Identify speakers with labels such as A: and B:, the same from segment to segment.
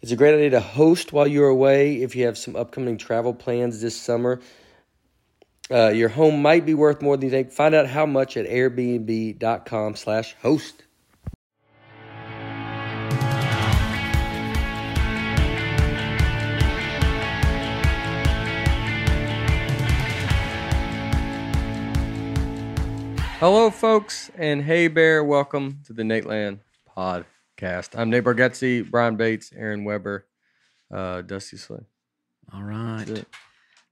A: It's a great idea to host while you're away if you have some upcoming travel plans this summer. Uh, your home might be worth more than you think. Find out how much at airbnb.com/host. Hello, folks, and hey, Bear, welcome to the Nate Land podcast. I'm Nate Bargatze, Brian Bates, Aaron Weber, uh, Dusty Slay.
B: All right.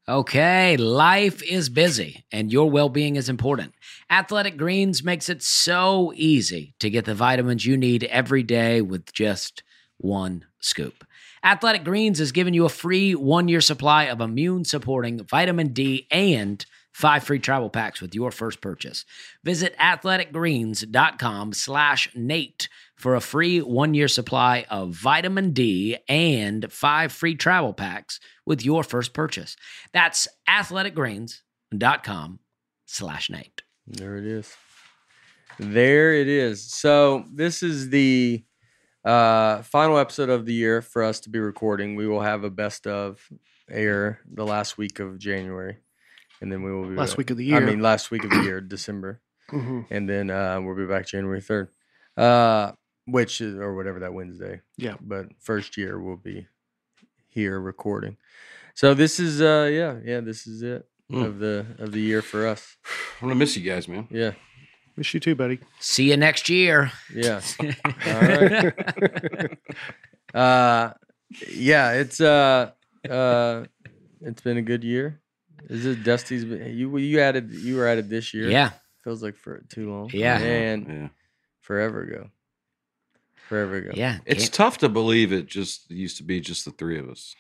B: Okay, life is busy and your well being is important. Athletic Greens makes it so easy to get the vitamins you need every day with just one scoop. Athletic Greens is giving you a free one year supply of immune supporting vitamin D and five free travel packs with your first purchase. Visit athleticgreens.com slash Nate for a free one year supply of vitamin D and five free travel packs with your first purchase. That's athleticgreens.com slash Nate.
A: There it is. There it is. So this is the uh, final episode of the year for us to be recording. We will have a best of air the last week of January, and then we will be
C: last
A: back-
C: week of the year.
A: I mean, last week of the year, December,
C: Mhm.
A: and then uh, we'll be back January third, uh, which is or whatever that Wednesday.
C: Yeah.
A: but first year we'll be here recording. So this is uh, yeah, yeah, this is it
D: Mm.
A: of the of the year for us.
D: I'm gonna miss you guys, man.
A: Yeah,
C: miss you too, buddy.
B: See you next year.
A: yeah. All right. Uh, yeah, it's uh, uh, it's been a good year. Is it Dusty's? been- You you added you were added this year.
B: yeah.
A: feels like for too long.
B: Yeah.
A: and
D: Yeah,
A: forever ago, forever ago.
B: Yeah.
D: it's
B: Can't-
D: tough to believe it. Just used to be just the three of us.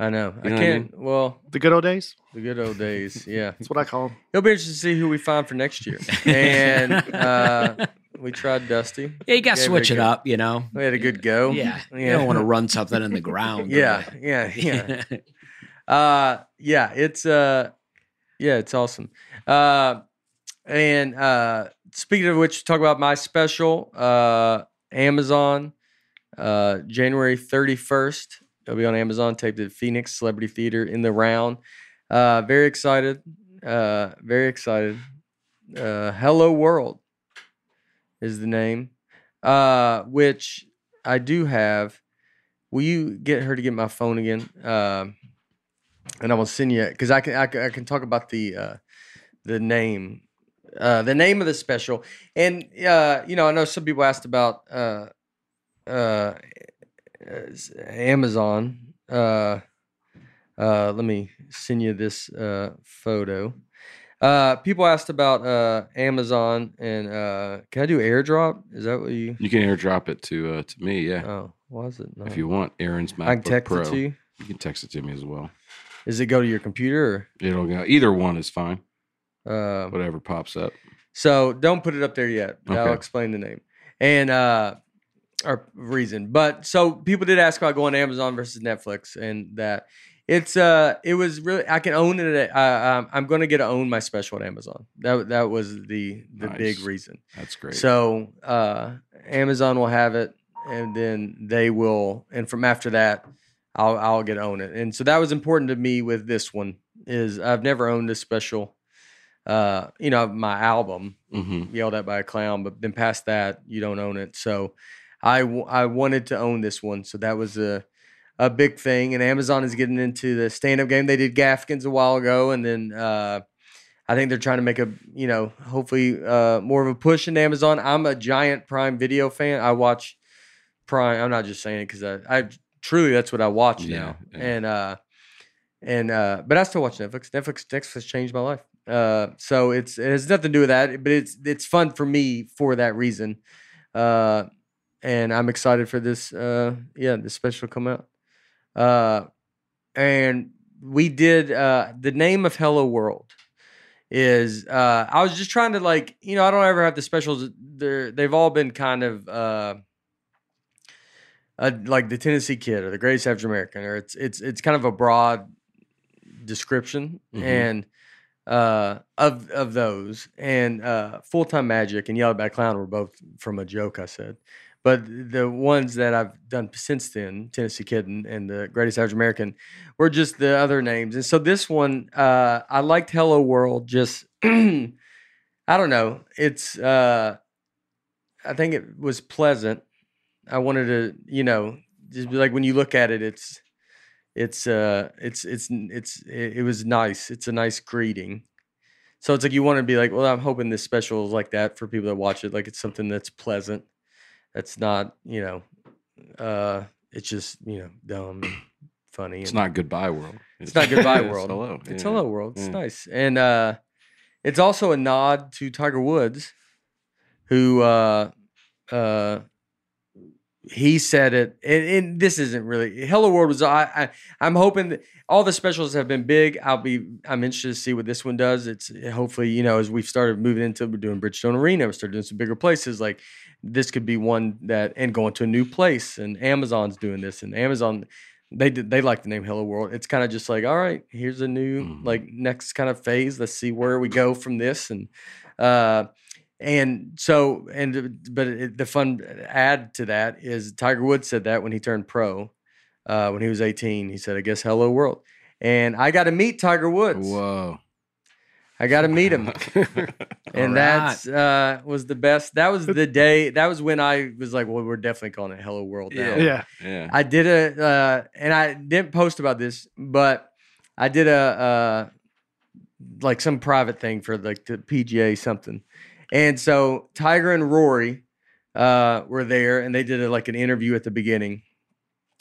A: I know.
D: You know
A: I
D: what I
A: can't. Well,
C: The good old days.
A: the good old days. Yeah,
C: That's what I call 'em.
A: it'll be interesting to see who we find for next year. And uh, we tried Dusty.
B: yeah, you got to
A: Yeah,
B: switch
A: very
B: it
A: good.
B: up, you know.
A: We had a good go.
B: Yeah. You
A: Yeah.
B: don't want to run something in the ground.
A: Yeah, yeah, yeah. uh yeah it's uh yeah it's awesome uh and uh speaking of which talk about my special uh amazon uh january 31st it'll be on amazon taped at phoenix celebrity theater in the round uh very excited uh very excited uh hello world is the name uh which i do have will you get her to get my phone again um and I will send you because I can, I can I can talk about the uh, the name uh, the name of the special and uh, you know I know some people asked about uh, uh, s- Amazon. Uh, uh, let me send you this uh, photo. Uh, people asked about uh, Amazon and uh, can I do AirDrop? Is that what you?
D: You can airdrop it to uh, to me, yeah,
A: Oh, was it? Not?
D: if you want. Aaron's MacBook
A: I can text
D: Pro.
A: it to you.
D: You can text it to me as well.
A: Does it go to your computer?
D: It'll go. Either one is fine.
A: Or, um,
D: Whatever pops up.
A: So don't put it up there yet. but I'll
D: Okay.
A: explain the name and uh, our reason. But so people did ask about going to Amazon versus Netflix, and that it's uh, it was really I can own it. At, uh, um, I'm going to get to own my special at Amazon. That that was the the big
D: Nice.
A: reason.
D: That's great.
A: So uh, Amazon will have it, and then they will, and from after that, I'll I'll get to own it. And so that was important to me with this one is I've never owned this special. Uh, you know, my album,
D: hmm
A: yelled at by a clown, but then past that, you don't own it. So I, w- I wanted to own this one. So that was a, a big thing, and Amazon is getting into the stand up game. They did Gaffkins a while ago, and then uh, I think they're trying to make a you know hopefully uh, more of a push in Amazon. I'm a giant Prime Video fan. I watch Prime. I'm not just saying it because I, I truly that's what I watch
D: Yeah,
A: now,
D: yeah.
A: and uh, and uh, but I still watch Netflix. Netflix Netflix changed my life. Uh, so it's it has nothing to do with that, but it's it's fun for me for that reason. Uh, and I'm excited for this. Uh, yeah, this special come out. Uh, and we did uh, the name of Hello World is uh, I was just trying to like you know I don't ever have the specials. They're, they've all been kind of. Uh, uh, like the Tennessee Kid or the Greatest African American, or it's it's it's kind of a broad description
D: Mhm.
A: and uh, of of those and uh, Full Time Magic and Yellowback Clown were both from a joke I said, but the ones that I've done since then, Tennessee Kid and, and the Greatest African American, were just the other names. And so this one, uh, I liked Hello World. Just I don't know. It's uh, I think it was pleasant. I wanted to, you know, just be like when you look at it, it's it's uh it's it's n- it's it, it was nice. It's a nice greeting. So it's like you want to be like, well, I'm hoping this special is like that for people that watch it. Like it's something that's pleasant. That's not, you know, uh it's just, you know, dumb and funny.
D: It's
A: and-
D: not goodbye world.
A: It's not goodbye world.
D: hello.
A: It's
D: yeah. Mm.
A: hello world. It's
D: yeah.
A: nice, and uh, it's also a nod to Tiger Woods, who uh, uh, he said it. And, and this isn't really hello world was. I, I I'm hoping that all the specials have been big. I'll be I'm interested to see what this one does. It's hopefully you know as we've started moving into we're doing Bridgestone Arena, we started doing some bigger places like. This could be one that, and going to a new place, and Amazon's doing this, and Amazon they did they like the name hello world it's kind of just like all right here's a new
D: Mhm.
A: like next kind of phase let's see where we go from this and uh and so and uh, but it, the fun uh, add to that is tiger woods said that when he turned pro uh when he was 18 he said i guess hello world and i got to meet tiger woods
D: Whoa.
A: i got to meet him and that's uh was the best that was the day that was when i was like well we're definitely calling it hello world now.
D: Yeah.
C: Yeah.
D: yeah.
A: I did a, uh, and I didn't post about this, but I did a, uh, like some private thing for like the PGA something. And so Tiger and Rory, uh, were there and they did a, like an interview at the beginning.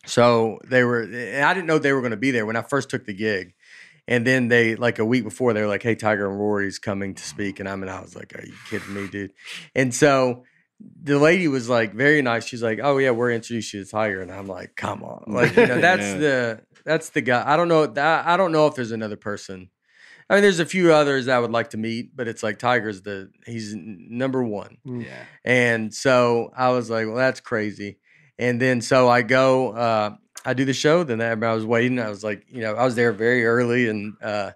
A: So they were, and I didn't know they were going to be there when I first took the gig. And then they, like a week before, they were like, hey, Tiger and Rory's coming to speak. And I mean, I was like, are you kidding me, dude? And so, the lady was like very nice. She's like, "Oh yeah, we're introducing you to Tiger," and I'm like, "Come on, like you know, that's
D: Yeah.
A: the that's the guy." I don't know that I don't know if there's another person. I mean, there's a few others I would like to meet, but it's like Tiger's the he's n- number one.
D: yeah.
A: And so I was like, well, that's crazy. And then so I go, uh, I do the show. Then I I was waiting. I was like, you know, I was there very early, and uh,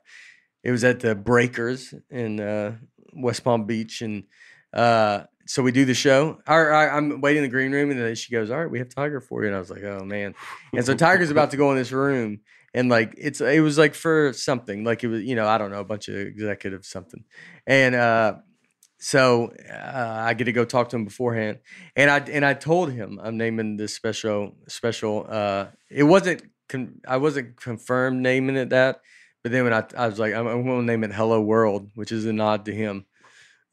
A: it was at the Breakers in uh, West Palm Beach. And uh, so we do the show. Or I, I'm waiting in the green room, and then she goes, "All right, we have Tiger for you." And I was like, "Oh man!" And so Tiger's about to go in this room, and like it's it was like for something, like it was you know I don't know a bunch of executive something, and uh, so uh, I get to go talk to him beforehand, and I and I told him I'm naming this special special. Uh, it wasn't con- I wasn't confirmed naming it that, but then when I I was like I'm, I'm going to name it Hello World, which is a nod to him.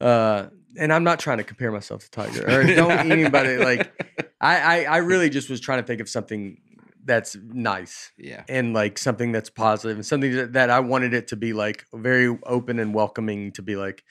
A: Uh, and I'm not trying to compare myself to Tiger or don't anybody like I, I I really just was trying to think of something that's nice
D: Yeah.
A: and like something that's positive and something that, that I wanted it to be like very open and welcoming to be like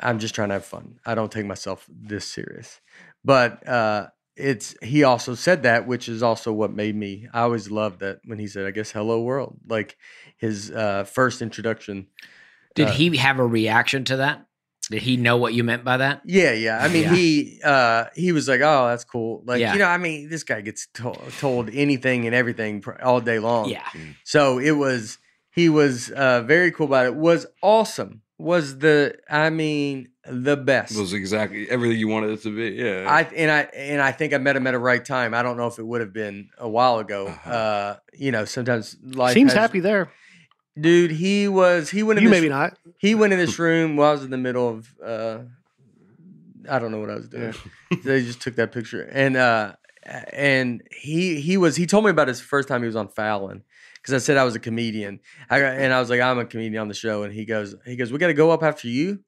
A: I'm just trying to have fun. I don't take myself this serious. But uh it's he also said that which is also what made me I always loved that when he said I guess hello world like his uh first introduction.
B: Did
A: Uh,
B: he have a reaction to that? Did he know what you meant by that?
A: Yeah, yeah. I mean,
B: Yeah.
A: he uh he was like, "Oh, that's cool." Like,
B: Yeah.
A: you know, I mean, this guy gets to- told anything and everything pr- all day long.
B: Yeah.
A: So it was he was uh very cool about it. Was awesome. Was the I mean, the best.
D: It was exactly everything you wanted it to be. Yeah.
A: I and I and I think I met him at a right time. I don't know if it would have been a while ago.
D: Uh-huh.
A: Uh, you know, sometimes life
C: Seems
A: has-
C: happy there.
A: dude. He was he went in
C: You
A: this,
C: maybe not.
A: he went in this room while I was in the middle of uh I don't know what I was doing. They just took that picture. And uh and he he was he told me about his first time he was on Fallon because I said I was a comedian. I got, and I was like I'm a comedian on the show, and he goes he goes we got to go up after you,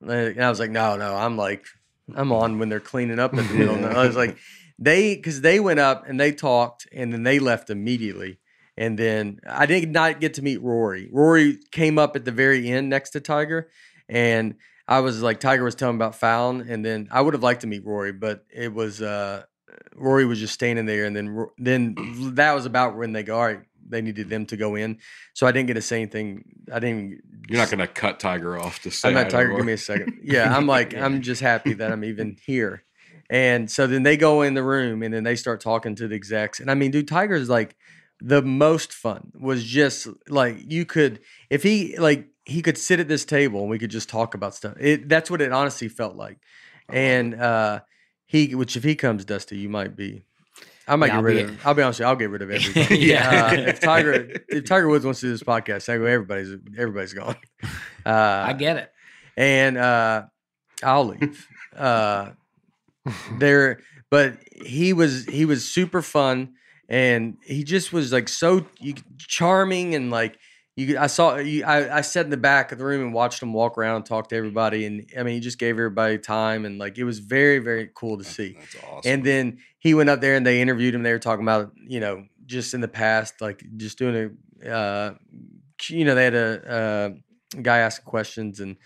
A: Like, and I was like no no I'm like I'm on when they're cleaning up in the middle. of the-" I was like they because they went up and they talked and then they left immediately. And then I did not get to meet Rory. Rory came up at the very end next to Tiger, and I was like, Tiger was telling about Fallon, and then I would have liked to meet Rory, but it was uh, Rory was just standing there, and then Ro- then that was about when they go, all right, they needed them to go in, so I didn't get to say anything. I didn't.
D: You're not going to cut Tiger off to say
A: I'm
D: hi
A: not
D: to
A: Tiger.
D: Roy.
A: Give me a second. Yeah, I'm like, I'm just happy that I'm even here. And so then they go in the room, and then they start talking to the execs, and I mean, dude, Tiger's like the most fun was just like you could if he like he could sit at this table and we could just talk about stuff it that's what it honestly felt like
D: Uh-huh.
A: and uh he which if he comes dusty you might be i might
B: Yeah,
A: get
B: I'll
A: rid
B: be-
A: of i'll be honest with you, i'll get rid of everybody
B: Yeah.
A: uh, if tiger if tiger woods wants to do this podcast I go, everybody's everybody's gone uh
B: I get it.
A: and uh I'll leave. uh there but he was he was super fun and he just was like so you, charming and like you I saw you I, I sat in the back of the room and watched him walk around and talk to everybody and I mean he just gave everybody time and like it was very very cool to see.
D: That's awesome.
A: And then he went up there and they interviewed him. They were talking about, you know, just in the past, like just doing a, uh, you know, they had a, uh guy ask questions and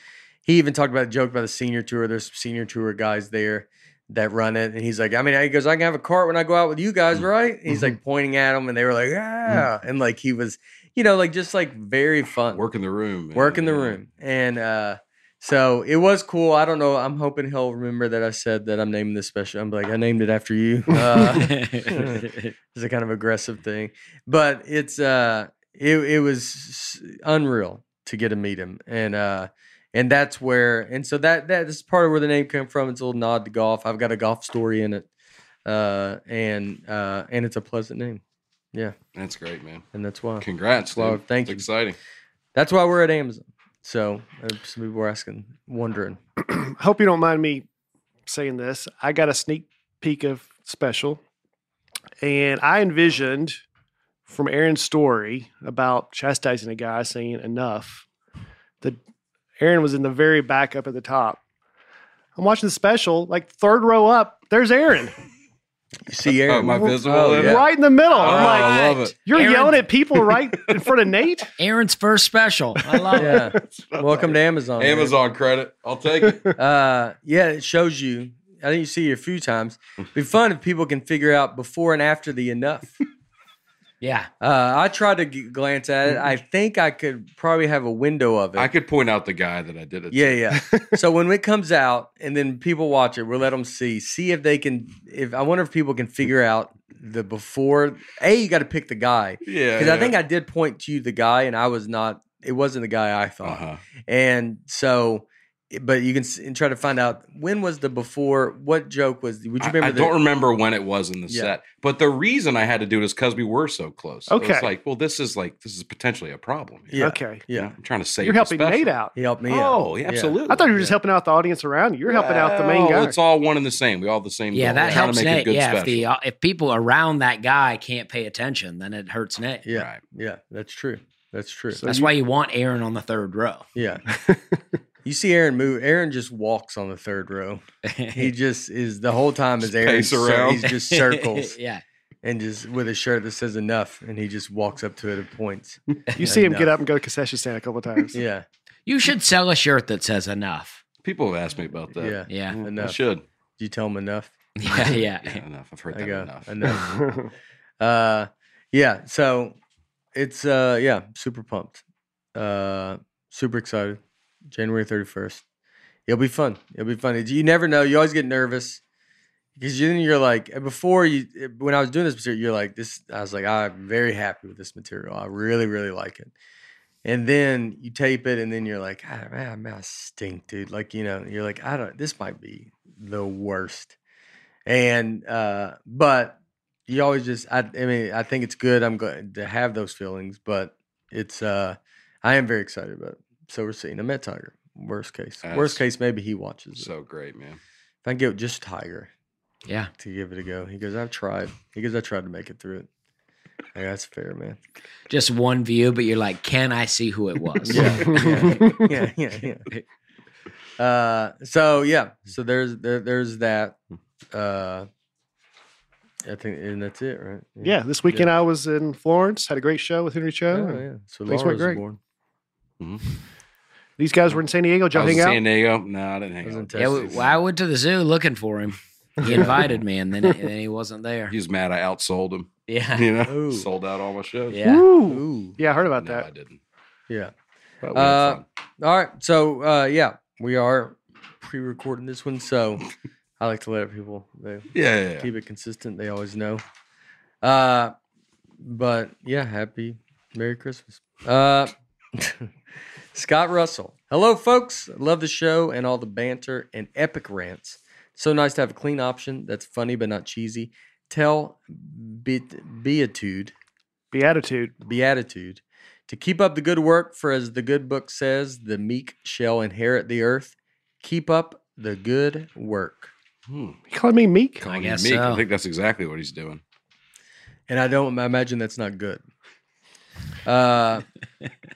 A: he even talked about, joked about the senior tour. There's some senior tour guys there that run it. And he's like, I mean, he goes, I can have a cart when I go out with you guys, right? And he's like pointing at them and they were like, yeah. And like he was, you know, like just like very fun
D: work in the room. man.
A: work in the
D: Yeah.
A: room and uh so it was cool i don't know i'm hoping he'll remember that i said that i'm naming this special i'm like i named it after you uh it's a kind of aggressive thing but it's uh it, it was s- unreal to get to meet him and uh and that's where and so that that is part of where the name came from it's a little nod to golf i've got a golf story in it uh and uh and it's a pleasant name
D: That's great, man.
A: and that's why
D: Congrats.
A: Well,
D: dude.
A: thank
D: It's
A: you.
D: Exciting.
A: that's why we're at amazon so uh, some people were asking wondering
C: hope you don't mind me saying this. I got a sneak peek of special, and I envisioned from Aaron's story about chastising a guy saying enough that Aaron was in the very back up at the top. I'm watching the special, like third row up. There's Aaron
A: You see Aaron.
D: Oh, my visible.
A: Oh,
D: there?
A: yeah.
C: right in the middle.
D: Oh,
C: I'm like,
D: I love it.
C: you're
B: Aaron-
C: yelling at people right in front of Nate.
B: Aaron's first special. I love it.
A: yeah. Welcome to Amazon. man.
D: Amazon credit. I'll take it.
A: Uh, yeah, it shows you. I think you see it a few times. It'd be fun if people can figure out before and after the enough.
B: Yeah.
A: Uh, I tried to g- glance at it. I think I could probably have a window of it.
D: I could point out the guy that I did it. to.
A: yeah, yeah. so when it comes out and then people watch it, we'll let them see. See if they can. If I wonder if people can figure out the before. A, you got to pick the guy
D: Yeah.
A: because
D: yeah.
A: I think I did point to the guy, and I was not. It wasn't the guy I thought.
D: Uh-huh.
A: And so, eh, but you can s- and try to find out when was the before. What joke was? Would you
D: I-
A: remember?
D: I,
A: the,
D: don't remember when it was in the
A: Yeah.
D: set, but the reason I had to do it is because we were so close. So
C: Okay.
D: it's like, well, this is like this is potentially a problem.
A: Yeah,
C: Okay.
A: yeah.
D: I'm trying to save.
C: You're
D: the
C: helping
D: special.
C: Nate out.
A: He helped me. out.
D: Oh, yeah, absolutely.
C: I thought you were just helping out the audience around you. You're helping out the main
D: Well,
C: guy.
D: It's all one and the same. We all have the same.
B: Yeah,
D: goal.
B: that
D: We're trying to
B: helps
D: make a
B: Nate.
D: good
B: Yeah, if the
D: special.
B: uh, if people around that guy can't pay attention, then it hurts Nate.
A: yeah,
D: Oh, Right.
A: yeah. That's true. That's true.
C: So
B: That's
C: you-
B: why you want Aaron on the third row.
A: yeah. You see Aaron move. Aaron just walks on the third row. He just is the whole time is
D: Just
A: Aaron.
D: pace around.
A: He's just circles
B: yeah.
A: and just with a shirt that says enough, and he just walks up to it and points.
C: You see him
A: Enough.
C: get up and go to concession stand a couple of times.
A: Yeah,
B: You should sell a shirt that says enough.
D: people have asked me about that.
A: yeah.
B: Yeah.
D: Mm, I
A: Enough.
D: should.
A: Did you tell him enough?
B: Yeah. Yeah.
D: Yeah, enough. I've heard
A: I
D: that
A: go
D: enough.
A: enough. Uh, yeah. So it's uh, yeah, super pumped. Uh, super excited. January thirty first. It'll be fun. It'll be fun. You never know. You always get nervous because then you're like before you when I was doing this material, you're like this. I was like I'm very happy with this material. I really really like it. And then you tape it, and then you're like, ah, man, I stink, dude. Like you know, you're like, I don't. This might be the worst. And uh, but you always just I, I mean I think it's good I'm glad to have those feelings but it's uh I am very excited about it. so we're seeing I met Tiger worst case worst
D: That's-
A: case maybe he watches it.
D: So great, man.
A: if I can get just Tiger
B: Yeah.
A: to give it a go. He goes, I've tried. He goes, I tried to make it through it. Like, that's fair, man.
B: Just one view, but you're like, can I see who it was?
A: yeah, yeah, yeah, yeah. Uh, so yeah, so there's there, there's that. Uh, I think, and that's it, right?
C: Yeah, this weekend I was in Florence, had a great show with Henry Cho.
A: Oh,
C: and
A: yeah. So
C: Things
A: Laura's
C: went great.
A: born.
C: These guys were in San Diego. Did
D: I
C: y'all
D: was in
C: hang out?
D: San Diego. No, I didn't
A: I
D: hang
A: was in
D: out.
B: Yeah, we-
A: Texas.
B: well, I went to the zoo looking for him. He invited me, and then, and then he wasn't there.
D: He was mad. I outsold him.
B: Yeah,
D: You know,
A: Ooh.
D: sold out all my shows.
B: yeah.
C: Woo!
A: Ooh.
C: Yeah, I heard about
D: no, I
C: that.
D: didn't.
A: Yeah.
D: But we had
A: Uh,
D: fun.
A: All right. So uh, yeah, we are pre-recording this one, so I like to let people they
D: yeah, yeah, yeah.
A: keep it consistent. They always know. Uh, but yeah, happy Merry Christmas. Uh, Scott Russell. Hello, folks. Love the show and all the banter and epic rants. So nice to have a clean option that's funny but not cheesy. Tell Beat- Beatude
C: Beatitude.
A: beatitude to keep up the good work for as the good book says the meek shall inherit the earth keep up the good work
D: Hmm.
C: You calling me meek?
D: Calling him
B: guess
D: meek.
B: so.
D: I think that's exactly what he's doing.
A: and i don't I imagine that's not good uh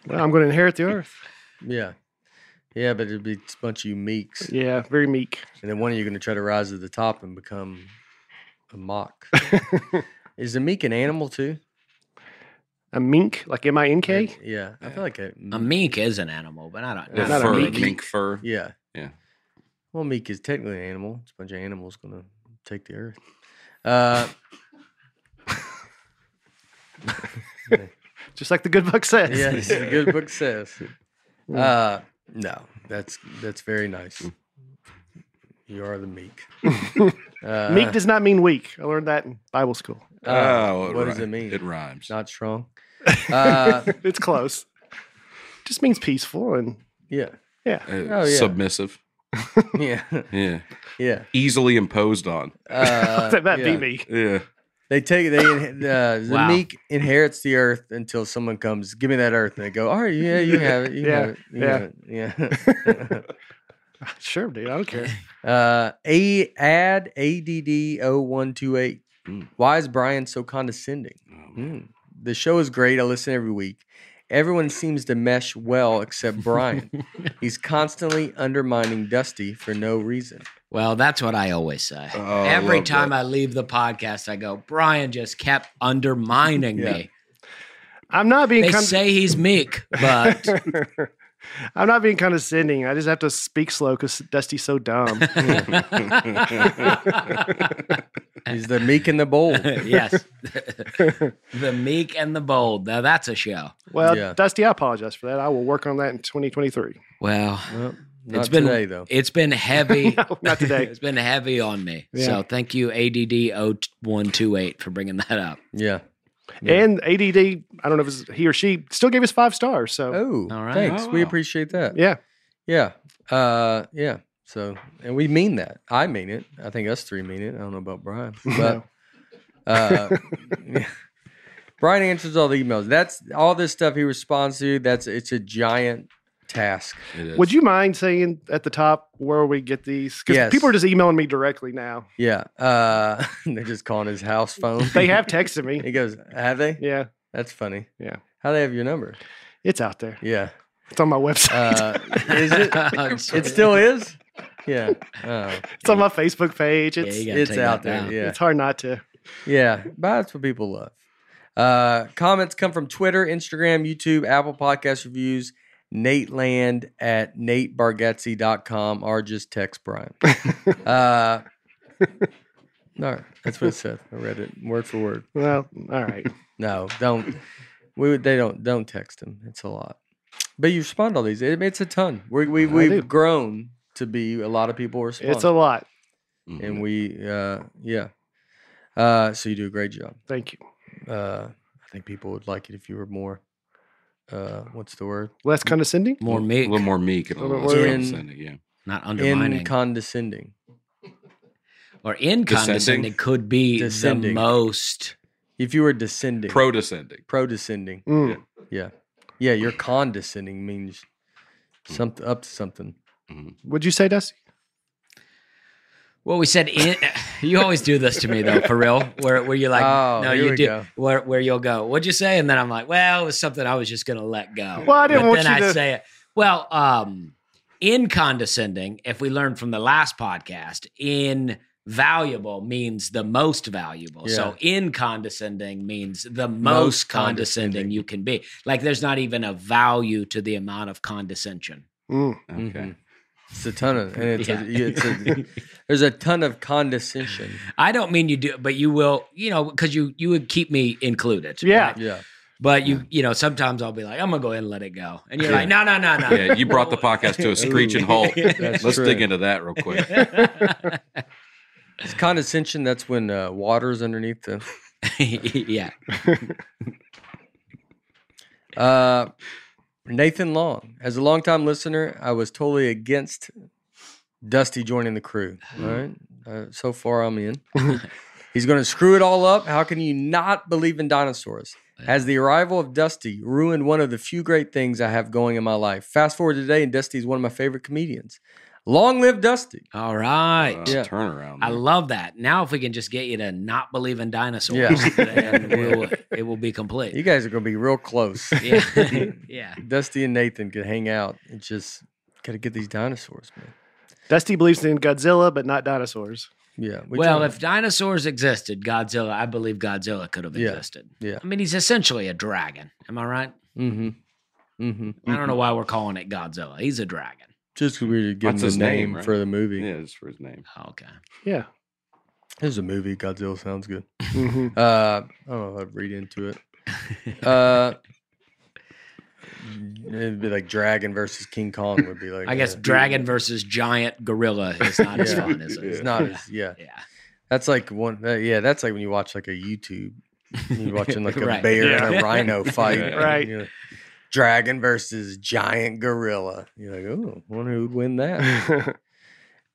C: Well, I'm going to inherit the earth.
A: yeah yeah but it'd be a bunch of you meeks
C: Yeah, very meek.
A: and then one of you going to try to rise to the top and become a mock is a meek an animal too
C: A mink, like M I N K.
A: yeah i feel like a,
B: A mink is an animal, but I don't
D: Yeah,
C: Not
B: know.
C: a
D: fur,
C: meek.
D: mink fur.
A: Yeah.
D: Yeah.
A: Well, meek is technically an animal. It's a bunch of animals going to take the earth. Uh,
C: Just like the good book says.
A: yeah, this is a good book says. Uh, no, that's that's very
C: Mm.
A: nice. You are the meek. Uh,
C: meek does not mean weak. I learned that in Bible school.
D: oh,
A: Um, what does
D: ri-
A: it mean?
D: It rhymes.
A: not strong. Uh,
C: it's close. Just means peaceful and
A: yeah,
C: yeah.
D: Uh,
A: Oh, yeah.
D: Submissive.
A: yeah,
D: Yeah.
A: yeah.
D: Easily imposed on.
A: Uh,
C: that might
A: yeah.
C: be me.
D: Yeah.
A: They take they in- uh, the
B: Wow.
A: meek inherits the earth until someone comes, give me that earth, and they go, all right, yeah, you have it, you
C: Yeah,
A: have it, you
C: yeah.
A: have it, yeah.
C: Sure, dude. I don't care.
A: Uh, a add add O one two eight.
D: Mm.
A: Why is Brian so condescending?
D: Oh, man.
A: Mm. The show is great. I listen every week. Everyone seems to mesh well except Brian. He's constantly undermining Dusty for no reason.
B: Well, that's what I always say.
D: Oh, I
B: Every
D: love
B: time
D: that.
B: I leave the podcast, I go, Brian just kept undermining
A: Yeah.
B: me.
C: I'm not being
B: They
C: con-
B: say he's meek, but
C: I'm not being condescending. I just have to speak slow because Dusty's so dumb.
A: He's the meek and the bold.
B: yes. the meek and the bold. Now that's a show.
C: Well,
A: Yeah.
C: Dusty, I apologize for that. I will work on that in 2023.
B: Well,
A: Nope,
B: It's
A: not
B: been-
A: today though.
B: it's been heavy.
C: No, not today.
B: it's been heavy on me.
C: Yeah.
B: So thank you, ADD0128, for bringing that up.
A: Yeah. Yeah.
C: And ADD, I don't know if it's he or she, still gave us five stars. So,
A: Oh,
B: All right.
A: thanks.
D: Oh,
A: We
D: wow.
A: appreciate that.
C: yeah.
A: Yeah. Uh, yeah. So, and we mean that. I mean it. I think us three mean it. I don't know about Brian, but uh, yeah. Brian answers all the emails. That's all this stuff he responds to. That's it's a giant task.
D: It is.
C: Would you mind saying at the top where we get these? Because
A: Yes.
C: people are just emailing me directly now.
A: Yeah. Uh, they're just calling his house phone.
C: They have texted
A: He
C: me.
A: goes, have they?
C: Yeah,
A: That's funny.
C: Yeah.
A: How they have your number?
C: it's out there.
A: Yeah.
C: It's on my website.
A: Uh, is it? It still is. Yeah. Uh,
C: it's on my Facebook page. It's
B: you gotta
A: it's
B: take
A: out
B: that
A: there.
B: down.
A: Yeah.
C: it's hard not to.
A: Yeah, but that's what people love. Uh, comments come from Twitter, Instagram, YouTube, Apple Podcast reviews, Nate Land at natebargatze.com, or just text Brian. uh, no, that's what it said. I read it word for word.
C: Well, all right.
A: No, don't. We would- they don't don't text him. It's a lot, but you respond to all these. It, it's a ton. We, we
C: I do.
A: we've grown to be a lot of people respond,
C: it's a lot.
D: Mhm.
A: and we uh, yeah. Uh, so you do a great job
C: Thank you.
A: uh, I think people would like it if you were more. Uh, what's the word?
C: Less condescending.
B: More
D: A
B: meek,
D: little more meek and
C: A
D: a
C: little
D: little less
A: more-
D: condescending. Yeah.
B: not
A: In
B: undermining.
A: condescending.
B: or in
D: Descending.
B: condescending could be the
A: Descending.
B: most.
A: If you were descending, pro,
D: Pro descending.
A: descending.
C: Mm.
A: Yeah, yeah. Your condescending means
B: Hmm.
A: something
D: Mm-hmm.
A: up to something.
C: Would you say, Dusty?
B: Well, we said in, You always do this to me though, for real. Where where you're like,
A: Oh,
B: no,
A: here
B: you
A: we
B: do.
A: go.
B: Where where you'll go? What'd you say? And then I'm like, well, it was something I was just gonna let go.
C: Well, I didn't
B: but
C: want
B: then
C: you
B: I
C: to-
B: say it. Well, um, in condescending, if we learned from the last podcast, in valuable means the most valuable. So in condescending means the most,
A: Most
B: condescending,
A: condescending.
B: you can be. Like there's not even a value to the amount of condescension.
C: Mm.
D: Okay.
A: Mhm. It's a ton of, and it's a,
B: Yeah.
A: it's a, there's a ton of condescension.
B: I don't mean you do, but you will, you know, because you you would keep me included.
C: Yeah.
A: Yeah,
B: But you, you know, sometimes I'll be like, I'm gonna go ahead and let it go, and you're like, no, no, no, no.
D: Yeah, you brought the podcast to a screeching halt.
A: that's
D: Let's
A: true.
D: dig into that real quick.
A: It's condescension. That's when uh, water's underneath the.
B: yeah.
A: Uh, Nathan Long, as a longtime listener, I was totally against Dusty joining the crew. All right, uh, so far I'm in. He's going to screw it all up. How can you not believe in dinosaurs? As the arrival of Dusty ruined one of the few great things I have going in my life. Fast forward today, and Dusty is one of my favorite comedians. Long live Dusty!
B: All
D: Uh,
B: right.
A: Yeah.
D: Turnaround.
B: I love that. Now, if we can just get you to not believe in dinosaurs,
A: Yeah.
B: then we'll, it will be complete.
A: You guys are going to be real close.
B: Yeah. yeah.
A: Dusty and Nathan could hang out and just got to get these dinosaurs, man.
C: Dusty believes in Godzilla, but not dinosaurs.
A: Yeah. we
B: Well,
A: try.
B: if dinosaurs existed, Godzilla, I believe Godzilla could have
A: Yeah.
B: existed.
A: Yeah.
B: I mean, he's essentially a dragon. Am I right?
A: Mm-hmm. Mm-hmm.
B: I don't know why we're calling it Godzilla. He's a dragon.
A: Just because we were giving
D: That's
A: the
D: his
A: name,
D: name, right?
A: for the movie.
D: Yeah, it's for his name.
A: Oh,
B: Okay.
C: Yeah.
A: There's a movie. Godzilla sounds good.
C: Mhm.
A: Uh, I don't know if I'd read into it. Uh, it'd be like Dragon versus King Kong would be like.
B: I guess
A: uh,
B: dragon versus giant gorilla is not as
A: Yeah.
B: fun, is it?
A: It's not. As, yeah,
B: Yeah.
A: that's like one. uh, yeah, that's like when you watch like a YouTube. You're watching like a
B: Right.
A: bear and
C: Yeah.
A: a rhino fight. and
C: Right.
A: you're like, dragon versus giant gorilla. You're like, oh, wonder who'd win that.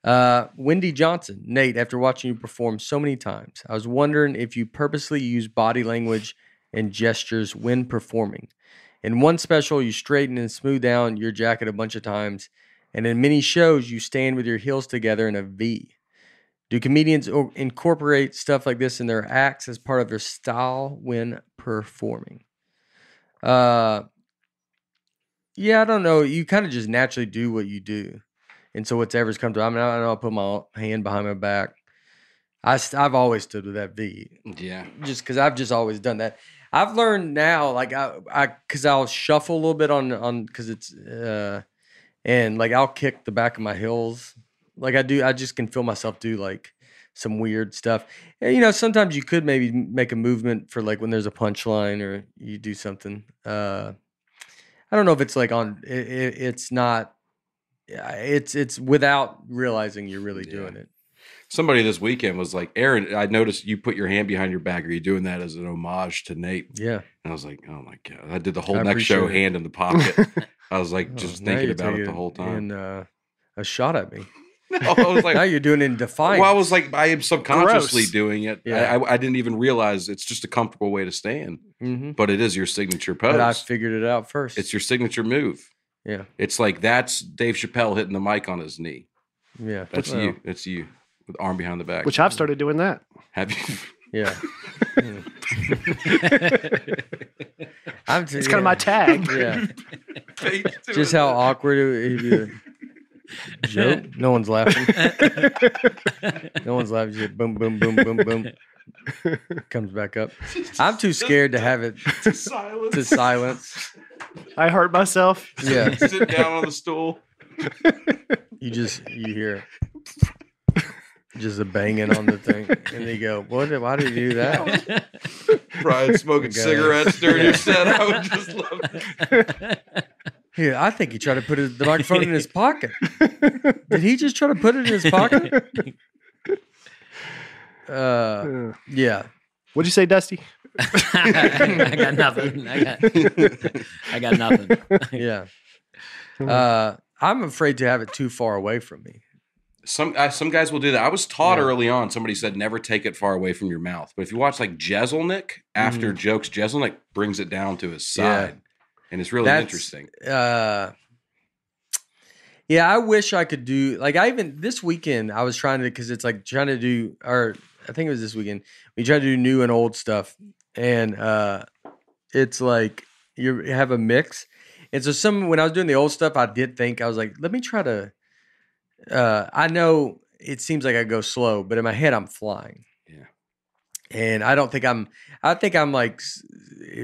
A: Uh, Wendy Johnson, Nate, after watching you perform so many times, I was wondering if you purposely use body language and gestures when performing. In one special, you straighten and smooth down your jacket a bunch of times, and in many shows, you stand with your heels together in a V. Do comedians o- incorporate stuff like this in their acts as part of their style when performing? Uh, yeah, I don't know. You kind of just naturally do what you do. And so whatever's come to, I mean, I don't know, I put my hand behind my back. I st- I've always stood with that V
D: Yeah.
A: just because I've just always done that. I've learned now, like I, I, because I'll shuffle a little bit on on because it's, uh, and like I'll kick the back of my heels, like I do. I just can feel myself do like some weird stuff. And you know, sometimes you could maybe m- make a movement for like when there's a punchline or you do something. Uh, I don't know if it's like on. It, it, it's not. yeah, It's it's without realizing you're really
D: Yeah.
A: doing it.
D: Somebody this weekend was like, Aaron, I noticed you put your hand behind your back. Are you doing that as an homage to Nate?
A: Yeah.
D: And I was like, oh my God. I did the whole
A: I
D: next show,
A: appreciate it.
D: hand in the pocket. I was like,
A: Oh,
D: just
A: now
D: thinking
A: you're
D: about it the
A: taking-
D: whole time.
A: And uh, a shot at me.
D: I was like,
A: now you're doing it in defiance.
D: well, I was like, I am subconsciously
C: Gross.
D: doing it.
A: Yeah.
D: I, I, I didn't even realize it's just a comfortable way to stand,
A: Mhm.
D: but it is your signature pose.
A: but I figured it out first.
D: it's your signature move.
A: Yeah.
D: It's like that's Dave Chappelle hitting the mic on his knee.
A: yeah,
D: That's
A: Well,
D: you. That's you with arm behind the back.
C: Which I've started doing that.
D: Have you?
A: Yeah, I'm just,
C: It's kind of my tag.
A: Yeah, just how awkward it would be. Joke. No one's laughing. no one's laughing. Just boom, boom, boom, boom, boom. Comes back up. I'm too scared to have it
D: silent.
A: to silence.
C: I hurt myself.
A: Yeah,
D: Sit down on the stool.
A: you just you hear just a banging on the thing, and they go, "What? did- Why did you do that?"
D: Brian smoking
A: God.
D: cigarettes during your set. I would just love.
A: Here, I think he tried to put his, the microphone in his pocket. Did he just try to put it in his pocket? Uh,
C: Uh,
A: yeah.
C: What'd you say, Dusty?
B: I got nothing. I got, I got nothing.
A: Yeah. Uh, I'm afraid to have it too far away from me.
D: Some uh, some guys will do that. I was taught
A: Yeah.
D: early on. Somebody said never take it far away from your mouth. But if you watch like Jezelnik after jokes, Jezelnik brings it down to his
A: Mm. Yeah.
D: side, and it's really
A: That's-
D: interesting.
A: Uh, Yeah, I wish I could do like I even this weekend I was trying to because it's like trying to do or I think it was this weekend we tried to do new and old stuff and uh it's like you have a mix and so some when I was doing the old stuff I did think I was like let me try to uh I know it seems like I go slow but in my head I'm flying
D: Yeah.
A: and I don't think I'm I think I'm like s-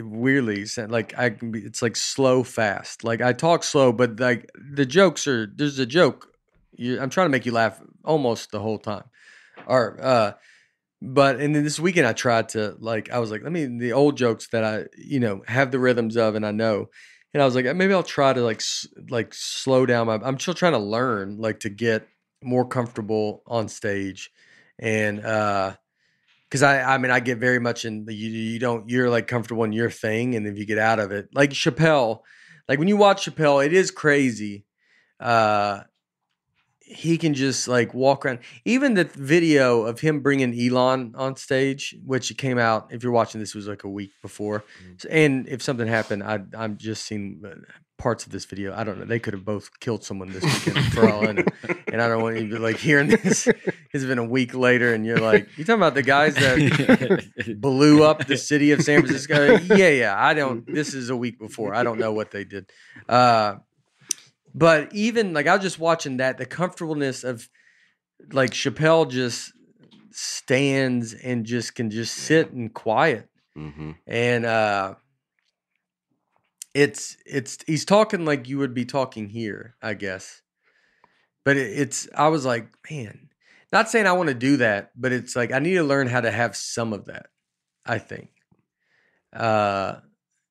A: weirdly sa- like I can be, it's like slow fast. Like I talk slow, but like the jokes are there's a joke. You, I'm trying to make you laugh almost the whole time. Or uh but and then this weekend I tried to like I was like let me the old jokes that I you know have the rhythms of and I know and I was like maybe I'll try to like s- like slow down my I'm still trying to learn like to get more comfortable on stage and uh because I, I mean, I get very much in the you, you don't you're like comfortable in your thing, and if you get out of it, like Chappelle, like when you watch Chappelle, it is crazy. Uh, he can just like walk around. Even the video of him bringing Elon on stage, which came out if you're watching this was like a week before, So- and if something happened, I I'm just seen uh, parts of this video. I don't know. They could have both killed someone this weekend for all I know and I don't want you to like hearing this. It's been a week later, and you're like, you talking about the guys that blew up the city of San Francisco? yeah, yeah. I don't. This is a week before. I don't know what they did. Uh, but even like I was just watching that, the comfortableness of like Chappelle just stands and just can just sit and quiet
D: hmm
A: and uh it's it's he's talking like you would be talking here i guess but it, it's i was like man not saying i want to do that but it's like i need to learn how to have some of that i think uh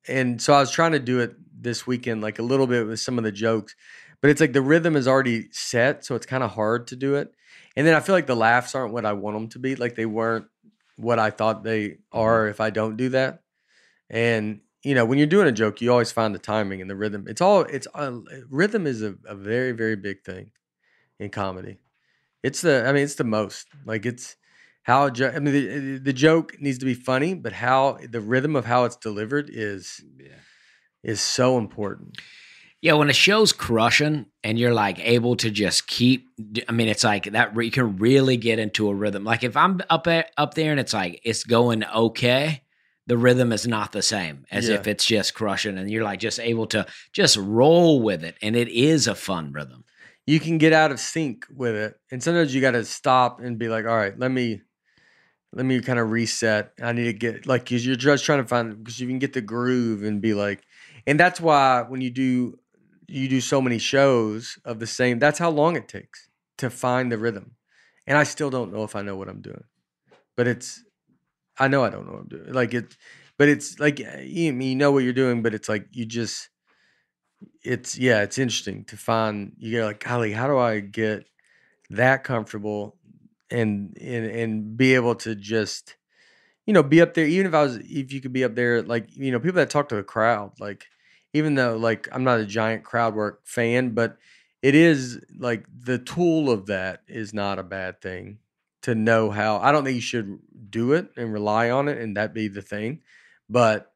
A: and so i was trying to do it this weekend like a little bit with some of the jokes but it's like the rhythm is already set so it's kind of hard to do it and then i feel like the laughs aren't what i want them to be like they weren't what i thought they are if i don't do that and you know, when you're doing a joke, you always find the timing and the rhythm. It's all it's uh, rhythm is a, a very very big thing in comedy. It's the I mean it's the most like it's how a jo- I mean the, the joke needs to be funny, but how the rhythm of how it's delivered is
D: Yeah.
A: is so important.
B: Yeah, when a show's crushing and you're like able to just keep, I mean, it's like that re- you can really get into a rhythm. Like if I'm up a- up there and it's like it's going okay, the rhythm is not the same as
A: Yeah.
B: if it's just crushing and you're like just able to just roll with it, and it is a fun rhythm.
A: You can get out of sync with it, and sometimes you got to stop and be like, all right, let me let me kind of reset. I need to get like 'cause you're just trying to find because you can get the groove and be like, and that's why when you do you do so many shows of the same, that's how long it takes to find the rhythm. And I still don't know if I know what I'm doing, but it's I know I don't know what I'm doing. Like it, but it's like eh, you, I mean, you know what you're doing, but it's like you just it's yeah, it's interesting to find. You're like, golly, how do I get that comfortable and and and be able to just you know be up there even if i was if you could be up there like you know people that talk to the crowd like even though like i'm not a giant crowd work fan but it is like the tool of that is not a bad thing to know how i don't think you should do it and rely on it and that be the thing but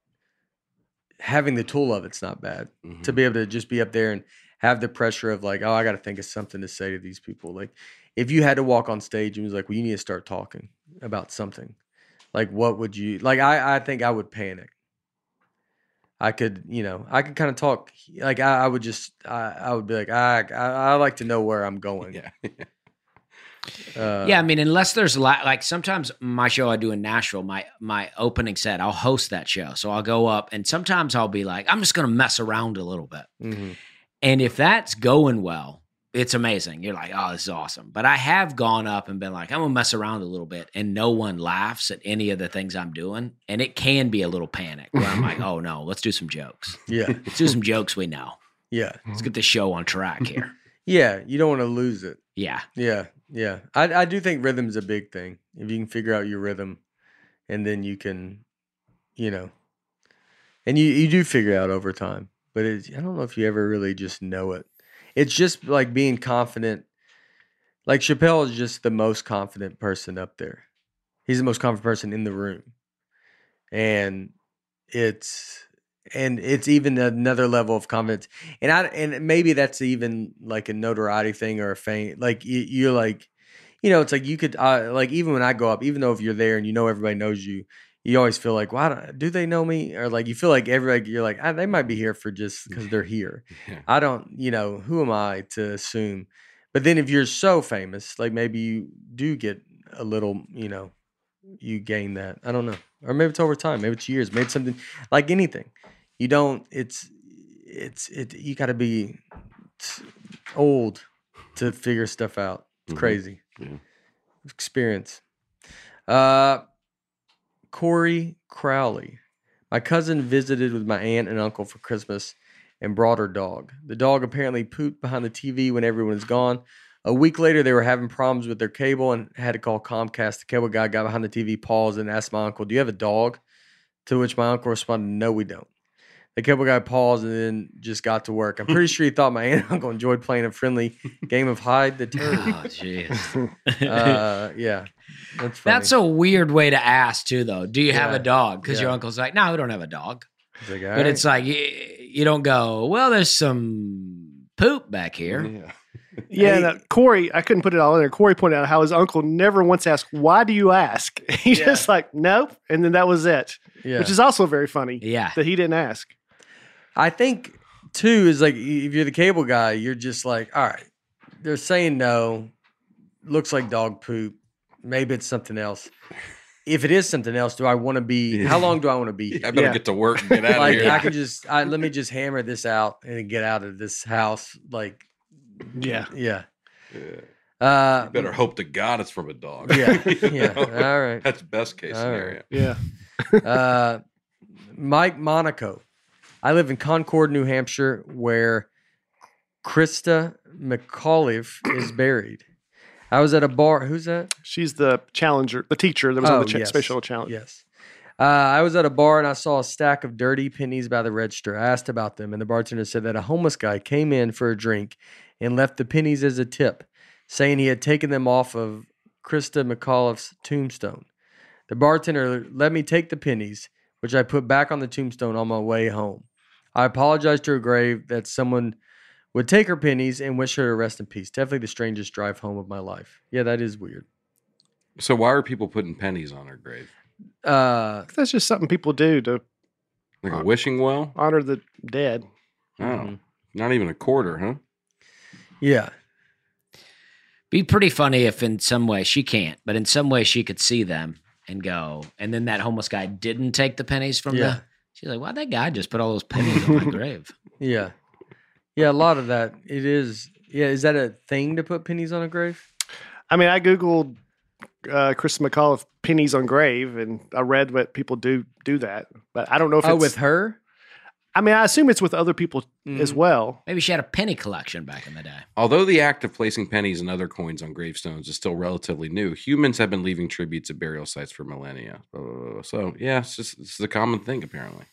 A: having the tool of it's not bad
D: Mm-hmm.
A: to be able to just be up there and have the pressure of like, oh, I got to think of something to say to these people. Like, if you had to walk on stage and was like, well, you need to start talking about something. Like, what would you like? I I think I would panic. I could, you know, I could kind of talk. Like, I, I would just, I, I would be like, I, I, I like to know where I'm going.
D: Yeah.
A: Uh,
B: yeah, I mean, unless there's la- like sometimes my show I do in Nashville, my my opening set, I'll host that show, so I'll go up and sometimes I'll be like, I'm just gonna mess around a little bit.
A: mhm.
B: And if that's going well, it's amazing. You're like, oh, this is awesome. But I have gone up and been like, I'm gonna mess around a little bit, and no one laughs at any of the things I'm doing, and it can be a little panic where I'm like, oh no, let's do some jokes.
A: Yeah.
B: Let's do some jokes we know.
A: Yeah.
B: Let's get the show on track here.
A: Yeah. You don't want to lose it.
B: Yeah,
A: Yeah, yeah. I I do think rhythm's a big thing. If you can figure out your rhythm, and then you can, you know, and you you do figure out over time. But it's, I don't know if you ever really just know it. It's just like being confident. Like Chappelle is just the most confident person up there. He's the most confident person in the room, and it's and it's even another level of confidence. And I and maybe that's even like a notoriety thing or a fame. Like you, you're like, you know, it's like you could uh, like even when I go up, even though if you're there and you know everybody knows you, you always feel like, why do, do they know me? Or like you feel like everybody, you're like, ah, they might be here for just because they're here.
D: Yeah.
A: I don't, you know, who am I to assume? But then if you're so famous, like maybe you do get a little, you know, you gain that. I don't know. Or maybe it's over time. Maybe it's years. Maybe it's something like anything. You don't. It's it's it. You got to be t- old to figure stuff out. It's
D: Mhm.
A: crazy.
D: Yeah.
A: Experience. Uh, Corey Crowley. My cousin visited with my aunt and uncle for Christmas and brought her dog. The dog apparently pooped behind the TV when everyone was gone. A week later, they were having problems with their cable and had to call Comcast. The cable guy got behind the TV, paused, and asked my uncle, Do you have a dog? To which my uncle responded, No, we don't. The cable guy paused and then just got to work. I'm pretty sure he thought my aunt and uncle enjoyed playing a friendly game of hide the turd.
B: Oh, jeez.
A: Uh, yeah, that's funny.
B: That's a weird way to ask too, though. Do you have
A: Yeah.
B: a dog? Because your
A: Yeah.
B: uncle's like, no, we don't have a dog.
A: It's like,
B: but
A: "All right."
B: it's like you, you don't go. Well, there's some poop back
A: Mm-hmm.
B: here.
D: Yeah.
C: Yeah,
A: Hey.
C: and, uh, Corey, I couldn't put it all in there. Corey pointed out how his uncle never once asked, Why do you ask? He's
A: Yeah.
C: just like, Nope. And then that was it,
A: yeah.
C: which is also very funny
B: Yeah,
C: that he didn't ask.
A: I think too is like if you're the cable guy, you're just like, all right, they're saying no. Looks like dog poop. Maybe it's something else. If it is something else, do I want to be? How long do I want to be?
D: I
A: Here?
D: better
C: Yeah.
D: get to work and get out of
A: Like
D: here.
A: I can just I, let me just hammer this out and get out of this house. Like
C: Yeah.
A: yeah,
D: Yeah.
A: uh,
D: You better hope to God it's from a dog.
A: Yeah,
D: You
A: yeah.
D: know?
A: All right.
D: That's best case
A: All right.
D: scenario.
C: Yeah.
A: uh, Mike Monaco. I live in Concord, New Hampshire, where Krista McAuliffe is buried. I was at a bar. Who's that?
C: She's the challenger, the teacher that was on
A: Oh,
C: the cha-
A: yes.
C: special challenge.
A: Yes. Uh, I was at a bar and I saw a stack of dirty pennies by the register. I asked about them, and the bartender said that a homeless guy came in for a drink and left the pennies as a tip, saying he had taken them off of Krista McAuliffe's tombstone. The bartender let me take the pennies, which I put back on the tombstone on my way home. I apologized to her grave that someone would take her pennies and wish her to rest in peace. Definitely the strangest drive home of my life. Yeah, that is weird.
D: So why are people putting pennies on her grave?
A: Uh,
C: That's just something people do to
D: Like a wishing well?
C: honor the dead.
D: Oh,
A: mhm.
D: not even a quarter, huh?
A: Yeah.
B: be pretty funny if in some way she can't, but in some way she could see them and go. And then that homeless guy didn't take the pennies from
A: yeah.
B: the. She's like, why that guy just put all those pennies on my grave?
A: Yeah. Yeah, a lot of that. It is. Yeah, is that a thing to put pennies on a grave?
C: I mean, I Googled uh, Chris McAuliffe pennies on grave and I read what people do do that. But I don't know if
A: oh,
C: it's
A: with her?
C: I mean, I assume it's with other people as
A: Mhm.
C: well.
B: Maybe she had a penny collection back in the day.
D: Although the act of placing pennies and other coins on gravestones is still relatively new, humans have been leaving tributes at burial sites for millennia. Uh, so yeah, it's just this is a common thing apparently.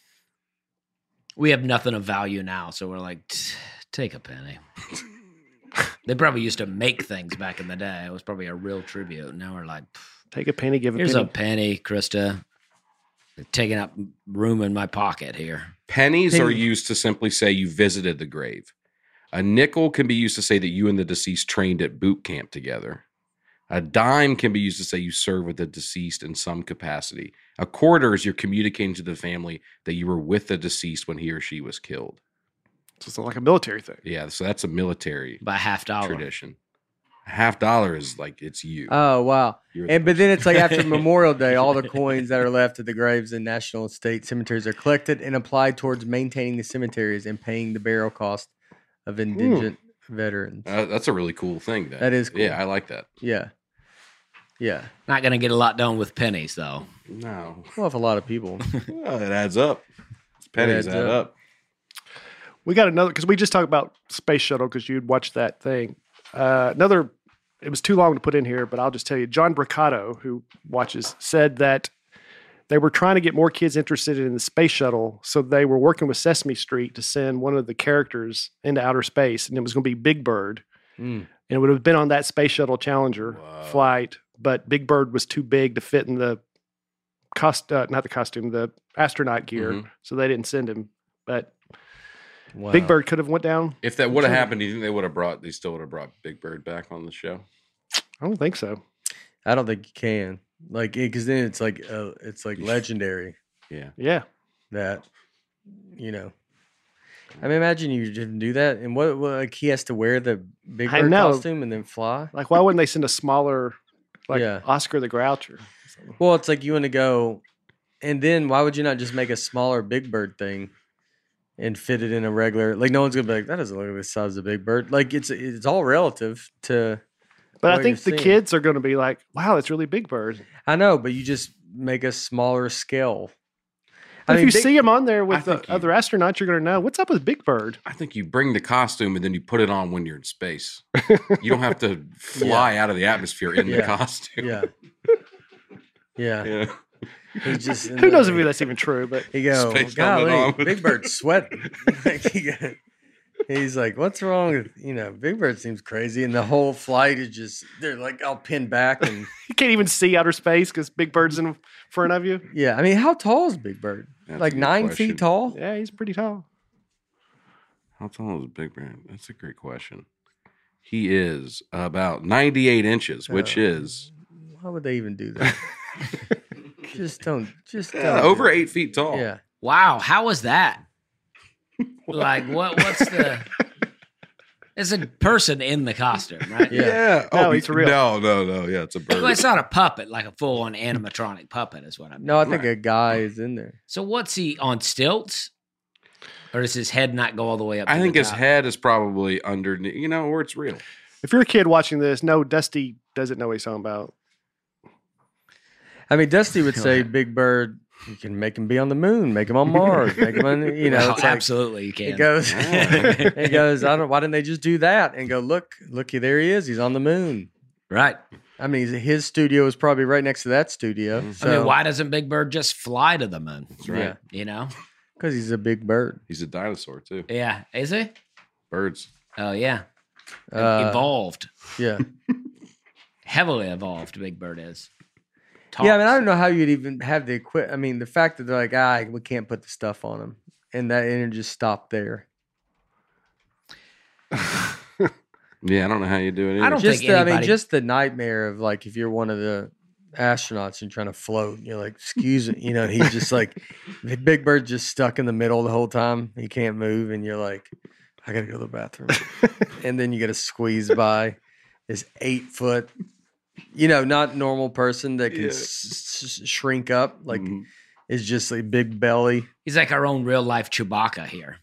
B: We have nothing of value now, so we're like, "T- take a penny. they probably used to make things back in the day. It was probably a real tribute. Now we're like,
C: Take a penny, give a
B: Here's a penny,
C: penny.
B: Krista. They're taking up room in my pocket here.
D: Pennies are
A: Penny.
D: used to simply say you visited the grave. A nickel can be used to say that you and the deceased trained at boot camp together. A dime can be used to say you serve with the deceased in some capacity. A quarter is you're communicating to the family that you were with the deceased when he or she was killed.
C: So it's like a military thing.
D: Yeah, so that's a military
B: By half dollar.
D: tradition. A half dollar is like it's you.
A: Oh, wow.
D: You're the
A: And but
D: person.
A: then it's like after Memorial Day, all the coins that are left at the graves in national and state cemeteries are collected and applied towards maintaining the cemeteries and paying the burial cost of indigent veterans.
D: Uh, that's a really cool thing. Then.
A: That is cool.
D: Yeah, I like that.
A: Yeah. Yeah.
B: Not going to get a lot done with pennies, though.
D: No,
A: Well, if a lot of people.
D: well, it adds up. It's pennies
A: adds
D: add
A: up.
D: up.
C: We got another because we just talked about space shuttle because you'd watch that thing. Uh, another, it was too long to put in here, but I'll just tell you. John Bricado, who watches, said that they were trying to get more kids interested in the space shuttle, so they were working with Sesame Street to send one of the characters into outer space, and it was going to be Big Bird,
A: Mm.
C: and it would have been on that space shuttle Challenger
D: Wow.
C: flight, but Big Bird was too big to fit in the cost, uh, not the costume, the astronaut gear,
D: Mhm.
C: so they didn't send him. But
A: Mm-hmm. Wow.
C: Big Bird could have went down.
D: If that would have
C: Sure.
D: happened, do you think they would have brought? They still would have brought Big Bird back on the show.
C: I don't think so.
A: I don't think you can. Like, because then it's like uh, it's like
D: Yeah.
A: legendary
D: Yeah,
C: Yeah.
A: that you know. I mean, imagine you didn't do that, and what, what like he has to wear the big
C: I
A: bird
C: know.
A: costume and then fly.
C: Like, why wouldn't they send a smaller, like
A: Yeah.
C: Oscar the Groucher?
A: Well, it's like you want to go, and then why would you not just make a smaller Big Bird thing and fit it in a regular? Like no one's gonna be like that doesn't look like the size of a Big Bird. Like it's it's all relative to.
C: But
A: what
C: I
A: you're
C: think the
A: seeing.
C: kids are going to be like, wow, that's really Big Bird.
A: I know, but you just make a smaller scale.
C: But if you
A: Big-
C: see him on there with the
D: think you-
C: other astronauts, you're going to know what's up with Big Bird.
D: I think you bring the costume and then you put it on when you're in space. you don't have to fly out of the atmosphere in the
A: Yeah.
D: costume.
A: yeah, yeah,
D: Yeah.
A: he just in
C: Who
A: the-
C: knows if that's even true? But
A: He go,
D: Space helmet
A: golly,
D: on with-
A: Big Bird's sweating. Like, he go- he's like, what's wrong? With, you know, Big Bird seems crazy, and the whole flight is just they're like all pinned back, and
C: you can't even see outer space because Big Bird's in front of you.
A: yeah, I mean, how tall is Big Bird?
D: That's a
A: like
D: good
A: nine
D: question.
A: feet tall?
C: Yeah, he's pretty tall.
D: How tall is Big Bird? That's a great question. He is about 98 inches, which
A: Oh.
D: is
A: Why would they even do that? just don't, just
D: uh,
A: don't.
D: over eight feet
A: Oh,
D: tall.
A: Yeah,
B: Wow, how was that? like what what's the It's a person in the costume, right?
A: Yeah.
C: No,
D: Oh,
C: it's real.
D: No, no, no. Yeah, it's a bird.
B: Well, it's not a puppet, like a full on animatronic puppet is what I mean.
A: no, I think
D: Right.
A: a guy is in there.
B: So what's he on stilts? Or does his head not go all the way up?
D: I
B: to
D: think
B: the
D: his
B: top?
D: head is probably underneath, you know, or it's real.
C: If you're a kid watching this, no, Dusty doesn't know what he's talking about.
A: I mean, Dusty would say,
B: Right.
A: Big Bird, you can make him be on the moon, make him on Mars, make him on, you know,
B: Well,
A: it's like,
B: absolutely you
A: It
B: can.
A: goes.
D: Yeah.
A: it goes. I don't. Why didn't they just do that and go look? Look, there he is. He's on the moon.
B: right.
A: I mean, he's- his studio is probably right next to that studio. So,
B: I mean, why doesn't Big Bird just fly to the moon?
D: That's right.
A: Yeah,
B: You know?
A: because he's a big bird.
D: He's a dinosaur, too.
B: Yeah. Is he?
D: Birds.
B: Oh yeah.
A: Uh,
B: evolved.
A: Yeah,
B: Heavily evolved, Big Bird is.
A: yeah. I mean,
B: Talks.
A: I don't know how you'd even have the equip. I mean, the fact that they're like, ah, we can't put the stuff on him, and that and it just stopped there.
D: Yeah, I don't know how you do it. Either.
B: I don't
A: Just
B: think
A: the, I mean,
B: anybody-
A: just the nightmare of like if you're one of the astronauts and trying to float, you're like, excuse me, you know, he's just like the big bird just stuck in the middle the whole time. He can't move, and you're like, I gotta go to the bathroom, and then you gotta squeeze by this eight foot, you know, not normal person that can
D: Yeah.
A: s- s- shrink up like
D: Mhm.
A: is just a big belly.
B: He's like our own real life Chewbacca here.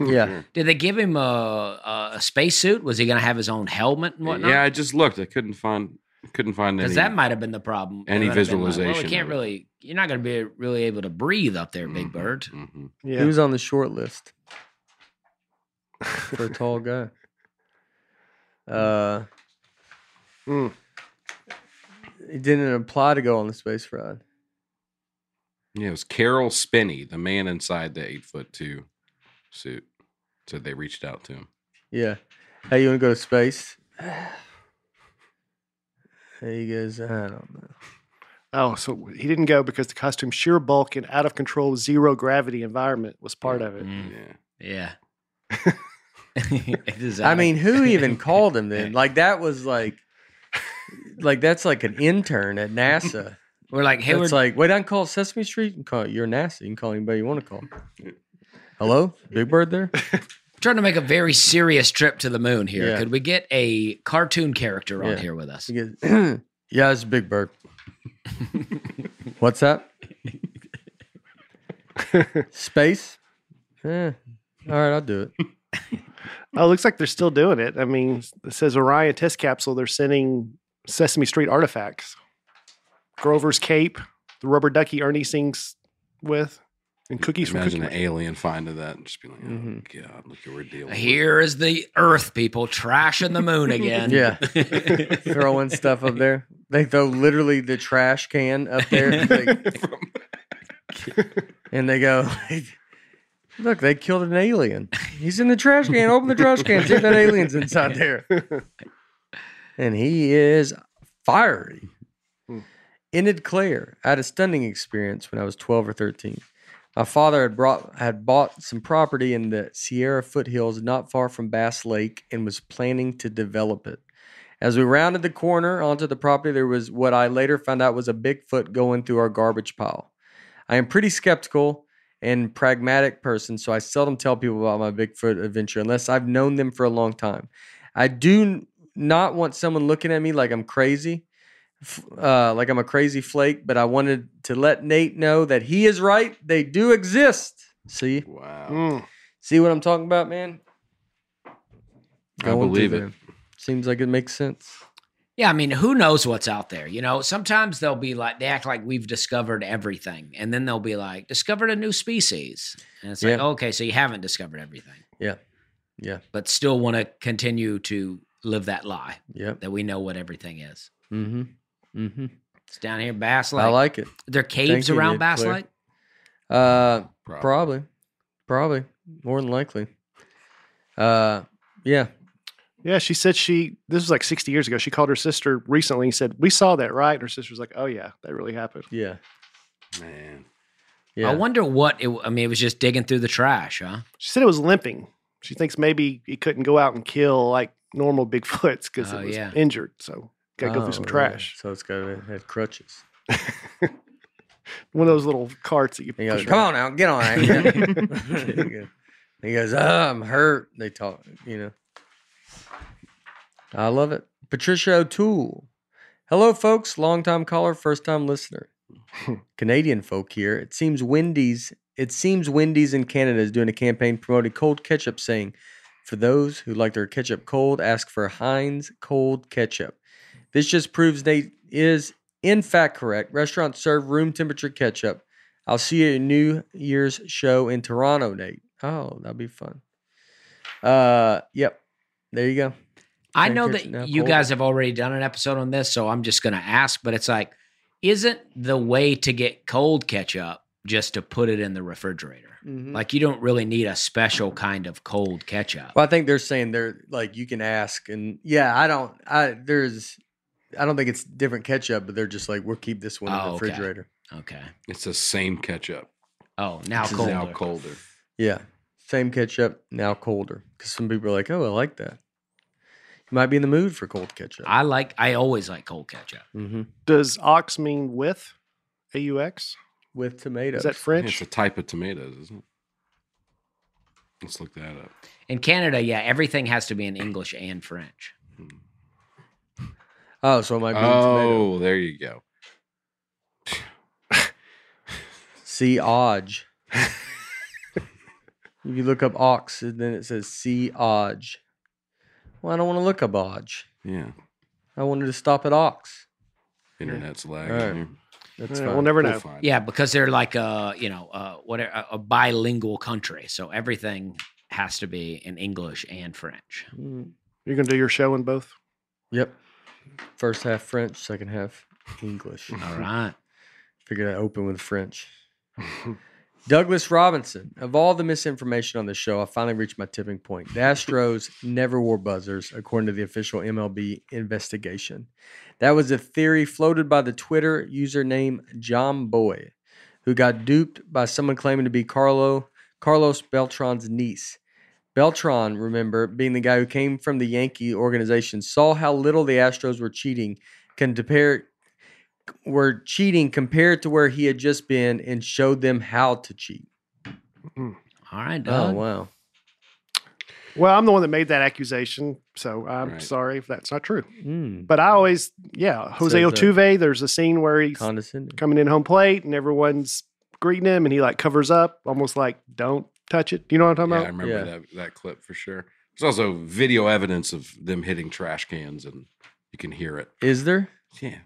A: Yeah.
B: Did they give him a, a, a spacesuit? Was he going to have his own helmet and whatnot?
D: Yeah, I just looked. I couldn't find couldn't find any.
B: Because that might have been the problem. It
D: any
B: might have been like, well,
D: visualization
B: we
D: of
B: can't
D: it.
B: really, you're not going to be really able to breathe up there, Big
D: Mhm,
B: Bird.
D: mhm.
C: Yeah.
A: He was on the short list for a tall guy. Uh,
C: Mm.
A: it didn't apply to go on the space ride.
D: Yeah, it was Carol Spinney, the man inside the eight foot two suit. So they reached out to him.
A: Yeah. Hey, you want to go to space? Hey, you guys, I don't know.
C: Oh, so he didn't go because the costume's sheer bulk and out of control, zero gravity environment was part of it.
B: Mm,
D: Yeah.
B: yeah.
A: I mean, who even called him then? Like that was like, like that's like an intern at NASA.
B: We're like, hey, we're
A: it's like, wait, I can call Sesame Street. You can call you're NASA. You can call anybody you want to call. Hello, Big Bird there.
B: trying to make a very serious trip to the moon here.
A: Yeah.
B: Could we get a cartoon character on
A: Yeah.
B: here with us?
A: He goes, yeah, it's Big Bird. What's up? Space? Eh, all right, I'll do it.
C: Oh, looks like they're still doing it. I mean, it says Orion test capsule. They're sending Sesame Street artifacts, Grover's cape, the rubber ducky Ernie sings with, and cookies Mm-hmm. from
D: Imagine
C: Cookie
D: an
C: Man.
D: alien finding that and just being like, oh,
A: Mhm.
D: God, look at we're dealing with.
B: Here is the Earth people trashing the moon again.
A: Yeah, throwing stuff up there. They throw literally the trash can up there, like,
D: From-
A: and they go, "Look, they killed an alien. He's in the trash can. Open the trash can. See if that alien's inside there." And he is fiery.
C: Hmm.
A: Ended Claire. I had a stunning experience when I was 12 or 13. My father had brought had bought some property in the Sierra foothills not far from Bass Lake and was planning to develop it. As we rounded the corner onto the property, there was what I later found out was a Bigfoot going through our garbage pile. I am pretty skeptical and pragmatic person, so I seldom tell people about my Bigfoot adventure unless I've known them for a long time. I do n- not want someone looking at me like I'm crazy, f- uh, like I'm a crazy flake, but I wanted to let Nate know that he is right. They do exist. See?
D: Wow.
C: Mm.
A: See what I'm talking about, man?
D: I
A: Going through
D: believe it.
A: there. Seems like it makes sense.
B: Yeah, I mean, who knows what's out there? You know, sometimes they'll be like, they act like we've discovered everything. And then they'll be like, discovered a new species. And it's like,
A: Yeah.
B: okay, so you haven't discovered everything.
A: Yeah. Yeah.
B: But still want to continue to live that lie
A: Yep.
B: that we know what everything is.
A: Mm-hmm. Mm-hmm.
B: It's down here in Bass Lake.
A: I like it.
B: Are there caves
A: you,
B: around
A: Nick,
B: Bass
A: Claire.
B: Lake?
A: Uh,
D: Probably.
A: probably, probably more than likely. Uh, yeah,
C: Yeah, she said she, this was like 60 years ago. She called her sister recently and said, We saw that, right? And her sister was like, Oh, yeah, that really happened.
A: yeah,
D: Man.
A: yeah.
B: I wonder what it. I mean, it was just digging through the trash, huh?
C: She said it was limping. She thinks maybe he couldn't go out and kill like normal Bigfoots because
B: Oh,
C: it was
B: yeah.
C: injured. So got to go
A: Oh,
C: through some
A: yeah.
C: trash.
A: So it's got to have crutches.
C: One of those little carts that you
A: He goes,
C: push
A: "Come on now,
C: around."
A: get on." it." he goes, "Oh, "I'm hurt." They talk, you know. I love it, Patricia O'Toole. Hello, folks. Long-time caller, first-time listener. Canadian folk here. It seems Wendy's. It seems Wendy's in Canada is doing a campaign promoting cold ketchup, saying, "For those who like their ketchup cold, ask for Heinz cold ketchup." This just proves Nate is in fact correct. Restaurants serve room temperature ketchup. I'll see you at New Year's show in Toronto, Nate. Oh, that'll be fun. Uh, yep. There you go.
B: I
A: Drink
B: know
A: your
B: that
A: Snapple.
B: you guys have already done an episode on this, so I'm just going to ask. But it's like, isn't the way to get cold ketchup just to put it in the refrigerator?
A: Mm-hmm.
B: Like, you don't really need a special kind of cold ketchup.
A: Well, I think they're saying they're like you can ask, and yeah, I don't. I there's, I don't think it's different ketchup, but they're just like we'll keep this one in
B: Oh,
A: the
B: okay.
A: refrigerator.
B: Okay.
D: It's the same ketchup.
B: Oh, now
D: It's
B: cold.
D: now colder.
A: Yeah, same ketchup now colder because some people are like, oh, I like that. You might be in the mood for cold ketchup.
B: I like. I always like cold ketchup.
A: mm-hmm.
C: Does ox mean with? AUX?
A: With tomatoes.
C: Is that
D: It's
C: French?
D: a type of tomatoes, isn't it? Let's look that up.
B: In Canada, yeah, everything has to be in English and French.
A: oh, so it might be tomato.
D: Oh, there you go.
A: C Odge. if you look up ox, and then it says C Odge. Well, I don't want to look up Odge.
D: Yeah.
A: I wanted to stop at ox.
D: Internet's
A: All right.
D: lagging. here.
A: That's
C: Yeah,
A: fine.
C: Eh, we'll never
D: We'll
C: know.
D: find it.
B: Yeah, because they're like a you know uh, what a, a bilingual country, so everything has to be in English and French.
A: Mm,
C: You're going to do your show in both?
A: Yep. First half French, second half English.
B: All right.
A: Figured I'd open with French. Douglas Robinson. Of all the misinformation on the show, I finally reached my tipping point. The Astros never wore buzzers, according to the official MLB investigation. That was a theory floated by the Twitter username John Boy, who got duped by someone claiming to be Carlo Carlos Beltran's niece. Beltran, remember, being the guy who came from the Yankee organization, saw how little the Astros were cheating, can compare were cheating compared to where he had just been and showed them how to cheat.
B: All right,
A: Oh
B: Doug.
A: wow.
C: Well, I'm the one that made that accusation, so I'm
D: Right.
C: sorry if that's not true.
A: Mm,
C: But I always, yeah, Jose
A: Says, uh,
C: Otuve. There's a scene where he's
A: condescending.
C: coming in home plate, and everyone's greeting him, and he like covers up, almost like don't touch it. You know what I'm
D: Yeah, I
C: talking
D: remember
A: Yeah.
D: that that clip for sure. There's also video evidence of them hitting trash cans, and you can hear it.
A: Is there?
D: Yeah.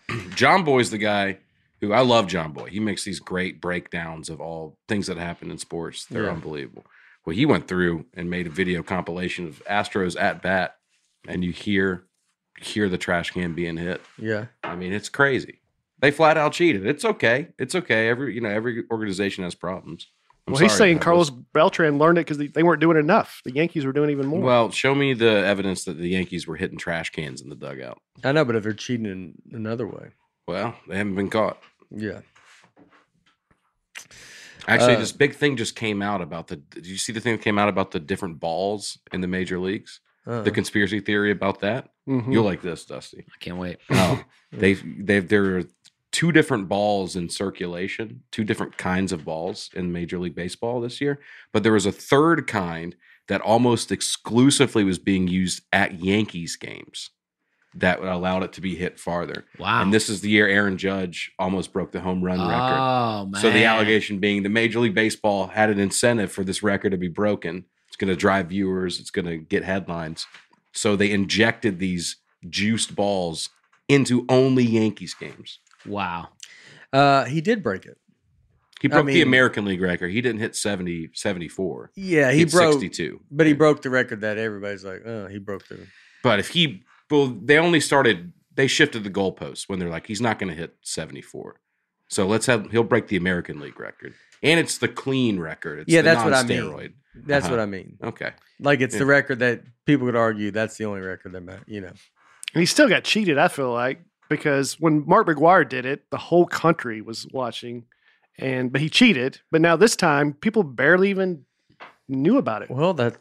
D: John Boy's the guy who I love John Boy. He makes these great breakdowns of all things that happen in sports. They're
A: Yeah.
D: unbelievable. Well, he went through and made a video compilation of Astros at bat, and you hear hear the trash can being hit.
A: Yeah.
D: I mean, it's crazy. They flat out cheated. It's okay. It's okay. Every you know, every organization has problems. I'm
C: Well, he's
D: sorry,
C: saying
D: Douglas.
C: Carlos Beltran learned it because they, they weren't doing enough. The Yankees were doing even more.
D: Well, show me the evidence that the Yankees were hitting trash cans in the dugout.
A: I know, but if they're cheating in another way.
D: Well, they haven't been caught.
A: Yeah.
D: Actually,
A: Uh,
D: this big thing just came out about the. Did you see the thing that came out about the different balls in the major leagues?
A: Uh,
D: The conspiracy theory about that.
C: Mhm.
D: You'll like this, Dusty.
B: I can't wait.
D: No, they they there are two different balls in circulation, two different kinds of balls in Major League Baseball this year. But there was a third kind that almost exclusively was being used at Yankees games that allowed it to be hit farther.
B: Wow.
D: And this is the year Aaron Judge almost broke the home run record.
B: Oh man.
D: So the allegation being the Major League Baseball had an incentive for this record to be broken. It's going to drive viewers. It's going to get headlines. So they injected these juiced balls into only Yankees games.
B: Wow.
A: uh, he did break it.
D: He
A: I
D: broke the
A: mean-
D: American League record. He didn't hit 70, 74.
A: Yeah,
D: He,
A: he
D: hit
A: broke.
D: 62.
A: But he broke the record that everybody's like, oh, he broke the.
C: Uh-huh.
D: But if he, well, they only started, they shifted the goalposts when they're like, he's not going to hit 74. So let's have, he'll break the American League record. And it's the clean record. It's
A: Yeah,
D: the
A: that's what I mean.
D: non-steroid.
A: That's
D: Uh-huh.
A: what I mean.
D: Okay.
A: Like it's
D: Yeah.
A: the record that people could argue that's the only record that matters. You know,
C: And he still got cheated, I feel like, because when Mark McGuire did it, the whole country was watching. And but he cheated. But now this time people barely even knew about it.
A: well that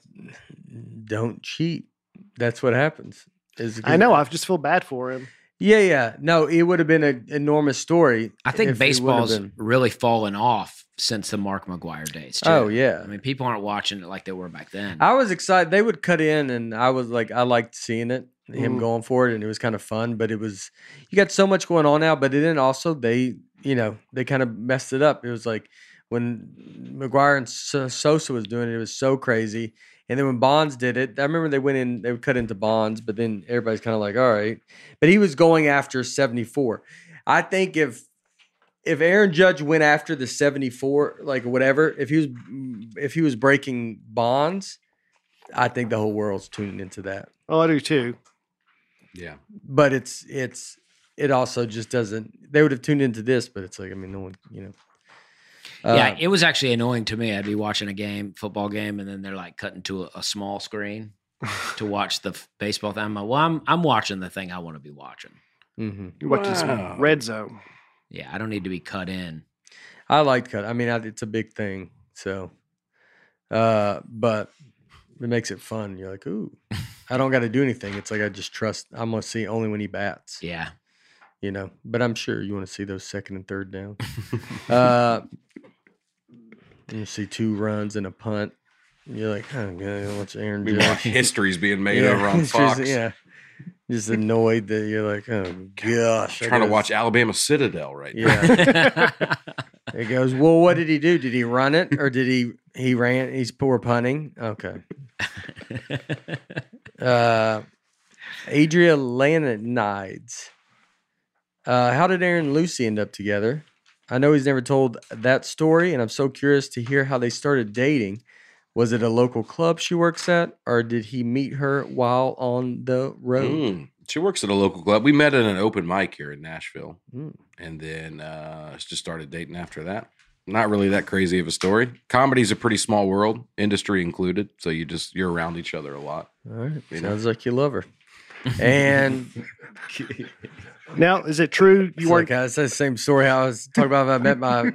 A: don't cheat. That's what happens. Is
C: I know, I just feel bad for him.
A: Yeah, yeah. No, it would have been an enormous story.
B: I think
A: if it wouldn't have
B: baseball's
A: been-
B: really fallen off since the Mark McGuire days. Too.
A: Oh yeah.
B: I mean, people aren't watching it like they were back then.
A: I was excited. They would cut in, and I was like, I liked seeing it, him
C: Mhm.
A: going for it, and it was kind of fun. But it was, you got so much going on now. But then also they, you know, they kind of messed it up. It was like when McGuire and So- Sosa was doing it, it was so crazy. And then when Bonds did it, I remember they went in, they would cut into Bonds, but then everybody's kind of like, all right. But he was going after 74. I think if if Aaron Judge went after the 74, like whatever, if he was if he was breaking bonds, I think the whole world's tuning into that.
C: Oh, I do too.
D: Yeah.
A: But it's it's it also just doesn't. They would have tuned into this, but it's like I mean, no one, you know.
B: yeah,
A: Uh,
B: it was actually annoying to me. I'd be watching a game, football game, and then they're like cutting to a, a small screen to watch the f- baseball thing. I'm like, well, I'm, I'm watching the thing I want to be watching.
A: mhm.
C: You watch this
D: Wow.
C: red zone.
B: Yeah, I don't need to be cut in.
A: I liked cut. I mean, I, it's a big thing, so. Uh, but it makes it fun. You're like, ooh, I don't got to do anything. It's like I just trust. I'm gonna see only when he bats.
B: Yeah.
A: you know. But I'm sure you want to see those second and third down. uh, you see two runs and a punt. You're like, oh god, what's Aaron
D: Meanwhile,
A: Judge?
D: history's being made over on
A: it's just-
D: Fox.
A: yeah, just annoyed that you're like, oh gosh, I
D: Trying to
A: gotta-
D: watch Alabama Citadel right now.
A: Yeah, it goes. Well, what did he do? Did he run it or did he he ran? He's poor punting. Okay. Uh, Adria Lananides. Uh, how did Aaron and Lucy end up together? I know he's never told that story, and I'm so curious to hear how they started dating. Was it a local club she works at, or did he meet her while on the road?
D: Mm. She works at a local club. We met at an open mic here in Nashville,
A: Mm.
D: and then uh, just started dating after that. Not really that crazy of a story. Comedy's a pretty small world, industry included. So you just you're around each other a lot.
A: All right,
D: You know.
A: sounds like you love her. And
C: Now, is it true you
A: you work
C: weren't
A: out. It's the same story I was talking about. If I met my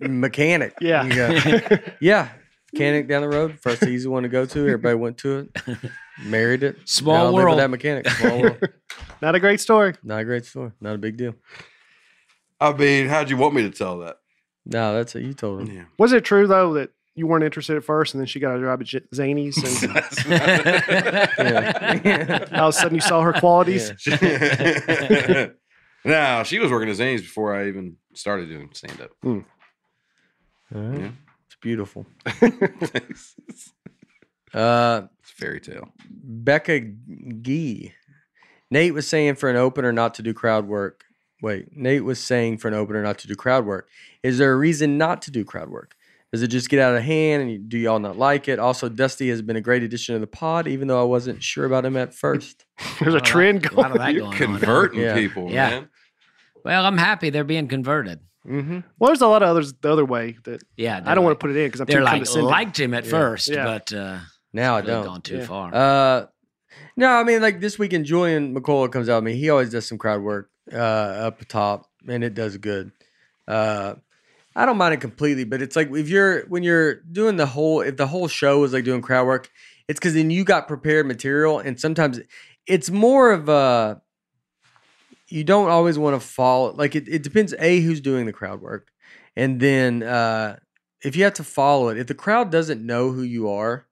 A: mechanic.
C: Yeah.
A: You go, yeah. Mechanic down the road, first easy one to go to. Everybody went to it, married it.
B: Small
A: Now I live with
B: world.
A: That mechanic. Small world.
C: not a great story?
A: Not a great story. Not a big deal.
D: I mean, how'd you want me to tell that?
A: No, that's what you told him.
D: Yeah.
C: Was it true though that you weren't interested at first and then she got a job at Z- Zanies and all of a sudden you saw her qualities?
A: Yeah.
D: no, she was working at Zanies before I even started doing stand up.
A: All right.
D: Yeah.
A: It's beautiful.
D: it's
A: Uh,
D: a fairy tale.
A: Becca Gee. Nate was saying for an opener not to do crowd work. Wait, Nate was saying for an opener not to do crowd work. Is there a reason not to do crowd work? Does it just get out of hand and you- do y'all not like it? Also, Dusty has been a great addition to the pod, even though I wasn't sure about him at first.
C: There's
B: Lot
C: a
B: of that- lot
C: trend
B: of
C: going.
B: that
D: You're
B: going on.
D: converting
A: Yeah.
D: people,
B: Yeah.
D: man.
B: Well, I'm happy they're being converted.
A: Mm-hmm.
C: Well, there's a lot of others the other way that
B: Yeah.
C: I don't want to put it in because I'm
B: They're
C: too
B: like
C: condescending.
B: liked him at
A: Yeah.
B: first,
C: Yeah.
B: but uh,
A: Now I
B: really
A: don't.
B: gone too
C: Yeah.
B: far.
A: Uh, no, I mean like this weekend, Julian McCullough comes out with me. He always does some crowd work uh, up top, and it does good. Uh, I don't mind it completely, but it's like if you're when you're doing the whole if the whole show is like doing crowd work, it's because then you got prepared material, and sometimes it's more of a you don't always want to follow. Like it, it depends a who's doing the crowd work, and then uh, if you have to follow it, if the crowd doesn't know who you are,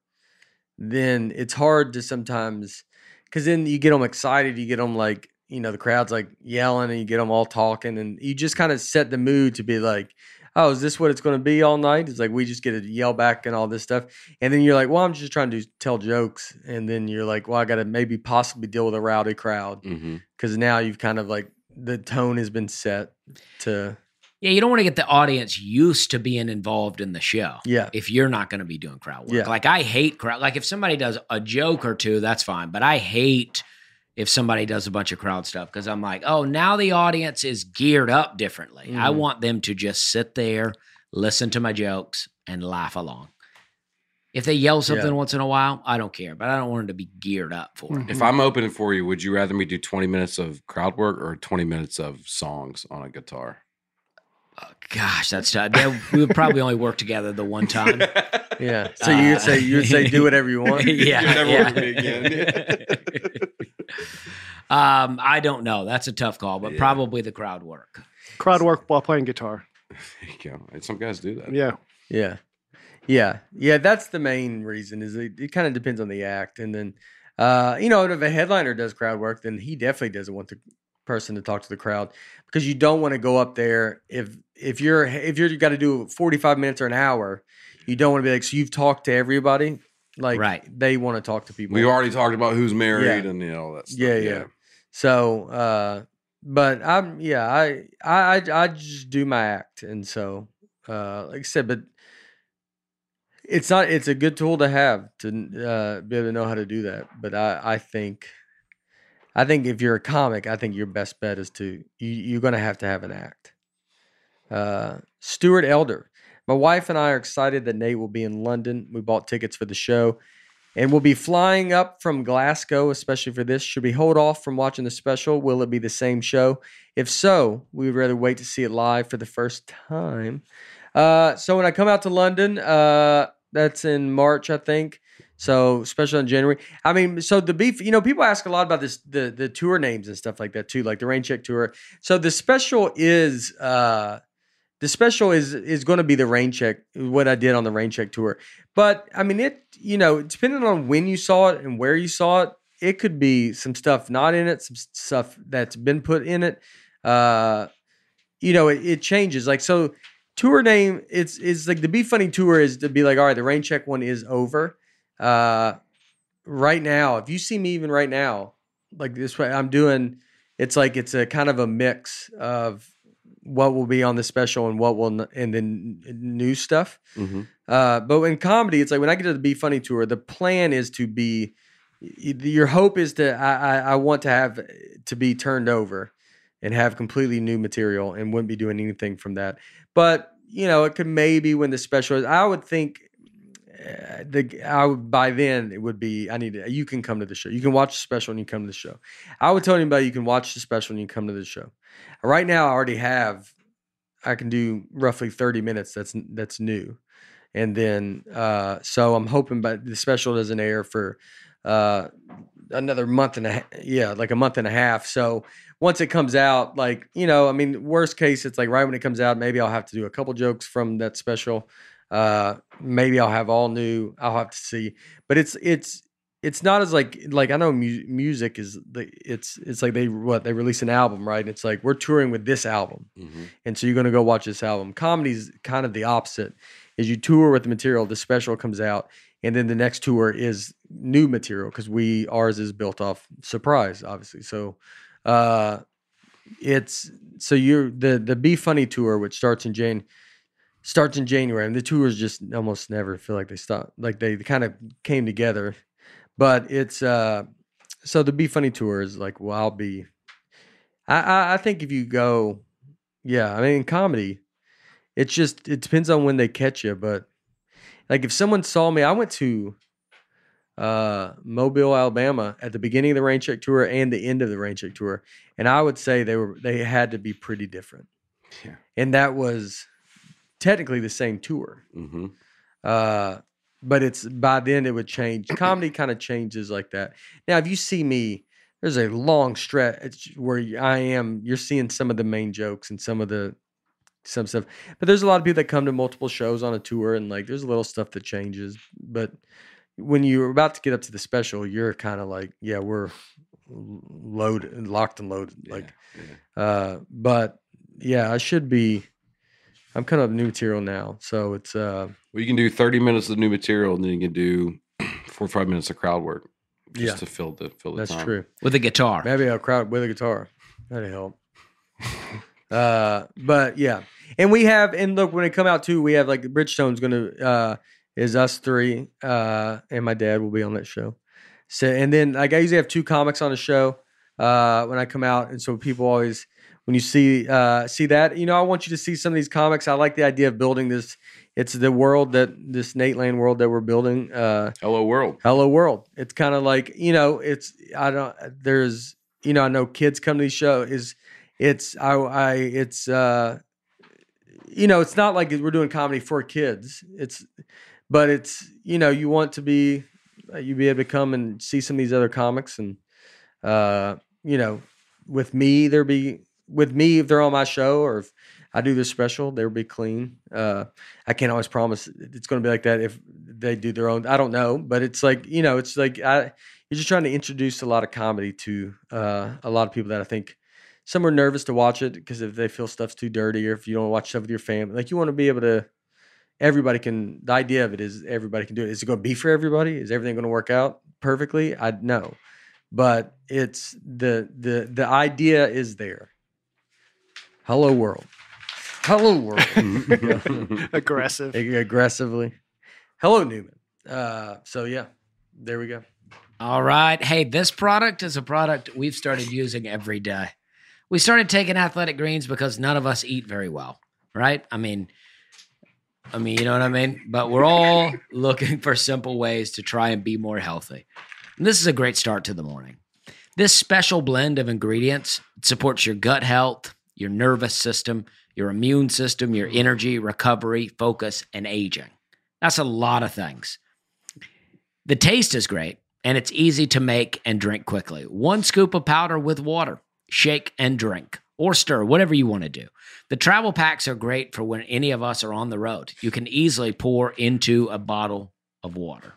A: then it's hard to sometimes because then you get them excited, you get them like you know the crowd's like yelling, and you get them all talking, and you just kind of set the mood to be like oh, is this what it's going to be all night? It's like we just get to yell back and all this stuff. And then you're like, well, I'm just trying to tell jokes. And then you're like, well, I got to maybe possibly deal with a rowdy crowd
D: Mm-hmm.
A: because now you've kind of like the tone has been set to,
B: Yeah, you don't want to get the audience used to being involved in the show.
A: yeah.
B: if you're not going to be doing crowd work.
A: Yeah.
B: Like I hate crowd. Like if somebody does a joke or two, that's fine. But I hate if somebody does a bunch of crowd stuff because I'm like, oh, now the audience is geared up differently. I
C: Mm-hmm.
A: Mhm.
B: want them to just sit there, listen to my jokes, and laugh along. If they yell something
A: Yeah.
B: once in a while, I don't care, but I don't want them to be geared up for it.
D: If I'm opening for you, would you rather me do 20 minutes of crowd work or 20 minutes of songs on a guitar?
B: Oh, gosh, that's tough. They- we would probably only work together the one time.
A: Yeah. So you would say, you would say, do whatever you want.
B: Uh, yeah,
D: You'll never
B: yeah.
D: work with me again.
B: um, I don't know. That's a tough call, but
D: Yeah.
B: probably the crowd work.
C: Crowd work while playing guitar.
D: There you go. And Some guys do that.
C: Yeah.
A: Yeah. Yeah. Yeah. That's the main reason is it, it kind of depends on the act. And then, uh, you know, if a headliner does crowd work, then he definitely doesn't want the person to talk to the crowd because you don't want to go up there. If, if you're, if you're got to do 45 minutes or an hour, you don't want to be like, so you've talked to everybody. Like
B: Right.
A: they want to talk to people.
D: We already talked about who's married and you know all that stuff.
A: Yeah, yeah. So, uh, but I'm yeah, I I I I just do my act, and so uh, like I said, but it's not it's a good tool to have to uh, be able to know how to do that. But I I think I think if you're a comic, I think your best bet is to you you're gonna have to have an act. Uh, Stuart Elder. My wife and I are excited that Nate will be in London. We bought tickets for the show and we'll be flying up from Glasgow, especially for this. Should we hold off from watching the special? Will it be the same show? If so, we would rather wait to see it live for the first time. Uh, so when I come out to London, uh, that's in March, I think. So special in January. I mean, so the beef. You know, people ask a lot about this, the the tour names and stuff like that too, like the Rain Check tour. So the special is. Uh, the special is is going to be the rain check what i did on the rain check tour but i mean it you know depending on when you saw it and where you saw it it could be some stuff not in it some s- stuff that's been put in it uh you know it, it changes like so tour name it's it's like the be funny tour is to be like all right the rain check one is over uh right now if you see me even right now like this way i'm doing it's like it's a kind of a mix of what will be on the special and what will n- and then n- new stuff
D: Mm-hmm.
A: uh, but in comedy, it's like when I get to the Be Funny tour, the plan is to be. y- Your hope is to I, I, I want to have to be turned over, and have completely new material, and wouldn't be doing anything from that. But you know, it could maybe when the special is. I would think uh, the I would by then it would be I need to, you can come to the show. You can watch the special and you come to the show. I would tell anybody you can watch the special and you come to the show. Right now, I already have. I can do roughly thirty minutes. That's that's new and then uh so i'm hoping but the special doesn't air for uh another month and a ha- yeah like a month and a half so once it comes out like you know i mean worst case it's like right when it comes out maybe i'll have to do a couple jokes from that special uh maybe i'll have all new i'll have to see but it's it's it's not as like like i know mu- music is the it's it's like they what they release an album right and it's like we're touring with this album
D: Mm-hmm.
A: and so you're going to go watch this album. Comedy's kind of the opposite. Is you tour with the material, the special comes out, and then the next tour is new material because we ours is built off surprise, obviously. So, uh, it's so you're the the Be Funny tour, which starts in Jan, starts in January, and the tours just almost never feel like they stop, like they kind of came together. But it's uh, so the Be Funny tour is like, well, I'll be. I, I, I think if you go yeah, I mean in comedy, it's just it depends on when they catch you. But like if someone saw me, I went to uh Mobile, Alabama at the beginning of the Rain Check tour and the end of the Rain Check tour, and I would say they were they had to be pretty different.
D: Yeah.
A: And that was technically the same tour.
D: Mm-hmm.
A: Uh, but it's by then it would change. Comedy kind of changes like that. Now, if you see me, there's a long stretch where I am. You're seeing some of the main jokes and some of the some stuff. But there's a lot of people that come to multiple shows on a tour, and like there's a little stuff that changes. But when you're about to get up to the special, you're kind of like, yeah, we're loaded, locked and loaded.
D: Yeah,
A: Like,
D: yeah.
A: uh, but yeah, I should be. I'm kind of new material now, so it's uh,
D: Well, you can do 30 minutes of new material and then you can do four or five minutes of crowd work just
A: Yeah.
D: to fill the fill the
A: that's
D: time.
A: true.
B: with a guitar.
A: Maybe a crowd with a guitar. That'd help. uh, but yeah, and we have, and look, when it come out too, we have like Bridgestone's gonna uh is us three, uh, and my dad will be on that show. So and then like I usually have two comics on a show uh when I come out, and so people always when you see uh see that, you know, I want you to see some of these comics. I like the idea of building this. It's the world that this Nate Land world that we're building. Uh,
D: Hello world.
A: Hello world. It's kind of like you know, it's I don't. There's you know, I know kids come to these show is it's I I it's uh you know, it's not like we're doing comedy for kids. It's but it's you know, you want to be uh, you be able to come and see some of these other comics and uh you know, with me there be with me if they're on my show or if I do this special, they'll be clean. Uh I can't always promise it's going to be like that if they do their own. I don't know, but it's like you know, it's like I you're just trying to introduce a lot of comedy to uh, a lot of people that I think some are nervous to watch it because if they feel stuff's too dirty or if you don't watch stuff with your family, like you want to be able to. Everybody can. The idea of it is everybody can do it. Is it going to be for everybody? Is everything going to work out perfectly? I know, but it's the the the idea is there. Hello world. Hello world.
B: Hmm.
C: Aggressive.
A: Ag- aggressively. Hello, Newman. Uh, so yeah, there we go.
B: All right. Hey, this product is a product we've started using every day. We started taking athletic greens because none of us eat very well, right? I mean, I mean, you know what I mean? But we're all looking for simple ways to try and be more healthy. And this is a great start to the morning. This special blend of ingredients supports your gut health, your nervous system, your immune system, your energy, recovery, focus, and aging. That's a lot of things. The taste is great and it's easy to make and drink quickly. One scoop of powder with water, shake and drink or stir, whatever you want to do. The travel packs are great for when any of us are on the road. You can easily pour into a bottle of water.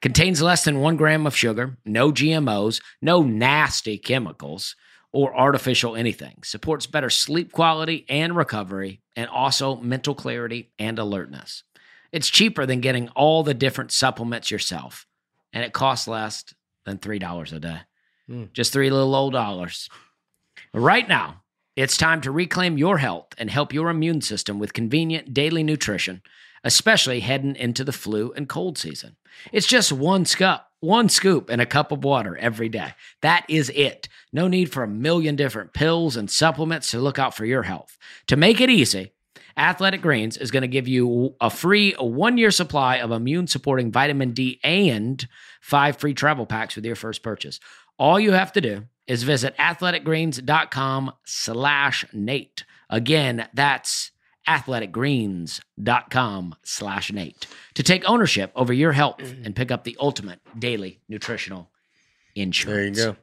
B: Contains less than one gram of sugar, no GMOs, no nasty chemicals or artificial anything. Supports better sleep quality and recovery, and also mental clarity and alertness. It's cheaper than getting all the different supplements yourself, and it costs less than $3 a day.
A: Mm.
B: Just three little old dollars. Right now, it's time to reclaim your health and help your immune system with convenient daily nutrition, especially heading into the flu and cold season. It's just one scoop, one scoop and a cup of water every day. That is it. No need for a million different pills and supplements to look out for your health. To make it easy, Athletic Greens is going to give you a free one-year supply of immune-supporting vitamin D and five free travel packs with your first purchase. All you have to do is visit athleticgreens.com slash Nate. Again, that's athleticgreens.com slash Nate to take ownership over your health and pick up the ultimate daily nutritional
A: There you
B: insurance.
A: go.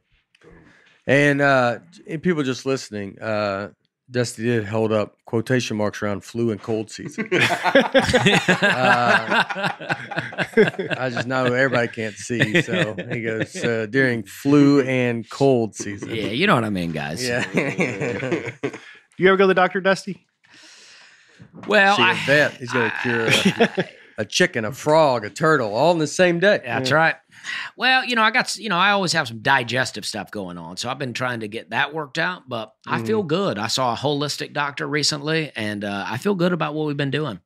A: And uh, and people just listening, uh, Dusty did hold up quotation marks around flu and cold season. Uh, I just know everybody can't see, so he goes uh, during flu and cold season.
B: yeah, you know what I mean, guys.
A: Yeah,
C: You ever go to the doctor, Dusty?
B: Well,
A: see
B: I,
A: a vet. He's gonna cure a, a chicken, a frog, a turtle, all in the same day.
B: That's right. Well, you know, I got, s- you know, I always have some digestive stuff going on. So I've been trying to get that worked out, but I feel good. I saw a holistic doctor recently and uh, I feel good about what we've been doing.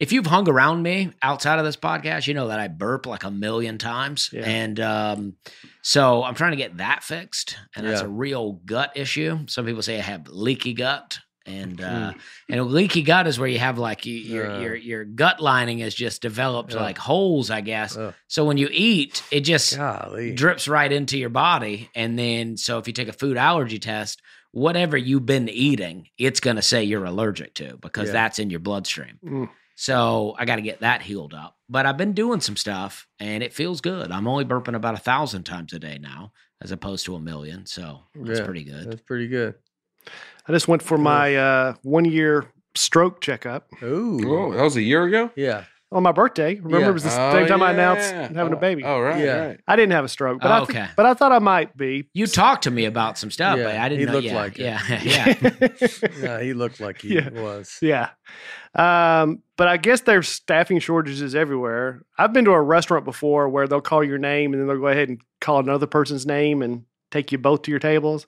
B: If you've hung around me outside of this podcast, you know that I burp like a million times.
C: Yeah.
B: And um, so I'm trying to get that fixed. And that's
A: Yeah.
B: a real gut issue. Some people say I have leaky gut. And uh, and a leaky gut is where you have like you, your,
A: Yeah.
B: your your gut lining has just developed
A: Yeah.
B: like holes, I guess.
A: Ugh.
B: So when you eat, it just
A: Golly.
B: drips right into your body. And then, so if you take a food allergy test, whatever you've been eating, it's going to say you're allergic to because
A: Yeah.
B: that's in your bloodstream.
C: Mm.
B: So I got to get that healed up. But I've been doing some stuff and it feels good. I'm only burping about a thousand times a day now as opposed to a million. So that's
A: Yeah,
B: pretty good.
A: That's pretty good.
C: I just went for my uh, one year stroke checkup
A: Ooh.
D: Whoa, that was a year ago.
A: Yeah.
C: on my birthday. Remember,
A: Yeah.
C: it was the
D: Oh,
C: same time I announced
D: yeah.
C: having a
D: Oh,
C: baby.
D: Oh, right.
A: Yeah.
D: right.
C: I didn't have a stroke, but,
B: Oh,
C: I th-
B: okay.
C: but I thought I might be.
B: You talked to me about some stuff,
A: Yeah,
B: but I didn't
A: he
B: know.
A: looked
B: yeah,
A: like it.
B: yeah, yeah.
A: Yeah, he looked like he
C: Yeah.
A: was.
C: Yeah. Um, but I guess there's staffing shortages everywhere. I've been to a restaurant before where they'll call your name and then they'll go ahead and call another person's name and take you both to your tables.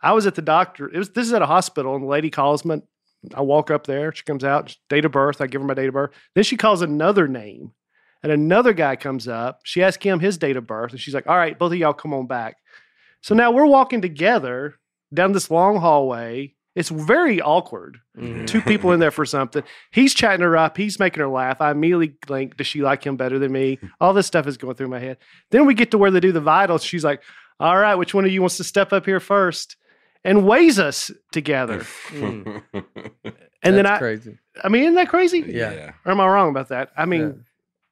C: I was at the doctor. It was this is at a hospital, and the lady calls me. I walk up there. She comes out. Date of birth. I give her my date of birth. Then she calls another name, and another guy comes up. She asks him his date of birth, and she's like, "All right, both of y'all come on back." So now we're walking together down this long hallway. It's very awkward
A: Mm-hmm.
C: two people in there for something. He's chatting her up. He's making her laugh. I immediately think, does she like him better than me? All this stuff is going through my head. Then we get to where they do the vitals. She's like, all right, which one of you wants to step up here first? And weighs us together. And then I,
A: That's crazy.
C: I mean, isn't that crazy?
A: Yeah.
D: yeah.
C: Or am I wrong about that? I mean,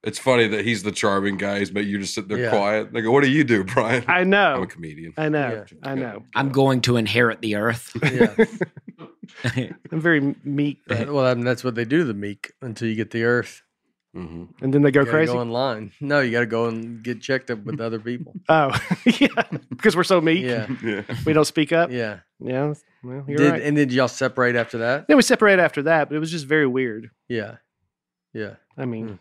D: It's funny that he's the charming guy, but you just sit there
A: Yeah.
D: quiet. They go, "What do you do, Brian?"
C: I
D: am a
C: know.
D: comedian.
C: I know.
D: Yeah.
C: I know.
B: I'm going to inherit the earth.
A: Yeah.
C: I'm very meek.
A: That- well, I mean, that's what they do to the meek until you get the earth.
D: hmm
C: And then they go
A: You gotta
C: crazy.
A: Go online. No, you got to go and get checked up with other people.
C: Oh, yeah. Because we're so meek.
A: Yeah.
D: Yeah.
C: We don't speak up. Yeah.
A: Yeah.
C: Well, you're
A: Did,
C: right.
A: And did y'all separate after that?
C: then we separate after that, but it was just very weird.
A: Yeah. Yeah.
C: I mean,
A: Hmm.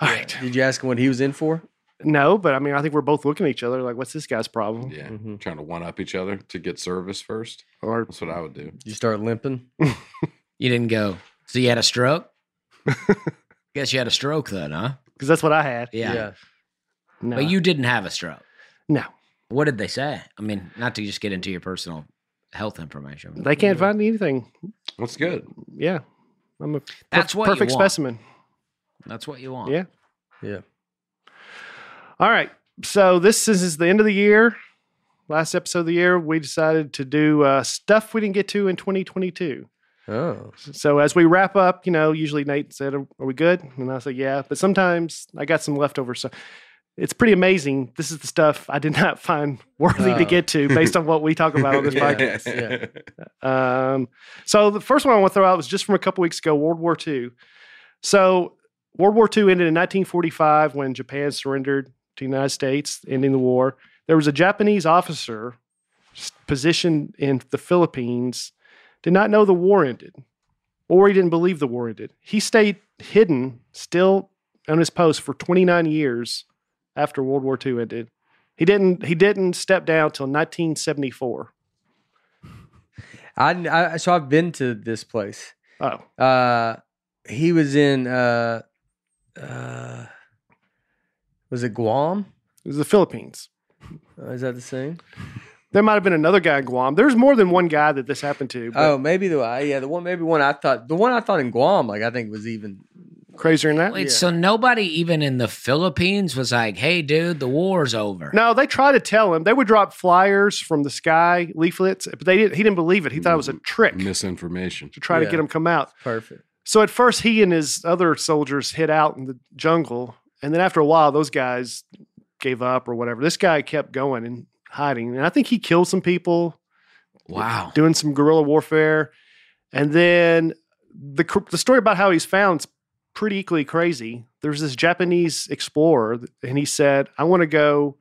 C: all
A: Yeah.
C: right.
A: Did you ask him what he was in for?
C: No, but I mean, I think we're both looking at each other like, what's this guy's problem?
D: Yeah.
A: Mhm.
D: Trying to one up each other to get service first.
C: Or
D: That's what I would do.
A: Did you start limping?
B: you didn't go. So you had a stroke? Guess you had a stroke then, huh?
C: because that's what I had.
B: Yeah.
C: No,
B: But you didn't have a stroke.
C: no,
B: What did they say? I mean, not to just get into your personal health information.
C: they can't find anything.
D: That's good.
C: Yeah, I'm a per-
B: That's what you
C: perfect
B: want.
C: specimen.
B: That's what you want.
C: Yeah.
A: Yeah.
C: All right, so this is, is the end of the year. Last episode of the year, we decided to do uh, stuff we didn't get to in 2022.
A: Oh.
C: So as we wrap up, you know, usually Nate said, "Are are we good?" And I said, "Yeah," but sometimes I got some leftover stuff. It's pretty amazing. This is the stuff I did not find worthy to
A: Oh.
C: get to based on what we talk about on this
A: Yeah.
C: podcast.
A: Yeah.
C: Um, so the first one I want to throw out was just from a couple weeks ago, World War II. So World War II ended in 1945 when Japan surrendered to the United States, ending the war. There was a Japanese officer s- positioned in the Philippines, did not know the war ended, or he didn't believe the war ended. He stayed hidden, still on his post for 29 years after World War II ended. He didn't. He didn't step down till 1974.
A: I, I so I've been to this place.
C: Oh,
A: Uh, he was in uh, uh, was it Guam?
C: it was the Philippines.
A: Uh, Is that the same?
C: There might have been another guy in Guam. There's more than one guy that this happened to. But
A: Oh, maybe the uh, yeah the one maybe one I thought the one I thought in Guam like I think was even
C: crazier than that.
B: Wait, so nobody even in the Philippines was like, hey, dude, the war's over.
C: No, they tried to tell him. They would drop flyers from the sky, leaflets, but they didn't. He didn't believe it. He thought it was a trick to
D: Misinformation.
C: try to
A: Yeah.
C: get him come out.
A: perfect.
C: So at first, he and his other soldiers hid out in the jungle, and then after a while, those guys gave up or whatever. This guy kept going and hiding, and I think he killed some people.
B: Wow.
C: doing some guerrilla warfare, and then the cr- the story about how he's found is pretty equally crazy. There's this Japanese explorer, th- and he said, "I want to go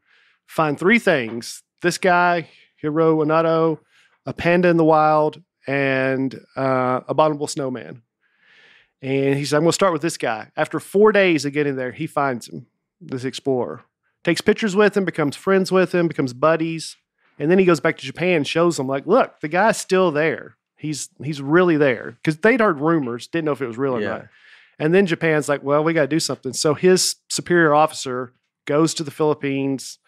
C: find three things: this guy, Hiro Onato, a panda in the wild, and uh, a bottomable snowman." And he said, "I'm going to start with this guy." After four days of getting there, he finds him. This explorer takes pictures with him, becomes friends with him, becomes buddies. And then he goes back to Japan, and shows them like, look, the guy's still there. He's he's really there because they'd heard rumors, didn't know if it was real or
A: Yeah.
C: not. And then Japan's like, well, we got to do something. So his superior officer goes to the Philippines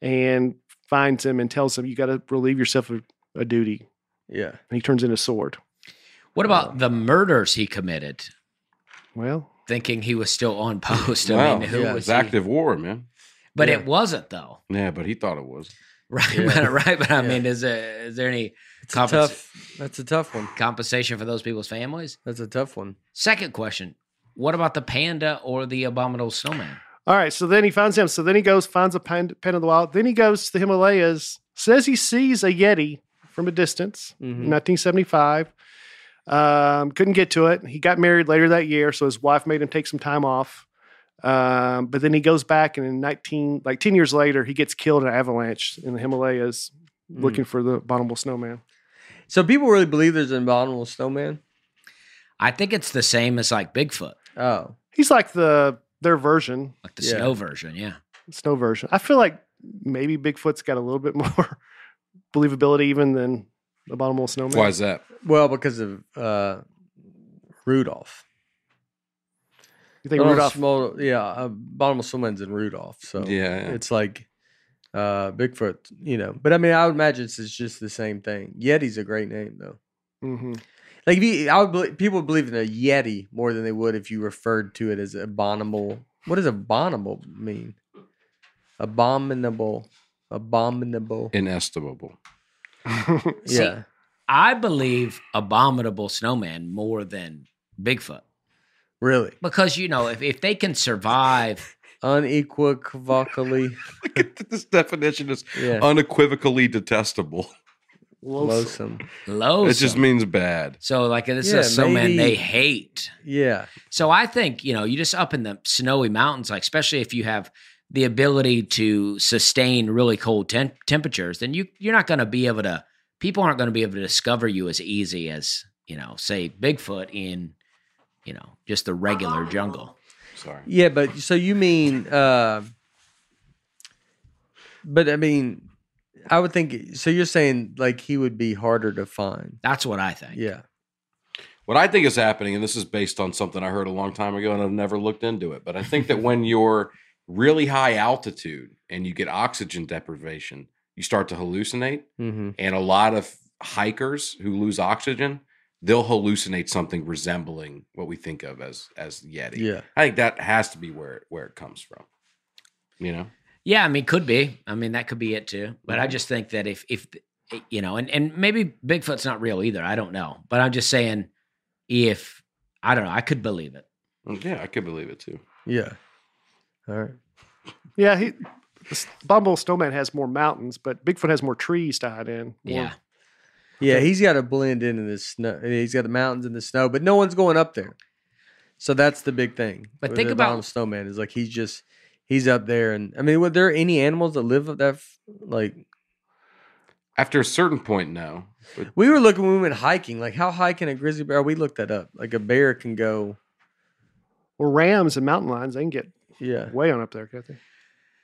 C: and finds him and tells him, you got to relieve yourself of a duty.
A: Yeah.
C: And he turns into a sword.
B: What about the murders he committed,
C: Well,
B: thinking he was still on post? I
D: Wow.
B: mean, who
A: Yeah,
B: was
D: It's
B: he?
D: active war, man.
B: But
A: Yeah.
B: it wasn't, though.
D: Yeah, but he thought it was.
B: Right,
A: Yeah.
B: but, right. But I
A: Yeah.
B: mean, is there, is there any
A: It's a
B: Compens-
A: tough. That's a tough one.
B: compensation for those people's families?
A: That's a tough one.
B: Second question: What about the panda or the abominable snowman?
C: All right, so then he finds him. So then he goes, finds a pen, pen in the wild. Then he goes to the Himalayas, says he sees a Yeti from a distance in
D: Mm-hmm.
A: Mhm.
C: 1975. Um, couldn't get to it. He got married later that year, so his wife made him take some time off. Um, but then he goes back, and in 19, like 10 years later, he gets killed in an avalanche in the Himalayas
A: Mm.
C: looking for the abominable snowman.
A: So people really believe there's an abominable snowman.
B: I think it's the same as like Bigfoot,
A: Oh,
C: He's like the their version,
B: like the
A: Yeah.
B: snow version. Yeah.
C: snow version. I feel like maybe Bigfoot's got a little bit more believability even than the abominable snowman.
D: Why is that?
A: well, because of uh, Rudolph.
C: You think
A: Donald
C: Rudolph?
A: Smol- yeah, abominable snowman's in Rudolph. So
D: Oh. yeah.
A: it's like uh, Bigfoot, you know. But I mean, I would imagine it's it's just the same thing. Yeti's a great name though.
C: hmm
A: Like if you, I would believe, people would believe in a yeti more than they would if you referred to it as abominable. What does abominable mean? Abominable, abominable.
D: Inestimable.
C: Mm-hmm.
B: See,
A: yeah,
B: I believe abominable snowman more than Bigfoot
A: really
B: because you know if, if they can survive,
A: unequivocally.
D: Look at this definition is
A: Yeah,
D: unequivocally detestable.
C: Loathsome.
A: loathsome.
B: loathsome.
D: It just means bad.
B: so like this
A: Yeah,
B: is a
A: maybe-
B: snowman they hate.
A: Yeah,
B: So I think, you know, you just up in the snowy mountains, like especially if you have the ability to sustain really cold tem- temperatures, then you you're not going to be able to people aren't going to be able to discover you as easy as, you know, say Bigfoot in, you know, just the regular jungle.
D: Sorry.
A: yeah. But so you mean? Uh, but I mean, I would think. So you're saying like he would be harder to find?
B: That's what I think.
A: Yeah.
D: What I think is happening, and this is based on something I heard a long time ago and I've never looked into it, but I think that when you're really high altitude and you get oxygen deprivation, you start to hallucinate.
A: Mm-hmm.
D: And a lot of hikers who lose oxygen, they'll hallucinate something resembling what we think of as as Yeti.
A: Yeah.
D: I think that has to be where where it comes from. You know?
B: Yeah, I mean, could be. I mean, that could be it too. But I just think that if if eh, you know, and and maybe Bigfoot's not real either. I don't know, but I'm just saying, if I don't know, I could believe it.
D: Yeah, I could believe it too.
A: Yeah. All right.
C: Yeah, he. the Bumble Snowman has more mountains, but Bigfoot has more trees to hide in. more-
B: Yeah.
A: Yeah, he's got to blend in in the snow. He's got the mountains and the snow, but no one's going up there. So that's the big thing.
B: But
A: with
B: think
A: the
B: about-
A: Abominable snowman is like he's just he's up there, and I mean, were there any animals that live up that f- like?
D: After a certain point, no. But
A: We were looking when we went hiking, like how high can a grizzly bear? oh, We looked that up. Like a bear can go,
C: Or rams and mountain lions, they can get
A: yeah.
C: way on up there, can't they?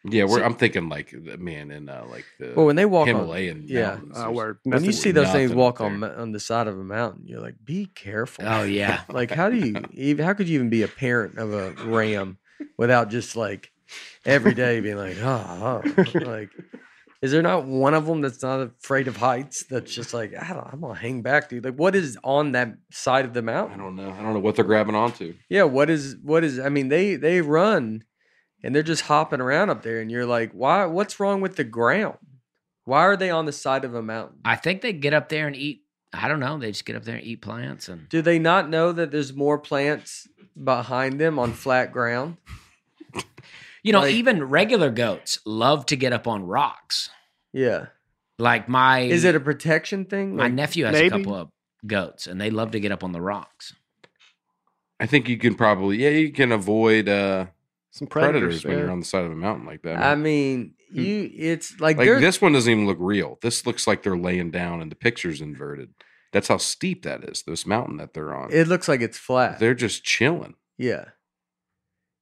D: yeah, we're,
A: So-
D: I'm thinking like the man in uh, like the
A: Well, when they walk on,
D: Himalayan.
A: yeah.
D: mountains,
C: Uh,
D: there's-
C: where
A: when
C: nothing
A: you see those
D: Nothing
A: things
D: up
A: walk
D: there.
A: on mo- on the side of a mountain, you're like, be careful.
B: Oh yeah.
A: Like, how do you even? How could you even be a parent of a ram without just like every day being like, oh, oh," like, is there not one of them that's not afraid of heights? That's just like, I don't, I'm gonna hang back, dude. Like, what is on that side of the
D: I
A: mountain?
D: don't know. I don't know what they're grabbing onto.
A: Yeah, what is what is? I mean, they they run and they're just hopping around up there, and you're like, why? What's wrong with the ground? Why are they on the side of a mountain?
B: I think they get up there and eat. I don't know. They just get up there and eat plants and
A: Do they not know that there's more plants behind them on flat ground?
B: you know
A: Like-
B: even regular goats love to get up on rocks.
A: Yeah.
B: Like my
A: Is it a protection thing?
B: my
A: Like,
B: nephew has
C: maybe?
B: a couple of goats and they love to get up on the rocks.
D: I think you can probably yeah you can avoid uh,
C: Some predators,
D: predators, when you're on the side of a mountain like that.
A: I mean, you. It's Hmm. like,
D: like
A: they're-
D: this one doesn't even look real. This looks like they're laying down and the picture's inverted. That's how steep that is. This mountain that they're on.
A: It looks like it's flat.
D: they're just chilling.
A: Yeah.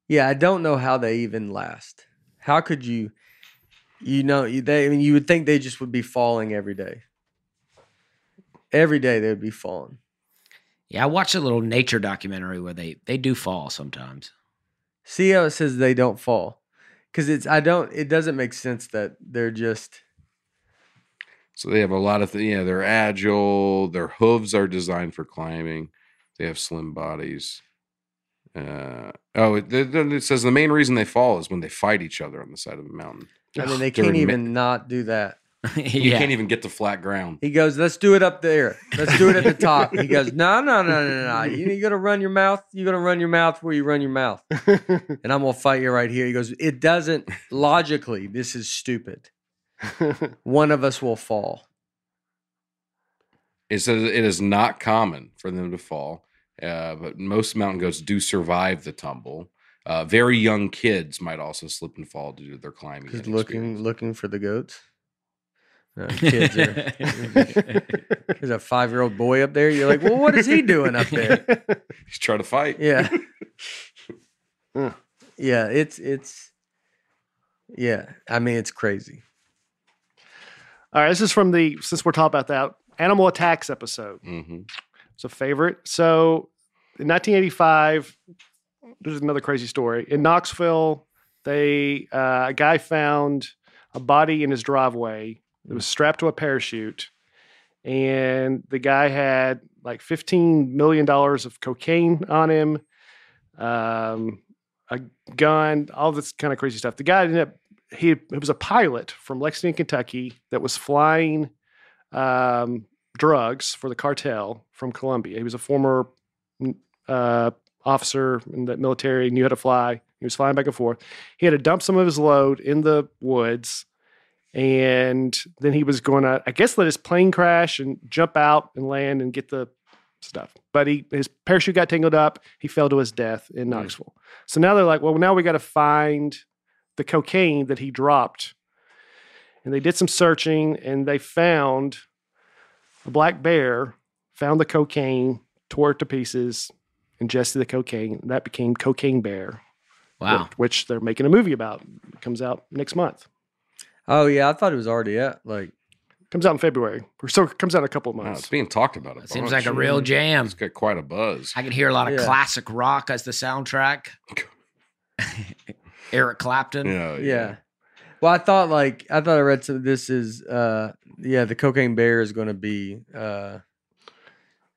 A: Yeah, I don't know how they even last. How could you? You know, you- they. I mean, you would think they just would be falling every day. Every day they would be falling.
B: Yeah, I watched a little nature documentary where they they do fall sometimes.
A: See how it says they don't fall, because it's. I don't. It doesn't make sense that they're just.
D: So they have a lot of th- yeah. They're agile. Their hooves are designed for climbing. They have slim bodies. Uh, oh, it, it it says the main reason they fall is when they fight each other on the side of a mountain.
A: I mean, they
D: They're
A: can't
D: ma-
A: even not do that.
D: You
B: yeah.
D: can't even get to flat ground.
A: He goes, let's do it up there. Let's do it at the top. He goes, no, no, no, no, no. You, you're gonna run your mouth. You're gonna run your mouth where you run your mouth. And I'm gonna fight you right here. He goes, it doesn't logically. This is stupid. One of us will fall.
D: It says it is not common for them to fall, uh, but most mountain goats do survive the tumble. Uh, very young kids might also slip and fall due to their climbing.
A: Just
D: inexperience.
A: looking, looking for the goats. No, kids are, there's a five year old boy up there. You're like, well, what is he doing up there?
D: He's trying to fight.
A: Yeah.
C: Huh.
A: yeah, it's it's yeah. I mean, it's crazy.
C: All right, this is from the since we're talking about that animal attacks episode.
D: hmm
C: It's a favorite. So in 1985, there's another crazy story. In Knoxville, they uh, a guy found a body in his driveway that was strapped to a parachute, and the guy had like 15 million dollars of cocaine on him, um, a gun, all this kind of crazy stuff. The guy ended up he it was a pilot from Lexington, Kentucky, that was flying um, drugs for the cartel from Colombia. He was a former mm, uh, officer in the military, knew how to fly. He was flying back and forth. He had to dump some of his load in the woods. And then he was going to, I guess, let his plane crash and jump out and land and get the stuff. But he his parachute got tangled up. He fell to his death in Knoxville. So now they're like, well, now we got to find the cocaine that he dropped. And they did some searching and they found a black bear found the cocaine, tore it to pieces, ingested the cocaine. and That became Cocaine Bear,
B: Wow.
C: wh- which they're making a movie about. It comes out next month.
A: Oh yeah, I thought it was already out. Like
C: Comes out in February. Or so it comes out in a couple of
D: Wow, it's
C: months.
D: being talked about. A
B: That seems
D: bunch.
B: like a real jam.
D: It's got quite a buzz.
B: I can hear a lot of
A: Yeah.
B: classic rock as the soundtrack. Eric Clapton.
D: Oh, Yeah,
A: yeah. Well, I thought like I thought I read some. This is uh yeah, the cocaine bear is going to be. uh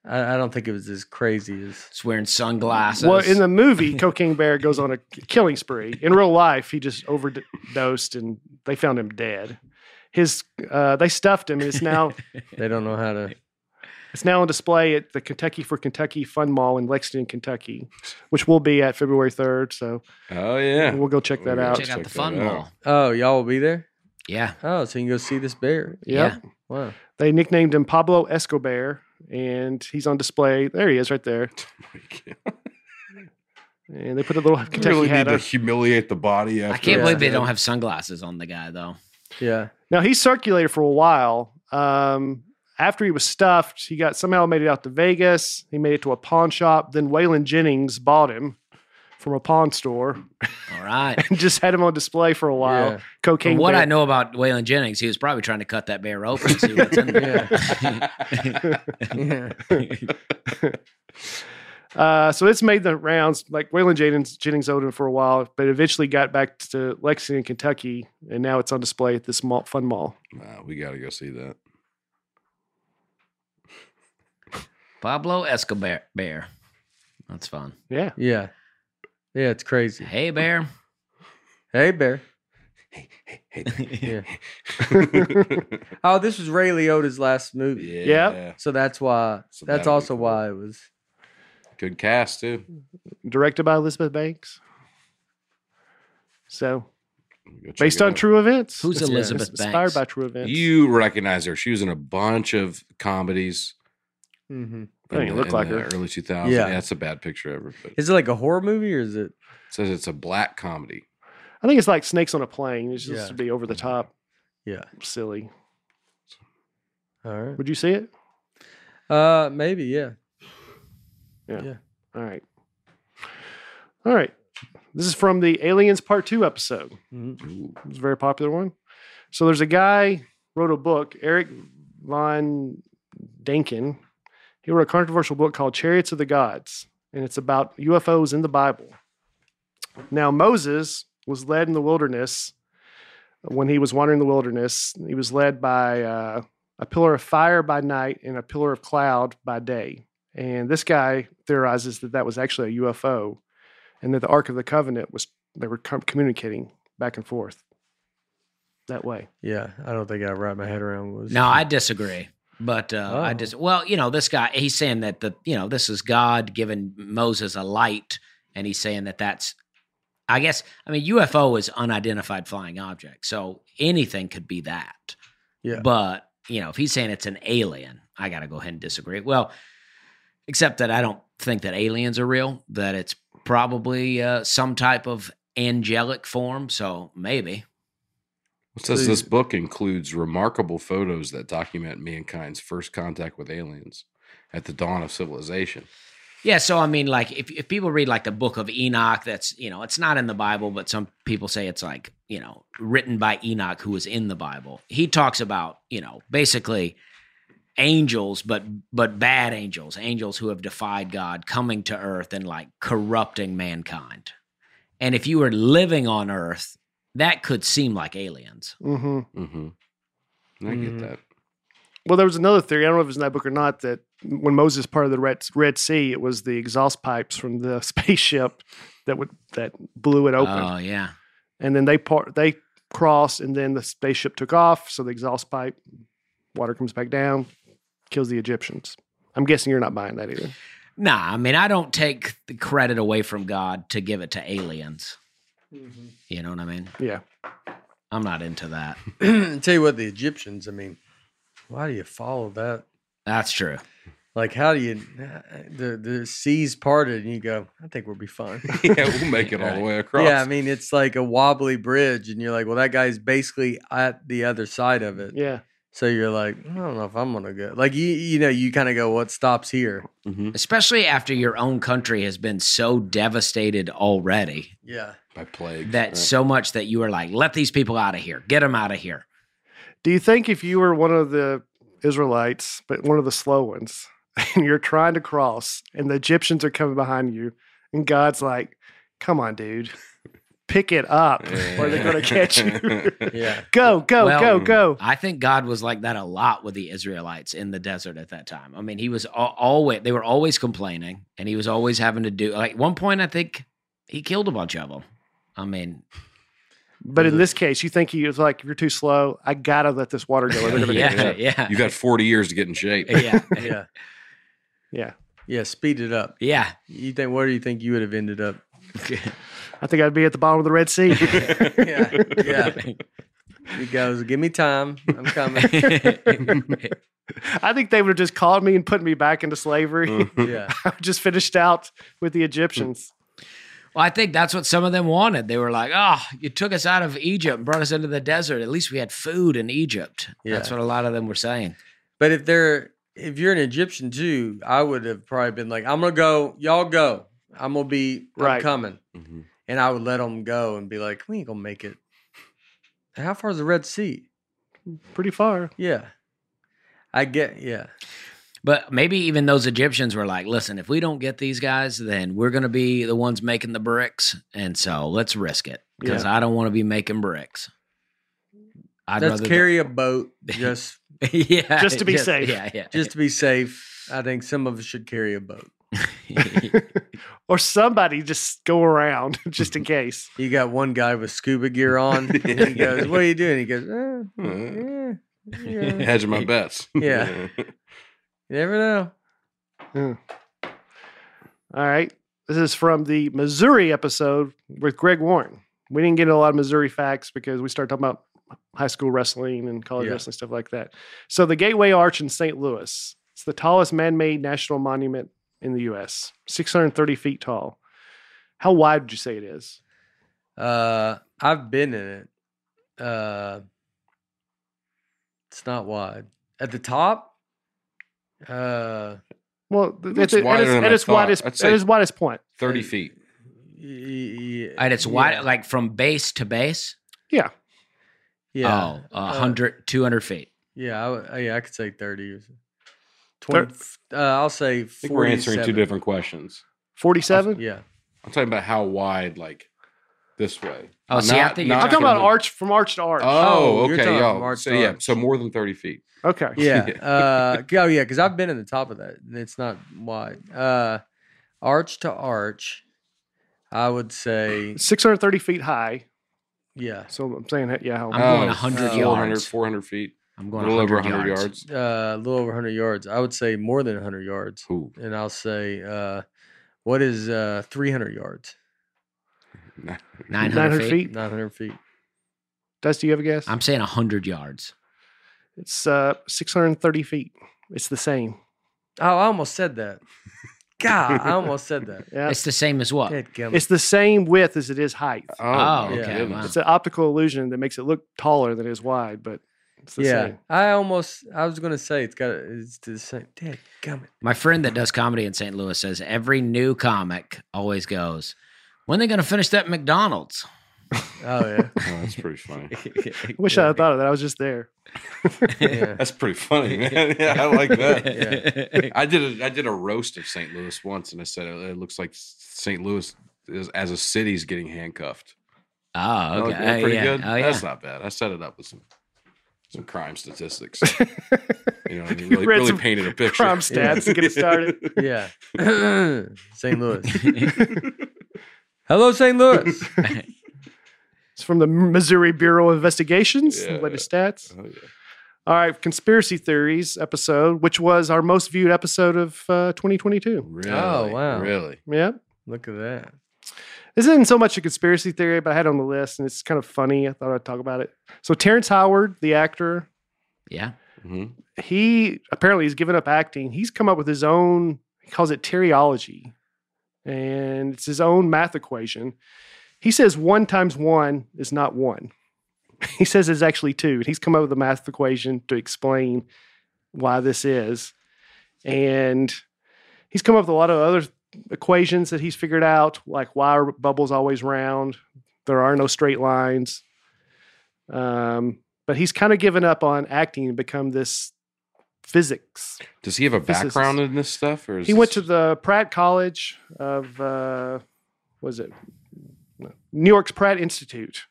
A: I, I don't think it was as crazy as.
B: He's wearing sunglasses.
C: well, in the movie, Cocaine Bear goes on a killing spree. In real life, he just overdosed and they found him dead. His uh, they stuffed him. and It's now
A: They don't know how to.
C: It's now on display at the Kentucky for Kentucky Fun Mall in Lexington, Kentucky, which will be at February 3rd. So
D: Oh yeah.
C: we'll go check that
D: Ooh,
C: out.
B: check out
D: check
B: the fun
D: that out.
B: mall.
A: Oh, y'all will be there.
B: Yeah.
A: Oh, so you can go see this bear.
C: Yep.
A: Wow.
C: They nicknamed him Pablo Escobar, and he's on display. There he is right there.
D: Oh
C: And they put a little Kentucky
D: really
C: hat
D: need to
C: on.
D: humiliate the body. After
B: I can't
A: Yeah.
B: believe they don't have sunglasses on the guy though.
A: Yeah.
C: Now, he circulated for a while. Um, after he was stuffed, he got somehow made it out to Vegas. He made it to a pawn shop. Then Waylon Jennings bought him from a pawn store
B: All right.
C: and just had him on display for a while.
A: Yeah.
C: Cocaine.
B: From what
C: bear.
B: I know about Waylon Jennings, he was probably trying to cut that bear open and see what's in there.
A: Yeah.
C: Uh, so it's made the rounds. Like Waylon Jennings, Jennings owned it for a while, but eventually got back to Lexington, Kentucky, and now it's on display at this mall, fun mall.
D: Nah, we got to go see that.
B: Pablo Escobar. Bear. That's fun.
C: Yeah,
A: Yeah. Yeah. It's crazy.
B: Hey, bear.
A: Hey, bear. Yeah. Oh, this was Ray Liotta's last movie.
D: yeah.
A: So that's why.
D: So
A: that's
D: that'll be
A: also
D: cool.
A: why it was.
D: Good cast too.
C: directed by Elizabeth Banks. So
D: Go check
C: based
D: it
C: on
D: out.
C: true events.
B: Who's
C: It's-
B: Elizabeth
C: it's Inspired
B: Banks?
C: by true events.
D: You recognize her. She was in a bunch of comedies.
A: Mm-hmm.
C: That ain't Oh,
D: in the-
C: look
D: in
C: like
D: the
C: her.
D: Early 2000s.
A: Yeah.
D: Yeah. that's a bad picture ever. But it
A: Is it like a horror movie or is it?
D: says it's a black comedy.
C: I think it's like snakes on a plane. It's just
A: Yeah.
C: to be over the top,
A: Yeah.
C: silly.
A: All right.
C: Would you see it?
A: Uh, maybe. Yeah.
C: All right, all right. This is from the Aliens Part Two episode.
A: Mhm.
D: Ooh.
C: It's a very popular one. So there's a guy wrote a book, Eric von Danken. He wrote a controversial book called Chariots of the Gods, and it's about UFOs in the Bible. Now Moses was led in the wilderness when he was wandering the wilderness. He was led by uh, a pillar of fire by night and a pillar of cloud by day. And this guy theorizes that that was actually a UFO, and that the Ark of the Covenant was they were com- communicating back and forth. that way.
A: Yeah, I don't think I wrap my head around what was.
B: No, I disagree. But uh, I
A: Oh.
B: just well, you know, this guy he's saying that the you know this is God giving Moses a light, and he's saying that that's, I guess, I mean UFO is unidentified flying object, so anything could be that.
A: Yeah.
B: But you know, if he's saying it's an alien, I gotta go ahead and disagree. Well, except that I don't think that aliens are real. That it's probably uh, some type of angelic form. So maybe.
D: It says
A: So-
D: this book includes remarkable photos that document mankind's first contact with aliens at the dawn of civilization.
B: Yeah, so I mean, like, if, if people read like the Book of Enoch, that's you know, it's not in the Bible, but some people say it's like you know, written by Enoch, who was in the Bible. He talks about you know, basically angels, but but bad angels, angels who have defied God, coming to Earth and like corrupting mankind. And if you were living on Earth, that could seem like aliens.
C: Mm-hmm.
D: hmm I
A: Mhm.
C: Mm.
D: get that.
C: Well, there was another theory. I don't know if it was in that book or not. That when Moses parted the Red, Red Sea, it was the exhaust pipes from the spaceship that would that blew it
B: Oh
C: open,
B: yeah,
C: and then they part they crossed, and then the spaceship took off. So the exhaust pipe, water comes back down, kills the Egyptians. I'm guessing you're not buying that either.
B: nah. I mean, I don't take the credit away from God to give it to aliens. You know what I mean?
C: Yeah,
B: I'm not into that.
A: Tell you what, the Egyptians. I mean, why do you follow that?
B: That's true.
A: Like, how do you? The the seas parted, and you go. I think we'll be fine.
D: yeah, we'll make it all the way across.
A: Yeah, I mean, it's like a wobbly bridge, and you're like, well, that guy's basically at the other side of it.
C: yeah.
A: So you're like, I don't know if I'm gonna go. Like you, you know, you kind of go, what stops here?
B: Mm-hmm.
D: Mhm.
B: Especially after your own country has been so devastated already
A: Yeah,
D: by plague.
B: that
D: right.
B: so much that you are like, let these people out of here. Get them out of here.
C: Do you think if you were one of the Israelites, but one of the slow ones, and you're trying to cross, and the Egyptians are coming behind you, and God's like, "Come on, dude, pick it up, or they're going to catch you."
A: yeah.
C: go, go,
B: Well-
C: go, go.
B: I think God was like that a lot with the Israelites in the desert at that time. I mean, he was al- always, they were always complaining and he was always having to do, like, one point, I think he killed a bunch of them. I mean,
C: But in this case, you think he was like, "You're too slow. I gotta let this water go." or they're gonna get
B: yeah,
C: me."
B: yeah,
D: You've got 40 years to get in shape.
B: yeah, yeah.
A: yeah,
C: yeah.
A: yeah. Speed it up.
B: yeah.
A: You think? Where do you think you would have ended up?
C: I think I'd be at the bottom of the Red Sea.
A: Yeah, yeah. He goes, give me time. I'm coming.
C: I think they would have just called me and put me back into slavery.
A: yeah,
C: I just finished out with the Egyptians.
B: Well, I think that's what some of them wanted. They were like, "Oh, you took us out of Egypt and brought us into the desert. At least we had food in Egypt." That's
A: Yeah.
B: what a lot of them were saying.
A: but if they're if you're an Egyptian too, I would have probably been like, I'm gonna go. Y'all go. I'm gonna be. I'm
C: Right.
A: coming.
D: Mhm.
A: And I would let them go and be like, we ain't gonna make it. How far is the Red Sea?
C: Pretty far.
A: Yeah, I get. Yeah,
B: But maybe even those Egyptians were like, "Listen, if we don't get these guys, then we're going to be the ones making the bricks, and so let's risk it because I don't want to be making bricks." I'd
A: let's
B: the-
A: carry a boat just
B: yeah,
C: Just to be safe.
B: Yeah, yeah.
A: just to be safe. I think some of us should carry a boat.
C: Or somebody just go around just in case.
A: You got one guy with scuba gear on. and he goes, "What are you doing?" He goes, eh,
D: Uh.
A: yeah, yeah.
D: Hedging my bets.
A: Yeah. You never know."
C: All right. This is from the Missouri episode with Greg Warren. We didn't get into a lot of Missouri facts because we started talking about high school wrestling and college
A: Yeah.
C: wrestling, stuff like that. So, the Gateway Arch in St. Louis, it's the tallest man made national monument in the U.S., 630 feet tall. How wide would you say it is?
A: Uh, I've been in it. Uh, it's not wide at the top. Uh,
C: Well, th-
D: Looks
C: at, the, at
D: wider
C: its,
D: than
C: at
D: I
C: its
D: thought.
C: widest,
D: I'd
C: at
D: say-
C: its widest point.
D: 30 feet.
A: yeah,
B: And it's wide, like from base to base.
C: Yeah.
A: yeah,
B: Oh, a 100, 200 feet.
A: yeah. I, would- yeah, I could say thirty. Or so. Twenty. uh, I'll say.
D: I think we're answering two different questions.
C: 47?
A: Yeah.
D: I'm talking about how wide, like this way.
B: Oh, see, I
D: Not-
B: think
D: not
B: you're
C: I'm talking about
D: from-
C: arch from arch to arch.
D: Oh,
A: Oh, you're
D: okay,
A: talking
D: y'all.
A: from arch
D: so
A: to
D: yeah,
A: arch.
D: so more than 30 feet.
C: okay.
A: Yeah.
D: Yeah.
A: Uh, oh, yeah. Because I've been in the top of that. and It's not wide. Uh, arch to arch, I would say.
C: 630 feet high,
A: Yeah.
C: So I'm saying, he- yeah, how,
B: I'm going
D: Oh,
B: 100
D: 400,
B: yards.
D: 400 feet.
B: I'm
D: A
B: going
D: little over
B: 100
D: 100 yards.
A: Uh, a little over 100 yards. I would say more than 100 yards.
D: Ooh,
A: And I'll say, uh, what is uh, 300 yards?
D: nah.
B: 900,
C: 900
B: feet.
C: feet.
A: 900 feet.
C: Dusty, you have a guess?
B: I'm saying 100 yards.
C: it's uh, 630 feet. It's the same.
A: Oh, I almost said that. God, I almost said that.
C: Yeah.
B: It's the same as what?
A: Dadgummit.
C: Uh, It's the same width as it is height.
D: Oh,
B: Oh,
D: my
A: okay,
D: goodness.
B: wow.
C: It's an optical illusion that makes it look taller than it is wide, but it's the
A: yeah,
C: same.
A: I almost. I was gonna say it's got. It's the same. Dad, come
B: My friend that does comedy in St. Louis says every new comic always goes, when they going to finish that McDonald's?
A: Oh
D: Oh, that's pretty funny.
A: yeah.
C: I wish I had thought of that. I was just there.
A: Yeah.
D: That's pretty funny, man. yeah, I like that.
B: Yeah.
D: I did a I did a roast of St. Louis once, and I said it, it looks like St. Louis is, as a city is getting handcuffed.
B: oh,
D: Oh,
B: okay.
D: yeah,
B: Oh,
D: pretty
B: yeah.
D: good.
B: Oh, yeah.
D: That's not bad. I set it up with some some crime statistics. you know, what I mean?
C: You
D: really,
C: read
D: really
C: some
D: painted a picture.
C: crime stats to get it started.
A: yeah. St. Louis. Hello, St. Louis.
C: It's from the Missouri Bureau of Investigations,
D: Yeah.
C: the latest stats.
D: Oh, yeah.
C: All right, conspiracy theories episode, which was our most viewed episode of uh, 2022.
D: Really?
B: Oh,
A: wow.
D: Really?
C: Yeah,
A: Look at that.
C: this isn't so much a conspiracy theory, but I had it on the list, and it's kind of funny. I thought I'd talk about it. So Terrence Howard, the actor,
B: yeah.
D: hmm
C: he apparently he's given up acting. He's come up with his own. He calls it teriology, and it's his own math equation. He says one times one is not one. He says it's actually two, and he's come up with a math equation to explain why this is. And he's come up with a lot of other equations that he's figured out, like why are bubbles always round? There are no straight lines. Um, but he's kind of given up on acting and become this physics.
D: Does he have a
C: This is-
D: background in this stuff, or is
C: He went to
D: this-
C: the Pratt College of uh, was it New York's Pratt Institute.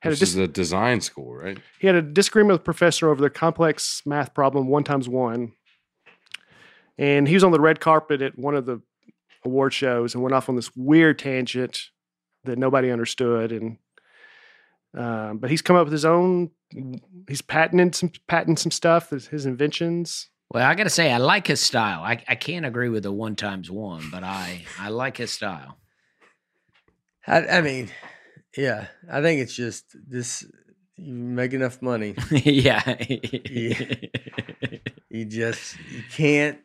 C: Had a
D: This
C: dis-
D: is a design school, right?
C: he had a disagreement with a professor over their complex math problem one times one, and he was on the red carpet at one of the award shows and went off on this weird tangent that nobody understood and. Um, but he's come up with his own. He's patented some patented some stuff. His his inventions.
B: Well, I got to say, I like his style. I, I can't agree with the one times one, but I, I like his style.
A: I, I mean, yeah. I think it's just this. You make enough money,
B: yeah.
A: you just you can't.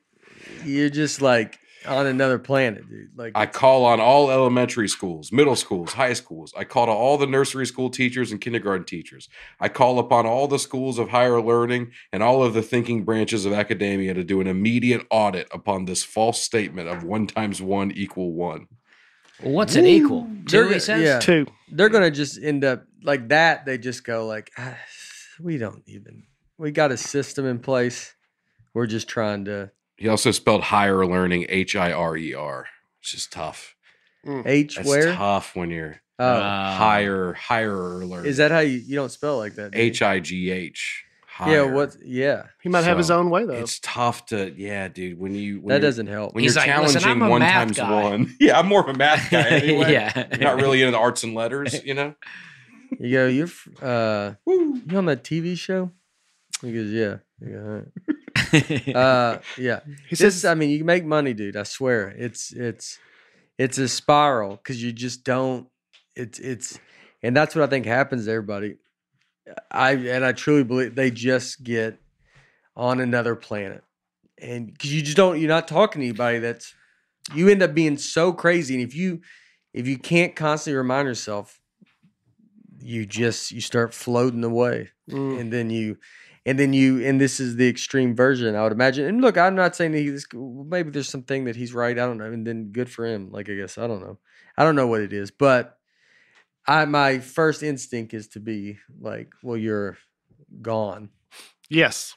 A: You're just like on another planet, dude. Like
D: I call on all elementary schools, middle schools, high schools. I call to all the nursery school teachers and kindergarten teachers. I call upon all the schools of higher learning and all of the thinking branches of academia to do an immediate audit upon this false statement of one times one equal one.
B: Well, what's it equal? Two, he says?
A: Yeah.
C: Two.
A: they're gonna just end up like that. They just go like, "Ah, we don't even. We got a system in place. We're just trying to
D: He also spelled higher learning H I R E R, which is tough.
A: H
D: That's
A: where.
D: tough when you're
A: Oh,
B: Uh,
D: higher, higher learning.
A: is that how you? You don't spell like that. do you?
D: H I G H?
A: Yeah.
D: higher.
A: What? Yeah.
C: He might have his
D: So,
C: own way though.
D: It's tough to, yeah, dude. When you when
A: That
D: you're-
A: doesn't help.
D: when
B: He's
D: you're
B: like, "Listen,
D: challenging
B: I'm a
D: one
B: math
D: times
B: guy."
D: one. Yeah, I'm more of a math guy anyway.
B: yeah.
D: You're not really into the arts and letters, you know?
A: You go. You're f- uh, you on that TV show? He goes, yeah. He goes, "All right." uh, yeah.
C: He
A: this,
C: says
A: I mean, you can make money, dude. I swear, it's it's it's a spiral because you just don't. It's it's, and that's what I think happens to everybody. I and I truly believe they just get on another planet, and because you just don't, you're not talking to anybody. That's you end up being so crazy, and if you if you can't constantly remind yourself, you just you start floating away
C: Mm.
A: and then you and then you and this is the extreme version i would imagine and look i'm not saying that he's maybe there's something that he's right i don't know and then good for him like i guess i don't know i don't know what it is but i my first instinct is to be like well you're gone
C: Yes.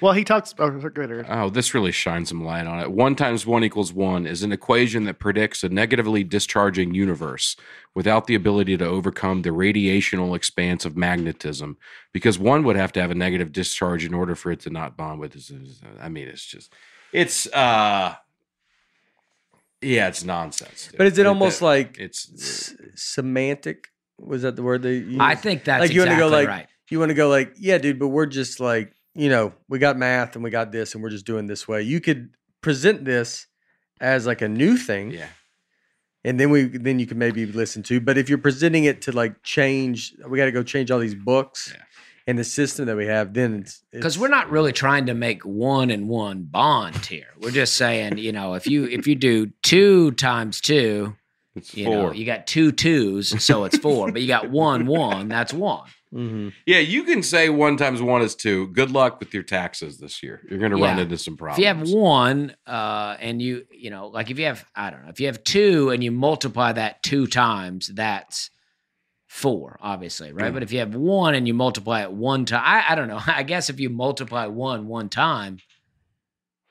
C: Well, he talks. Oh, go ahead, Aaron.
D: Oh, this really shines some light on it. One times one equals one is an equation that predicts a negatively discharging universe without the ability to overcome the radiational expanse of magnetism, because one would have to have a negative discharge in order for it to not bond with. its- I mean, it's just, it's, uh, yeah, it's nonsense. dude.
A: but is it almost like
D: it's
A: s- semantic Was that the word they? Used?
B: I think that's
A: Like, you wanna
B: exactly
A: go, like,
B: right.
A: you want to go like, yeah, dude, but we're just like, you know, we got math and we got this and we're just doing this way. You could present this as like a new thing.
D: Yeah.
A: And then we then you can maybe listen to. But if you're presenting it to like change, we got to go change all these books
D: Yeah.
A: and the system that we have. Then it's
B: because
A: it's-
B: we're not really trying to make one and one bond here. We're just saying, you know, if you if you do two times two,
D: It's
B: you
D: four.
B: know, you got two twos, so it's four. but you got one one, that's one.
A: Mhm.
D: yeah, you can say one times one is two. Good luck with your taxes this year. You're going to run
B: Yeah.
D: into some
B: If
D: problems.
B: you have one, uh, and you you know, like if you have I don't know, if you have two and you multiply that two times, that's four, obviously, right? But if you have one and you multiply it one time, I, I don't know. I guess if you multiply one one time,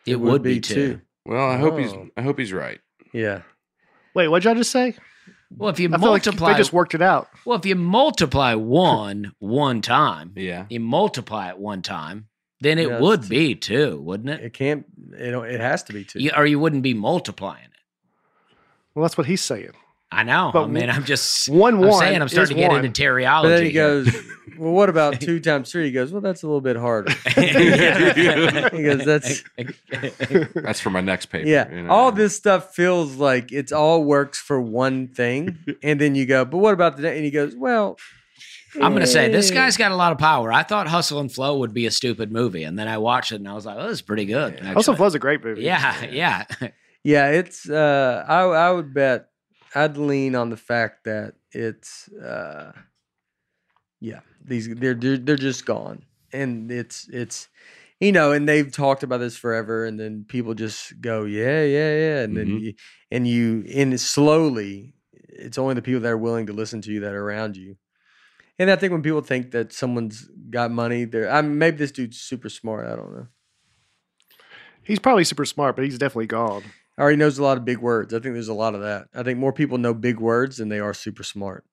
B: it, would, be, two.
D: well, I hope he's
A: Oh.
D: I hope he's right.
A: Yeah.
C: Wait, what did y'all just say?
B: Well, if you
C: I feel like
B: multiply
C: they just worked it out.
B: Well, if you multiply one one time,
D: Yeah.
B: you multiply it one time, then it
A: Yeah,
B: would
A: it's-
B: be two, wouldn't it?
A: It can't. It don't- it has to be two.
B: You, or you wouldn't be multiplying it.
C: Well, that's what he's saying.
B: I know. I
C: But
B: mean, I'm just
C: One
B: I'm
C: one.
B: saying I'm starting to
C: is
B: get
C: one.
B: into teriology.
A: But then he
B: here.
A: goes, well, what about two times three? He goes, well, that's a little bit harder. He goes, that's
D: That's for my next paper.
A: yeah.
D: you know.
A: All this stuff feels like it's all works for one thing, and then you go, but what about the? And he goes, well,
B: I'm going to say this
A: eh."
B: guy's got a lot of power. I thought Hustle and Flow would be a stupid movie, and then I watched it and I was like, "Oh, this is pretty good."
C: Also,
B: actually.
C: Flow's a great movie.
B: Yeah, yeah.
A: Yeah, it's. Uh, I I would bet. I'd lean on the fact that it's. Uh, yeah, these they're, they're they're just gone, and it's it's, you know, and they've talked about this forever, and then people just go, yeah, yeah, yeah, and then
D: Mhm.
A: you, and you and slowly, it's only the people that are willing to listen to you that are around you. And I think when people think that someone's got money, they're I mean, maybe this dude's super smart. I don't know.
C: He's probably super smart, but he's definitely gone.
A: or he knows a lot of big words. I think there's a lot of that. I think more people know big words than they are super smart.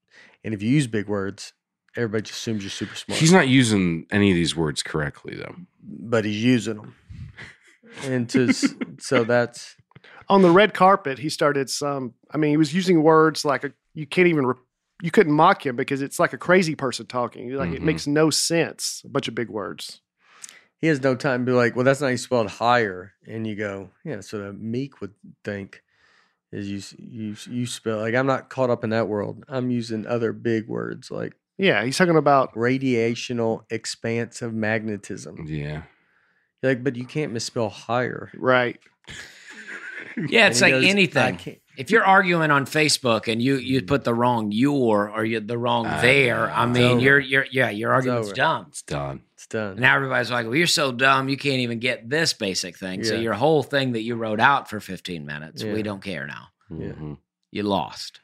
A: And if you use big words, everybody just assumes you're super smart.
D: He's not using any of these words correctly though.
A: but he's using them. And to, s- so that's
C: On the red carpet, he started some. I mean, he was using words like a, you can't even. Re- you couldn't mock him because it's like a crazy person talking. Like
B: Mm-hmm.
C: it
D: Mhm.
C: makes no sense. A bunch of big words.
A: he has no time to be like, well, that's not how you spelled higher. And you go, yeah. So the meek would think is you s- you s- you spell like I'm not caught up in that world. I'm using other big words like
C: Yeah, he's talking about.
A: radiational expanse of magnetism.
D: Yeah.
A: You're like, but you can't misspell higher.
C: Right.
B: Yeah, it's
A: And
B: like
A: he goes, "I
B: anything.
A: can't-
B: if you're arguing on Facebook and you you put the wrong your or you the wrong
D: Uh,
B: there, I
D: it's
B: mean
A: over.
B: you're you're yeah, your argument's
A: over.
B: dumb.
D: It's done.
A: It's done.
B: Now everybody's like, Well, you're so dumb you can't even get this basic thing. So
A: Yeah.
B: your whole thing that you wrote out for fifteen minutes, we
A: Yeah.
B: don't care now.
A: Yeah.
D: Mhm.
B: You lost.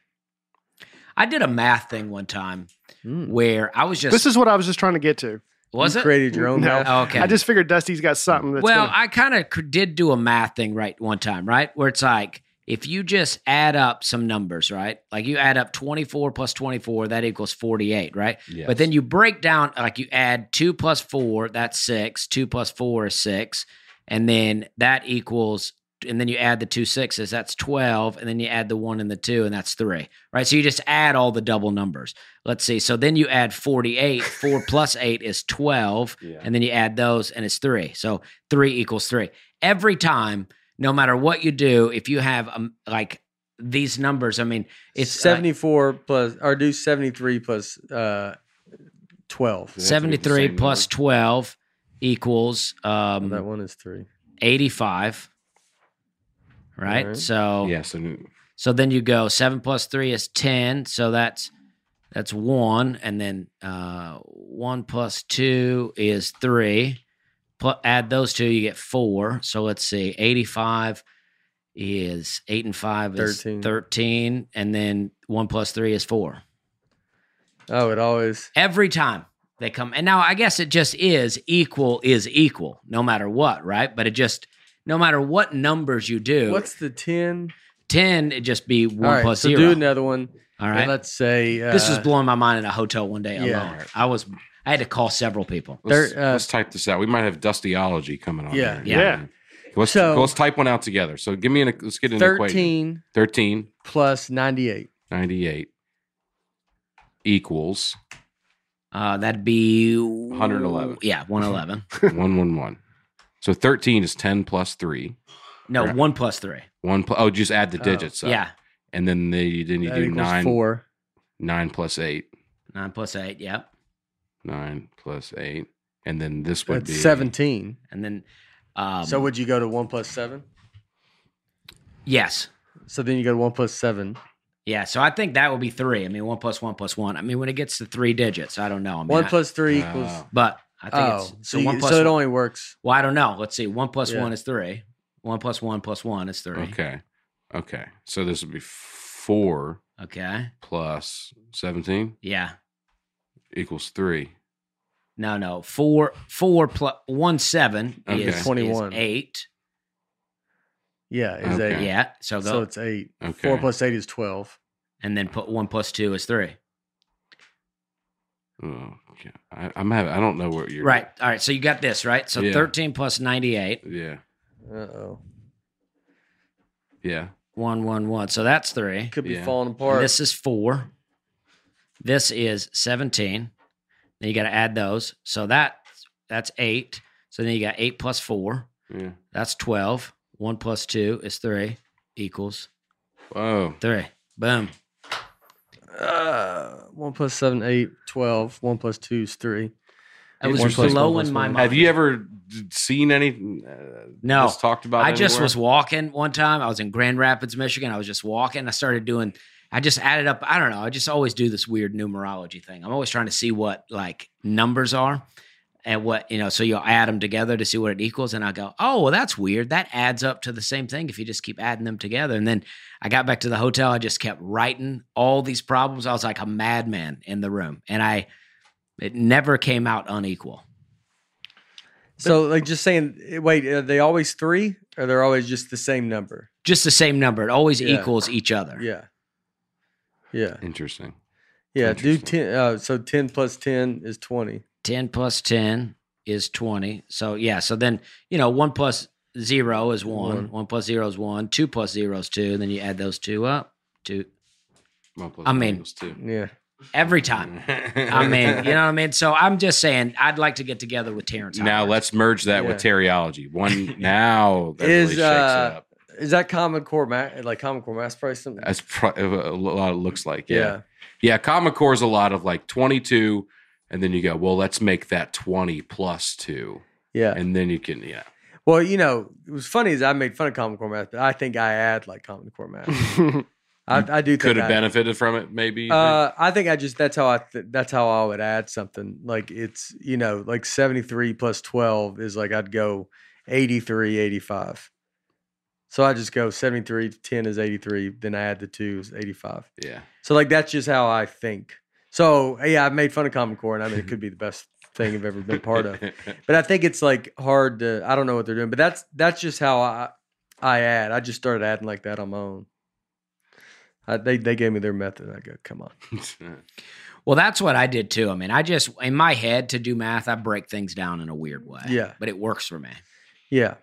B: I did a math thing one time
A: Mm.
B: where I was just
C: This is what I was just trying to get to.
B: was
A: you
B: it?
A: created your own
C: No.
A: math?
B: Oh, okay.
C: I just figured Dusty's got something that's
B: well,
C: gonna-
B: I kind of did do a math thing right one time, right? Where it's like if you just add up some numbers, right? Like you add up 24 plus 24, that equals 48, right?
D: Yes.
B: But then you break down, like you add 2 plus 4, that's 6. 2 plus 4 is 6. And then that equals, and then you add the two sixes, that's 12. And then you add the one and the two, and that's three, right? So you just add all the double numbers. Let's see. So then you add 48. 4 plus 8 is 12
D: Yeah.
B: and then you add those and it's three so three equals three every time no matter what you do if you have um, like these numbers i mean
A: It's
B: it's uh,
A: 74 plus, or do 73 plus uh, 12.
D: Yeah.
B: 73
D: Same
B: plus
D: number.
B: 12 equals um,
A: that one is three.
B: 85 right
A: Alright.
B: so
D: Yeah, so n-
B: so then you go 7 plus 3 is 10 so that's that's 1 and then uh 1 plus 2 is 3 Pl- add those two, you get four. So let's see, 85 is eight and five is 13.
A: Thirteen.
B: And then one plus three is four.
A: Oh, it always.
B: Every time they come. And now I guess it just is equal is equal, no matter what, right? But it just, no matter what numbers you do,
A: What's the 10?
B: 10, it just be one
A: All right,
B: plus
A: so
B: zero.
A: do another one.
B: All
A: and
B: right.
A: let's say. Uh,
B: this was blowing my mind in a hotel one day
A: yeah.
B: alone. I was, I had to call several people.
D: let's,
A: There, uh,
D: let's type this out. We might have dustyology coming on.
A: Yeah.
D: here.
C: Yeah.
D: Let's
A: So-
D: let's type one out together. So give me an let's get an equation.
A: 13
D: 13,
A: plus 98.
D: 98 equals
B: Uh, that'd be
D: 111.
B: Yeah, 111.
D: 111. So 13 is 10 plus 3.
B: No,
D: Right.
B: 1 plus 3.
D: 1 plus Oh, just add the
A: Oh,
D: digits up.
B: Yeah.
D: And then they then you
A: That
D: do
A: equals
D: 9
A: four.
D: 9 plus 8.
B: 9 plus 8. Yep.
D: 9 plus 8. And then this would
A: That's
D: be
A: seventeen.
B: And then. Um,
A: so would you go to one plus seven?
B: Yes.
A: So then you go to one plus seven.
B: Oh, Yeah. So I think that would be 3. I mean, 1 plus 1 plus 1. I mean, when it gets to three digits, I don't know. I mean,
A: One
B: I-
A: plus three equals.
D: Wow.
B: But Uh, I think
A: oh,
B: it's.
A: so
B: So, 1
A: you-
B: plus
A: so it
B: one-
A: only works.
B: Well, I don't know. Let's see. 1 plus
A: Yeah.
B: 1 is 3. 1 plus 1 plus 1 is 3.
D: Okay. Okay. So this would be 4
B: Okay.
D: plus 17
B: Yeah.
D: equals 3.
B: No, no. Four, four plus one seven
D: Okay.
B: is twenty-one.
A: 21.
B: eight.
A: Yeah, is
D: Okay.
A: eight.
B: Yeah. So the
A: So it's eight.
D: Okay.
A: Four plus eight is twelve.
B: and then put one plus two is three.
D: Oh, yeah. I, I'm having, I don't know what you're
B: Right. All right. So you got this right. So
D: Yeah.
B: thirteen plus ninety-eight.
D: Yeah.
A: Uh oh,
D: Yeah.
B: One, one, one. So that's three.
A: could be
D: Yeah.
A: falling apart.
B: And this is four. This is seventeen. Then you got to add those. So that that's eight. So then you got eight plus four.
D: Yeah.
B: That's twelve. One plus two is three. Equals
D: Whoa.
B: three. Boom.
A: uh, one plus seven, eight, twelve. One plus two is three.
B: It was
D: One plus one
B: blowing
A: plus
B: my
A: one.
B: mind.
D: Have you ever d- seen any? Uh,
B: No.
D: this talked about.
B: I just
D: anywhere?
B: was walking one time. I was in Grand Rapids, Michigan. I was just walking. I started doing. I just added up. I don't know. I just always do this weird numerology thing. I'm always trying to see what like numbers are and what you know. So you'll add them together to see what it equals, and I go, oh well, that's weird. That adds up to the same thing if you just keep adding them together. And then I got back to the hotel. I just kept writing all these problems. I was like a madman in the room, and I it never came out unequal.
A: So like just saying, eh, wait, are they always three, or they're always just the same number?
B: Just the same number. It always
A: Yeah.
B: equals each other.
A: Yeah, yeah,
D: interesting.
A: yeah. Do
D: Interesting.
A: ten. Uh, so ten plus ten is twenty.
B: 10 plus 10 is 20. So, yeah. So then, you know, 1 plus 0 is 1. 1,
A: One.
B: plus 0 is 1. 2 plus 0 is 2. Then you add those two up. Two.
D: Well, plus Mm.
B: I
D: one
B: mean-
D: equals two.
A: Yeah.
B: Every time. I mean, you know what I mean? So I'm just saying, I'd like to get together with Terrence.
D: Now
B: Howard.
D: let's merge that with teriology. One now that
A: Is,
D: really shakes
A: uh,
D: it up.
A: Is that common core ma- like common core mass price? Something.
D: That's pro- uh, a lot. It looks like yeah, yeah. Common core is a lot of like twenty two, and then you go well. Let's make that twenty plus two,
A: yeah.
D: and then you can yeah.
A: Well, you know, it was funny is I made fun of Common Core Math, but I think I add like Common Core Math. I, I do think
D: Could have
A: I-
D: benefited from it maybe. you think?
A: Uh, I think I just that's how I th- that's how I would add something like it's you know like seventy three plus twelve is like I'd go 83, 85. So I just go 73, 10 is 83, then I add the two is 85.
D: yeah.
A: So like that's just how I think. So yeah, I've made fun of Common Core and I mean it could be the best thing I've ever been part of. But I think it's like hard to. I don't know what they're doing, but that's that's just how I I add. I just started adding like that on my own. I, they they gave me their method. I go, come on.
B: Well, that's what I did too. I mean, I just, in my head, to do math, I break things down in a weird way.
A: Yeah.
B: But it works for me.
A: Yeah,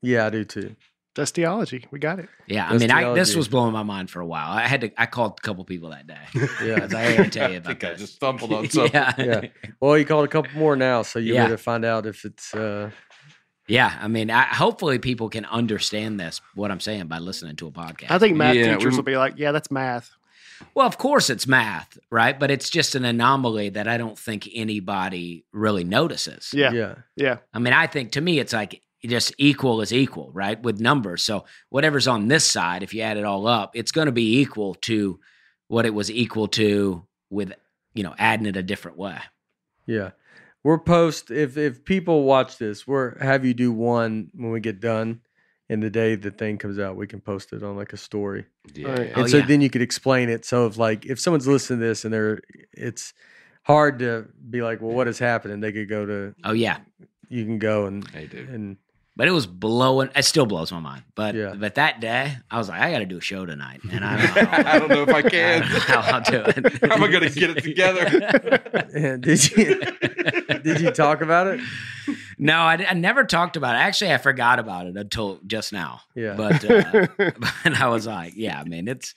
A: yeah, I do too.
C: That's theology. We got it.
B: Yeah, I
A: That's
B: mean, I, this
A: theology.
B: was blowing my mind for a while. I had to. I called a couple people that day.
A: Yeah.
B: I had to tell you
D: I
B: about
D: think I
B: that.
D: just stumbled on something.
A: Yeah. Well, you called a couple more now, so you
B: Yeah.
A: better find out if it's. uh
B: Yeah, I mean, I, hopefully people can understand this what I'm saying by listening to a podcast.
C: I think math
D: Yeah,
C: teachers
D: we-
C: will be like, yeah, that's math.
B: well, of course it's math, right? But it's just an anomaly that I don't think anybody really notices.
C: Yeah. Yeah.
A: Yeah.
B: I mean, I think to me it's like just equal is equal, right? With numbers. So whatever's on this side, if you add it all up, it's going to be equal to what it was equal to with you know adding it a different way.
A: Yeah. We're post if if people watch this, we're have you do one when we get done and the day the thing comes out, we can post it on like a story.
D: Yeah.
C: Alright.
B: Oh,
A: And so
B: yeah.
A: then you could explain it. So if like if someone's listening to this and they're it's hard to be like, well, what is happening? They could go to
B: Oh yeah,
A: you can go and
D: Hey, dude.
A: and
B: but it was blowing. It still blows my mind. But
A: Yeah.
B: but that day, I was like, I got to do a show tonight, and I don't know. how I'll do
D: I don't know if I
B: I
D: can.
B: don't know how I'll do it.
D: How am I gonna get it together?
A: and did you did you talk about it?
B: no, I, I never talked about it. Actually, I forgot about it until just now.
A: Yeah.
B: But uh, but I was like, yeah, I mean, it's.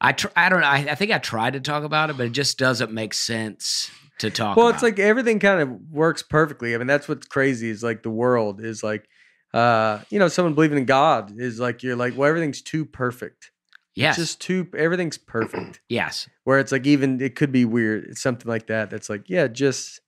B: I tr- I don't know. I, I think I tried to talk about it, but it just doesn't make sense to talk.
A: well it's
B: about.
A: like everything kind of works perfectly i mean that's what's crazy is like the world is like uh you know someone believing in god is like you're like well everything's too perfect
B: yes,
A: just too everything's perfect
B: yes,
A: where it's like even it could be weird it's something like that that's like yeah just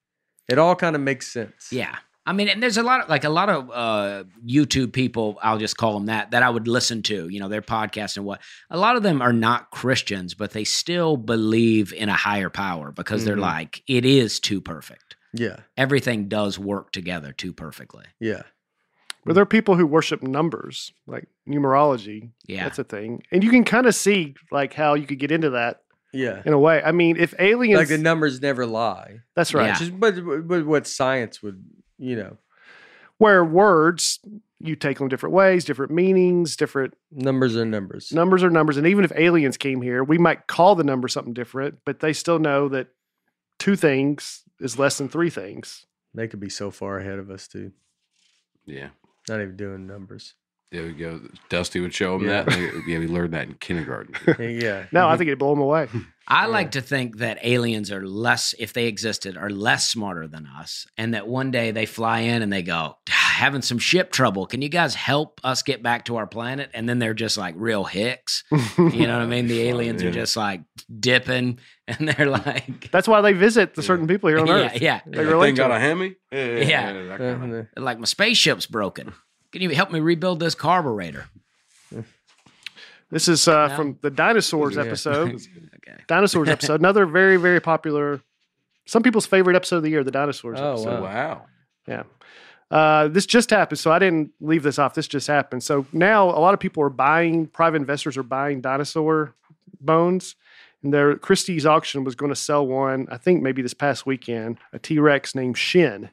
A: it all kind of makes sense
B: yeah. I mean, and there's a lot of like a lot of uh, YouTube people. I'll just call them that. That I would listen to. You know, their podcast and what. A lot of them are not Christians, but they still believe in a higher power because they're
A: Mhm.
B: like, it is too perfect.
A: yeah
B: Everything does work together too perfectly.
A: yeah
C: But there are people who worship numbers, like numerology.
B: Yeah.
C: That's a thing. And you can kind of see like how you could get into that
A: yeah
C: in a way. I mean, if aliens
A: like the numbers never lie
C: that's right.
B: Yeah.
A: just but, but what science would you know
C: Where words you take them different ways, different meanings, different
A: numbers are numbers
C: numbers are numbers. And even if aliens came here, we might call the number something different, but they still know that two things is less than three things.
A: they could be so far ahead of us dude
D: Yeah.
A: not even doing numbers
D: There we go. Dusty would show him
A: Yeah.
D: that. They- yeah, we learned that in kindergarten.
A: yeah
C: No,
B: Mm-hmm.
C: I think it'd blow them away.
B: I
A: Yeah.
B: like to think that aliens are less, if they existed, are less smarter than us, and that one day they fly in and they go, having some ship trouble. Can you guys help us get back to our planet? And then they're just like real hicks. You know what I mean? The aliens are
D: Yeah.
B: just like dipping, and they're like,
C: That's why they visit the certain people here on
B: yeah,
C: Earth.
B: yeah,
C: They
D: That
C: relate
D: thing
C: to
D: got
C: it.
D: a hemi? Yeah.
B: Yeah.
D: that
A: Uh,
D: kinda-
B: They're like my spaceship's broken. Can you help me rebuild this carburetor?
C: This is uh,
B: No.
C: from the dinosaurs
A: Yeah.
C: episode.
B: Okay.
C: dinosaurs episode, another very very popular. Some people's favorite episode of the year, the dinosaurs.
A: Oh,
C: episode.
D: So, wow.
C: Uh, this just happened, so I didn't leave this off. This just happened. So now a lot of people are buying. Private investors are buying dinosaur bones, and their Christie's auction was going to sell one. I think maybe this past weekend, a T Rex named Shin,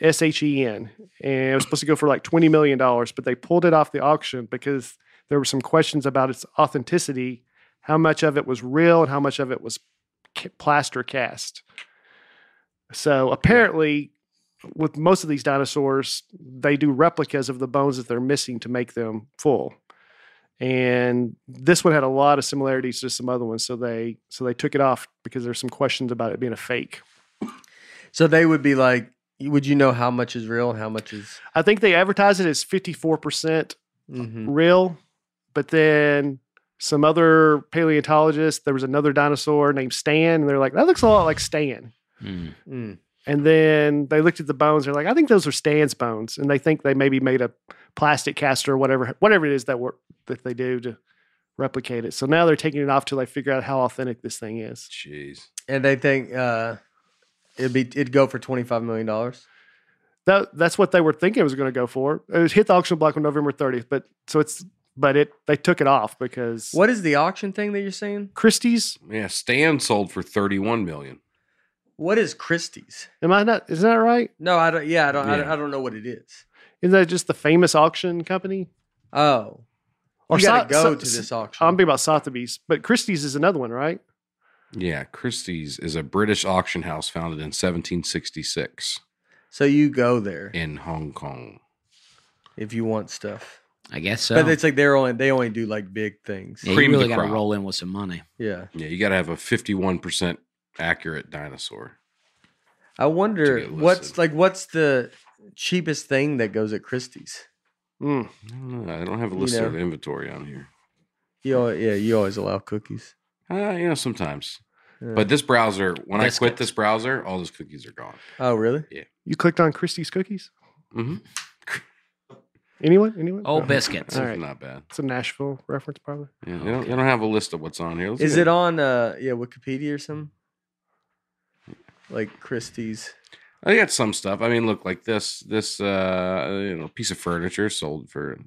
C: S H E N, and it was supposed to go for like twenty million dollars, but they pulled it off the auction because there were some questions about its authenticity, how much of it was real, and how much of it was ca- plaster cast. So apparently, with most of these dinosaurs, they do replicas of the bones that they're missing to make them full. And this one had a lot of similarities to some other ones, so they so they took it off because there's some questions about it being a fake.
A: so they would be like would you know how much is real and how much is
C: I think they advertise it as 54%
A: Mhm.
C: real, but then some other paleontologist, there was another dinosaur named Stan, and they're like, that looks a lot like Stan.
B: Hmm.
A: Mm.
C: And then they looked at the bones. They're like, I think those are Stan's bones, and they think they maybe made a plastic caster or whatever, whatever it is that work that they do to replicate it. So now they're taking it off till they figure out how authentic this thing is.
D: Jeez.
A: and they think uh it'd be it'd go for 25 million dollars
C: That that's what they were thinking it was going to go for. It was hit the auction block on November 30th, but so it's but it they took it off because
A: what is the auction thing that you're saying
C: Christie's?
D: Yeah, Stan sold for 31 million.
A: what is christie's
C: Am I not? Isn't that right?
A: no i don't yeah i don't I don't,
D: Yeah.
A: I don't know what it is
C: Isn't that just the famous auction company?
A: oh
C: Or
A: you gotta go
C: so- so-
A: to this auction
C: I'm thinking about Sotheby's, but Christie's is another one, right?
D: Yeah, Christie's is a British auction house founded in 1766
A: so you go there
D: in Hong Kong.
A: if you want stuff
B: I guess so.
A: but it's like they're only they only do like big things
B: yeah,
A: yeah,
B: you
D: cream of
B: really
D: the
B: got to
D: crop.
B: roll in with some money.
D: Yeah, you got to have a 51% accurate dinosaur.
A: i wonder
D: get
A: what's
D: listed.
A: like what's the cheapest thing that goes at christie's
C: Mm.
D: I don't know. I don't have a
A: You
D: list
A: know.
D: of inventory on here.
A: you al- yeah you always allow cookies
D: Uh, you know, sometimes.
A: Yeah.
D: But this browser, when I quit
B: Biscuits.
D: this browser, all those cookies are gone.
A: oh really
C: You clicked on Christie's cookies.
D: Mm-hmm.
C: Anyone? Anyone?
B: Oh,
C: No.
B: biscuits.
C: All right.
D: not bad.
C: It's a Nashville reference, probably.
D: Yeah, they, don't, they don't have a list of what's on here. Let's
A: Is
D: see.
A: it on uh yeah Wikipedia or something? Like Christie's.
D: I got some stuff. I mean, look like this this uh you know piece of furniture sold for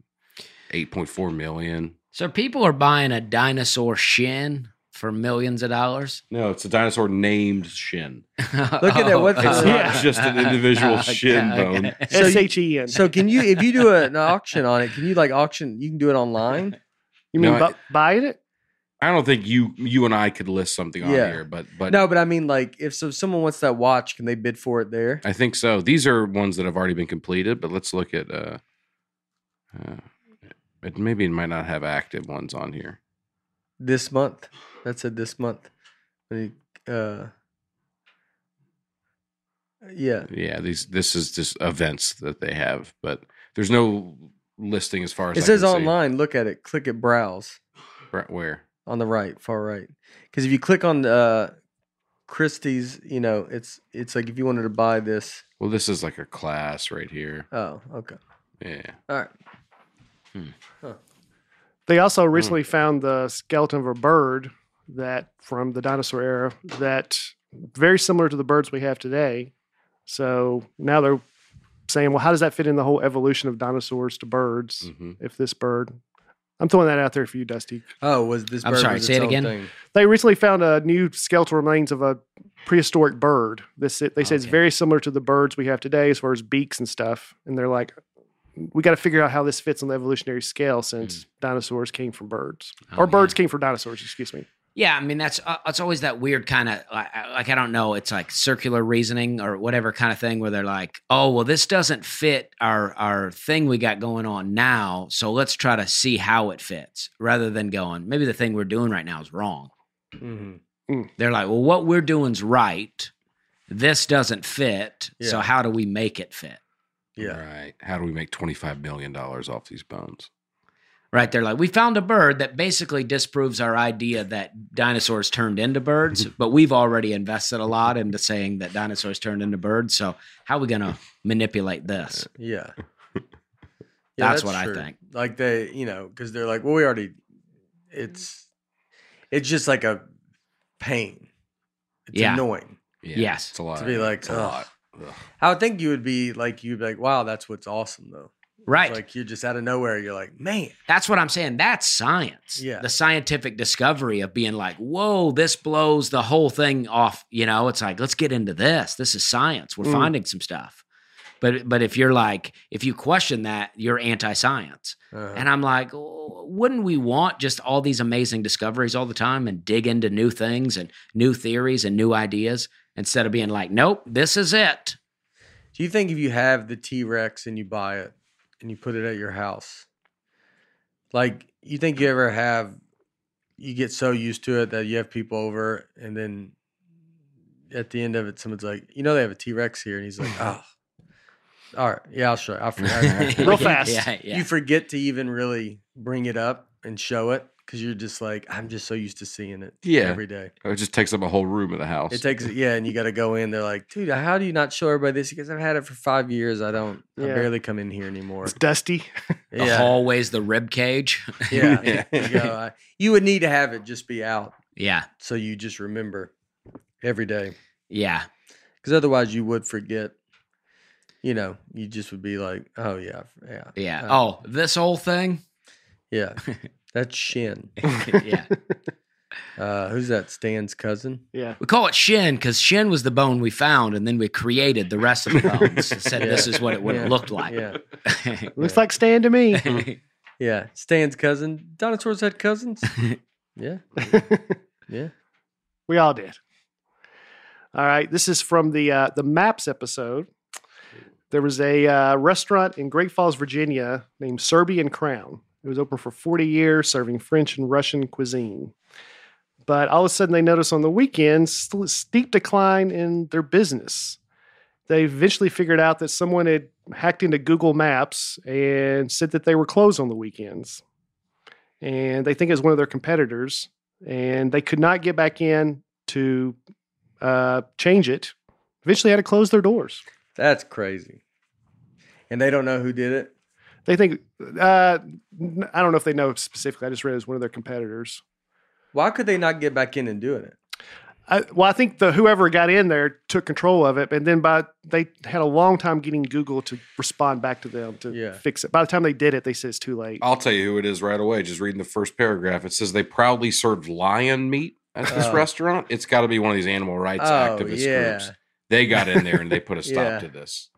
D: eight point four million.
B: So people are buying a dinosaur shin for millions of dollars.
D: No, it's a dinosaur named Shin.
A: Look at that, what's
B: Oh, okay.
D: It's
A: the-
D: not just an individual
B: Okay,
D: shin
B: okay.
D: bone.
A: So
C: S
A: you-
C: H E N.
A: So can you if you do a, an auction on it, can you like auction you can do it online?
C: You mean
D: No, I-
C: bu- buying it?
D: I don't think you you and I could list something on
A: Yeah.
D: here, but but
A: No, but I mean like if so if someone wants that watch, can they bid for it there?
D: I think so. These are ones that have already been completed, but let's look at uh, uh it maybe it might not have active ones on here.
A: this month. That said, this month. When he, uh, yeah,
D: Yeah, these this is just events that they have, but there's no listing as far as
A: it
D: I
A: says
D: can see.
A: online. Look at it. Click it. Browse
D: Right Where
A: on the right, far right. Because if you click on uh, Christie's, you know, it's it's like if you wanted to buy this.
D: well, this is like a class right here.
A: Oh, okay,
D: Yeah,
A: all right.
C: They also
D: Hmm.
C: recently found the skeleton of a bird that from the dinosaur era that very similar to the birds we have today. So now they're saying, well, how does that fit in the whole evolution of dinosaurs to birds?
D: hmm
C: If this bird, I'm throwing that out there for you, Dusty.
A: Oh, was this?
B: I'm
A: bird
B: sorry,
A: was
B: say
A: its
B: it
A: own
B: again.
A: thing.
C: They recently found a new skeletal remains of a prehistoric bird. This they say it's
B: Okay.
C: very similar to the birds we have today as far as beaks and stuff. And they're like, we got to figure out how this fits on the evolutionary scale since dinosaurs came from birds,
B: Hmm. Oh,
C: or birds
B: yeah.
C: came from dinosaurs. Excuse me.
B: Yeah, I mean that's uh, that's always that weird kind of like, uh, like I don't know, it's like circular reasoning or whatever kind of thing where they're like, oh well, this doesn't fit our our thing we got going on now, so let's try to see how it fits rather than going maybe the thing we're doing right now is wrong.
A: Mhm.
B: They're like, well, what we're doing's right. This doesn't fit, so
A: Yeah.
B: how do we make it fit?
A: Yeah.
D: Right. How do we make twenty five million dollars off these bones?
B: Right. They're like, we found a bird that basically disproves our idea that dinosaurs turned into birds, but we've already invested a lot into saying that dinosaurs turned into birds. So how are we going to manipulate this?
A: Yeah. Yeah,
B: That's what I think.
A: Like they, you know, because they're like, well, we already, it's, it's just like a pain. It's
B: Yeah.
A: annoying.
D: Yeah,
B: Yes.
D: it's a lot.
A: To be like,
D: it's a
A: ugh.
D: lot. Ugh.
A: I would think you would be like, you'd be like, wow, that's what's awesome though. It's
B: Right.
A: Like you just out of nowhere, you're like, man,
B: That's what I'm saying. That's science.
A: Yeah.
B: The scientific discovery of being like, whoa, this blows the whole thing off. You know, it's like, let's get into this. This is science. We're
C: Mm.
B: finding some stuff. But but if you're like, if you question that, you're anti-science.
A: uh,
B: And I'm like, "Oh, wouldn't we want just all these amazing discoveries all the time and dig into new things and new theories and new ideas instead of being like, nope, this is it.
A: do you think if you have the T Rex and you buy it and you put it at your house, like you think you ever have, you get so used to it that you have people over and then at the end of it, someone's like, you know, they have a T Rex here. And he's like, oh, all right. Yeah, I'll show you. I'll, forget.
C: Real fast.
B: Yeah, yeah.
A: You forget to even really bring it up and show it because you're just like, I'm just so used to seeing it
D: Yeah.
A: every day.
D: It just takes up a whole room of the house.
A: It takes yeah, and you got to go in. They're like, dude, how do you not show everybody this? Because I've had it for five years. I don't. I
C: Yeah.
A: barely come in here anymore.
C: It's dusty.
B: the
A: yeah,
B: hallways, the rib cage.
A: yeah.
D: Yeah.
A: you, go, I- you would need to have it just be out
B: yeah.
A: so you just remember every day.
B: Yeah.
A: Because otherwise, you would forget. You know, you just would be like, oh yeah, yeah,
B: Yeah.
A: Uh,
B: oh, this whole thing?
A: yeah. That's Shin.
B: yeah.
A: Uh, who's that? Stan's cousin.
C: Yeah.
B: We call it shin because shin was the bone we found, and then we created the rest of the bones. and said
A: Yeah.
B: this is what it would have
A: Yeah.
B: looked like.
A: Yeah, Mm.
C: Looks like Stan to me.
A: yeah. Stan's cousin. Dinosaurs had cousins. yeah, yeah.
C: we all did. All right. This is from the uh, the maps episode. There was a uh, restaurant in Great Falls, Virginia, named Serbian Crown. It was open for 40 years, serving French and Russian cuisine. But all of a sudden, they noticed on the weekends st- steep decline in their business. They eventually figured out that someone had hacked into Google Maps and said that they were closed on the weekends. And they think it was one of their competitors and they could not get back in to uh, change it. Eventually, had to close their doors.
A: That's crazy. And they don't know who did it.
C: They think uh, n- I don't know if they know specifically. I just read it was one of their competitors.
A: Why could they not get back in and doing it?
C: I, well, I think the whoever got in there took control of it, and then by they had a long time getting Google to respond back to them to
A: Yeah.
C: fix it. By the time they did it, they said it's too late.
D: I'll tell you who it is right away. Just reading the first paragraph, it says they proudly served lion meat at this
A: Oh.
D: restaurant. It's got to be one of these animal rights activist groups. They got in there and they put a stop
A: Yeah.
D: to this.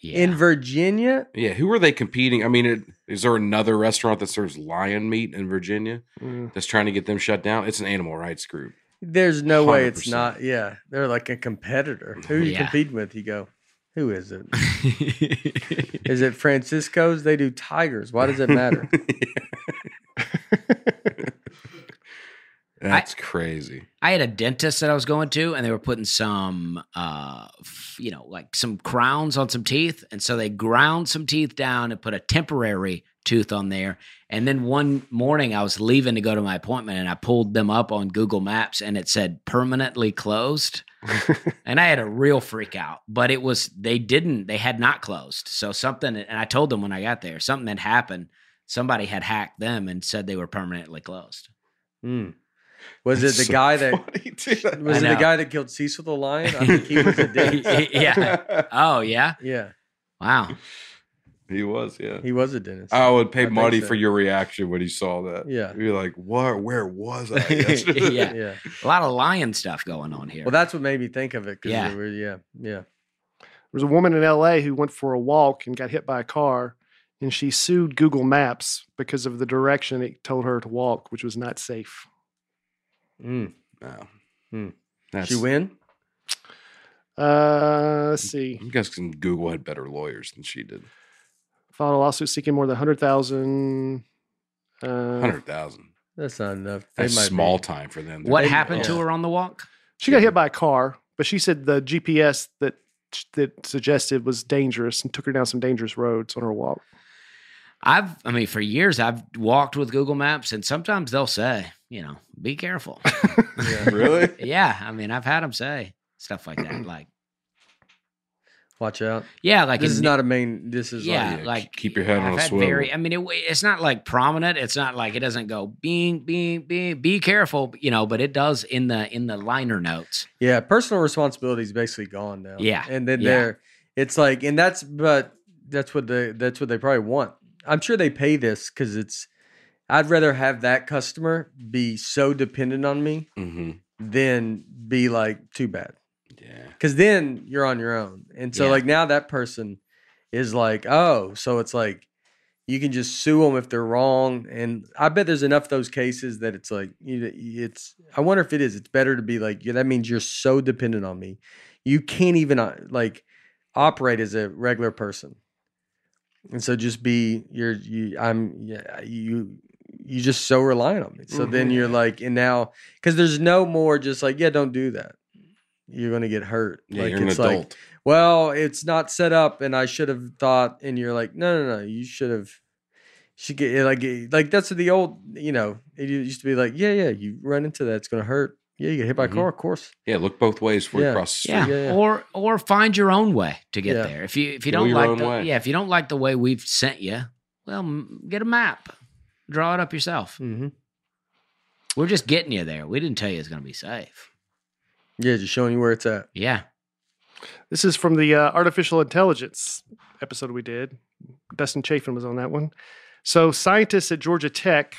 B: yeah.
A: In Virginia?
D: Yeah, who are they competing? I mean, it, is there another restaurant that serves lion meat in Virginia
C: Mm.
D: that's trying to get them shut down? It's an animal rights group.
A: There's no way it's
D: 100%.
A: not. Yeah. They're like a competitor.
D: Mm-hmm.
A: Who are you
B: Yeah.
A: competing with? You go, who is it? Is it Francisco's? They do tigers. Why does it matter?
D: That's crazy.
B: I had a dentist that I was going to, and they were putting some, uh, f- you know, like some crowns on some teeth, and so they ground some teeth down and put a temporary tooth on there. And then one morning, I was leaving to go to my appointment, and I pulled them up on Google Maps, and it said permanently closed. and I had a real freak out, but it was they didn't, they had not closed. So something, and I told them when I got there, something had happened. Somebody had hacked them and said they were permanently closed.
A: Hmm. Was
D: That's
A: it the
D: so
A: guy that
D: funny, dude.
A: was it the
B: I know.
A: guy that killed Cecil the lion? I think he was a dick.
B: yeah. Oh yeah.
A: Yeah,
B: Wow.
D: He was, yeah.
A: he was a dentist.
D: I would pay
A: I think
D: money
A: so.
D: for your reaction when you saw that.
A: Yeah.
D: You're like, what? Where was I? yesterday?"
B: Yeah.
A: yeah.
B: A lot of lion stuff going on here.
A: Well, that's what made me think of it. 'cause
B: Yeah.
A: we were- yeah, yeah.
C: There was a woman in LA who went for a walk and got hit by a car, and she sued Google Maps because of the direction it told her to walk, which was not safe.
A: Mm.
D: No.
A: Hmm.
D: That's,
A: She win.
C: Uh, let's see.
D: You guys can Google had better lawyers than she did.
C: Filed a lawsuit seeking more than 100,000. Uh,
D: 100,000.
A: That's not enough. They
D: That's
A: might be.
D: small time for them.
B: what
A: they-
B: happened to
A: yeah.
B: her on the walk?
C: she got hit by a car, but she said the GPS that that suggested was dangerous and took her down some dangerous roads on her walk.
B: I've, I mean, for years I've walked with Google Maps, and sometimes they'll say, you know, be careful.
A: Yeah.
D: really?
B: yeah, I mean, I've had them say stuff like that, like,
A: Watch out.
B: yeah, like
A: this
B: in
A: is not a main. This is
B: yeah,
D: yeah,
B: like,
D: keep your head on
B: I've
D: a
B: had
D: swivel.
B: Very, I mean, it, it's not like prominent. It's not like it doesn't go being, being, being. Be careful, you know. But it does in the in the liner notes.
A: Yeah, personal responsibility is basically gone now.
B: Yeah,
A: and then
B: yeah.
A: they're it's like, and that's but that's what they that's what they probably want. I'm sure they pay this because it's. I'd rather have that customer be so dependent on me
D: hmm
A: than be like too bad
D: Yeah.
A: because then you're on your own. And so
B: Yeah.
A: like now that person is like, oh, so it's like you can just sue them if they're wrong. And I bet there's enough of those cases that it's like you- it's. I wonder if it is. It's better to be like yeah, that means you're so dependent on me, you can't even uh, like operate as a regular person. And so just be you're you I'm yeah you you just so reliant on me. So then
D: Mhm.
A: you're like and now because there's no more just like yeah don't do that. You're gonna get hurt.
D: Yeah,
A: like
D: you're an
A: it's
D: adult.
A: like well, it's not set up, and I should have thought. And you're like, no, no, no, you should have. Should get like like that's the old you know it used to be like yeah yeah you run into that it's gonna hurt yeah you get hit by
D: Mhm.
A: a car of course
D: yeah, look both ways before
A: Yeah.
D: you cross the street.
B: Yeah.
A: Yeah, yeah.
B: or or find your own way to get
A: Yeah.
B: there. If you if you
D: Go
B: don't
D: your
B: like
D: own
B: the,
D: way.
B: yeah if you don't like the way we've sent you, well m- get a map, draw it up yourself.
A: mm-hmm.
B: We're just getting you there. We didn't tell you it's going to be safe.
A: yeah just showing you where it's at
B: Yeah,
C: This is from the uh, artificial intelligence episode we did. Dustin Chafin was on that one. So scientists at Georgia Tech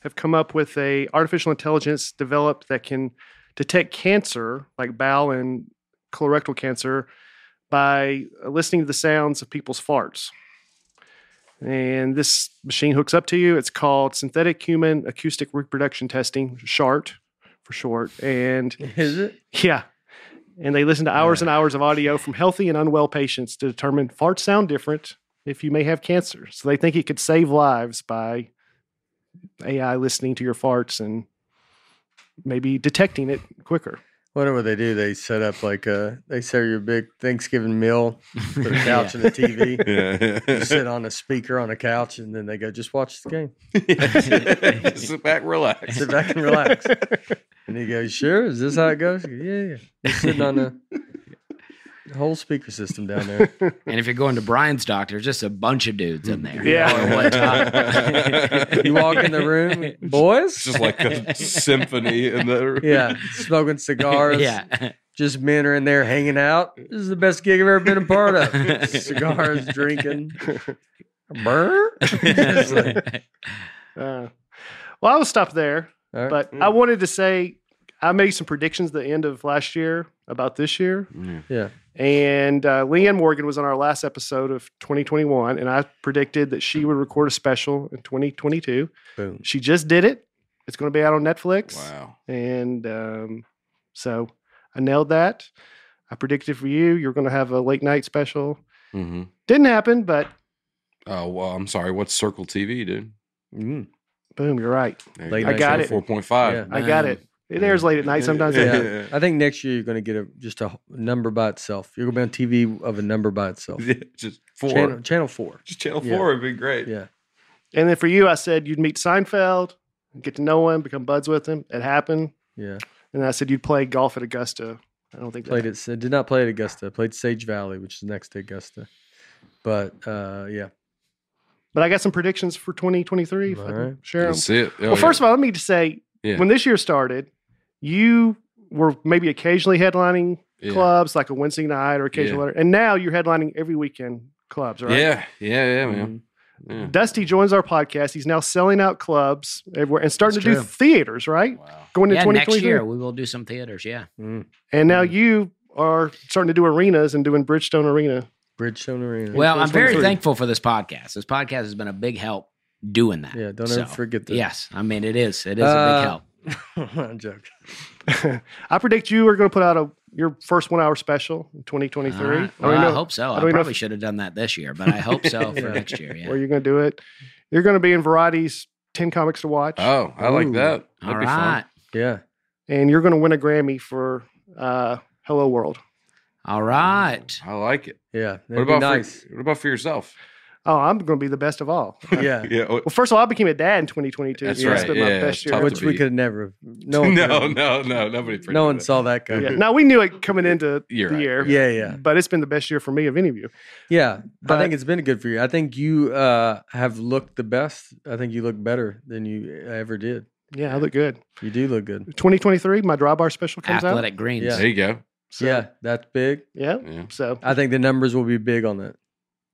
C: have come up with a artificial intelligence developed that can detect cancer, like bowel and colorectal cancer, by listening to the sounds of people's farts. And this machine hooks up to you. It's called Synthetic Human Acoustic Reproduction Testing, SHART for short. And
A: is it
C: yeah. And they listen to hours and hours of audio from healthy and unwell patients to determine farts sound different if you may have cancer. So they think it could save lives by AI listening to your farts and maybe detecting it quicker.
A: whatever they do they set up like uh they serve your big Thanksgiving meal for a couch
B: Yeah.
A: and a TV you
D: Yeah.
A: sit on a speaker on a couch and then they go just watch the game
D: Sit back, relax.
A: sit back and relax and he goes sure is this how it goes She goes, yeah yeah sitting on a whole speaker system down there.
B: and if you're going to Brian's doctor, just a bunch of dudes in there.
C: Yeah.
B: all at one time.
A: You walk in the room, boys.
D: It's just like a symphony in the
A: yeah, smoking cigars.
B: Yeah,
A: just men are in there hanging out. This is the best gig I've ever been a part of. cigars, drinking. Burr. Just like-
C: Uh, well, I will stop there,
A: All right. Mm.
C: but I wanted to say I made some predictions at the end of last year about this year.
D: Yeah.
A: yeah,
C: And uh, Leanne Morgan was on our last episode of 2021, and I predicted that she would record a special in 2022.
A: boom.
C: She just did it. It's going to be out on Netflix.
D: Wow.
C: And um, so I nailed that. I predicted for you, you're going to have a late night special.
D: Mm-hmm.
C: Didn't happen, but
D: Oh well, I'm sorry. What's Circle TV, dude?
A: Mm.
C: Boom, you're right.
D: There you
A: Late
D: go.
C: I got
D: So
C: it.
D: 4.5
C: I got
B: Man.
C: it. It airs late at night sometimes.
A: Yeah. I think next year you're going to get a just a h- number by itself. You're going to be on TV of a number by itself.
D: Just four.
A: Channel, channel four.
D: Just channel
A: Yeah.
D: four would be great.
A: Yeah.
C: And then for you, I said you'd meet Seinfeld, get to know him, become buds with him. It happened.
A: Yeah.
C: And I said you'd play golf at Augusta. I don't think
A: Played
C: that,
A: at Sa- did not play at Augusta. Played Sage Valley, which is next to Augusta. But uh, yeah.
C: But I got some predictions for 2023. If I
A: All
C: can
A: right.
C: share 'em.
D: That's it. Oh,
C: Well, first of all, let me just say
D: Yeah.
C: when this year started, you were maybe occasionally headlining
D: yeah.
C: clubs like a Wednesday night or occasional
D: Yeah.
C: letter. And now you're headlining every weekend clubs, right?
D: yeah, yeah, yeah, man.
A: Mm-hmm.
D: Yeah.
C: Dusty joins our podcast. He's now selling out clubs everywhere and starting
B: That's
C: to do
B: true.
C: theaters, right?
D: Wow.
C: Going to
B: Yeah, next
C: 2023.
B: year we will do some theaters. Yeah.
A: Mm.
C: And now
D: Mm-hmm.
C: you are starting to do arenas and doing Bridgestone Arena.
A: Bridgestone Arena.
B: Well, I'm very
C: 2023.
B: thankful for this podcast. This podcast has been a big help doing that.
A: yeah. Don't
B: So,
A: ever forget that.
B: Yes, I mean it is. It is a
A: Uh,
B: big help.
A: I'm joking.
C: I predict you are going to put out a your first one hour special in 2023.
B: All right.
C: I don't
B: Ah, Well, I,
C: know
B: hope so. I,
C: don't even know
B: probably
C: if-
B: should have done that this year, but I hope so for
A: Yeah.
B: next year. Yeah.
C: where you're going to do it. You're going to be in Variety's 10 Comics to Watch,
D: Oh, I
A: Ooh.
D: like that. That'd
B: All
D: be fun.
B: right.
A: Yeah.
C: and you're going to win a Grammy for uh, Hello World.
B: All right.
D: I like it.
A: Yeah. That'd
D: what about
A: be
D: for,
A: nice?
D: what about for yourself?
C: Oh, I'm going to be the best of all.
A: yeah.
D: Yeah. oh,
C: Well, first of all, I became a dad in 2022.
D: That's
C: so
D: right.
C: It's been my
D: Yeah,
C: best
D: tough
C: year.
D: to
A: Which we
D: be.
A: could have never. No. one could
D: No,
A: have-
D: no, no. Nobody. predicted
A: No one
D: that.
A: saw that
C: Yeah.
A: coming.
C: Now we knew it coming into
D: You're
C: the
D: right.
C: year.
A: Yeah. Yeah.
C: But it's been the best year for me of any of you.
A: Yeah, I
C: But-
A: think it's been good for you. I think you uh, have looked the best. I think you look better than you ever did.
C: Yeah, I look good.
A: You do look good.
C: 2023, my dry bar special comes out.
B: Athletic Greens.
A: Yeah.
D: There you go.
C: So,
A: yeah, that's big.
C: Yeah.
D: Yeah.
C: So
A: I think the numbers will be big on that.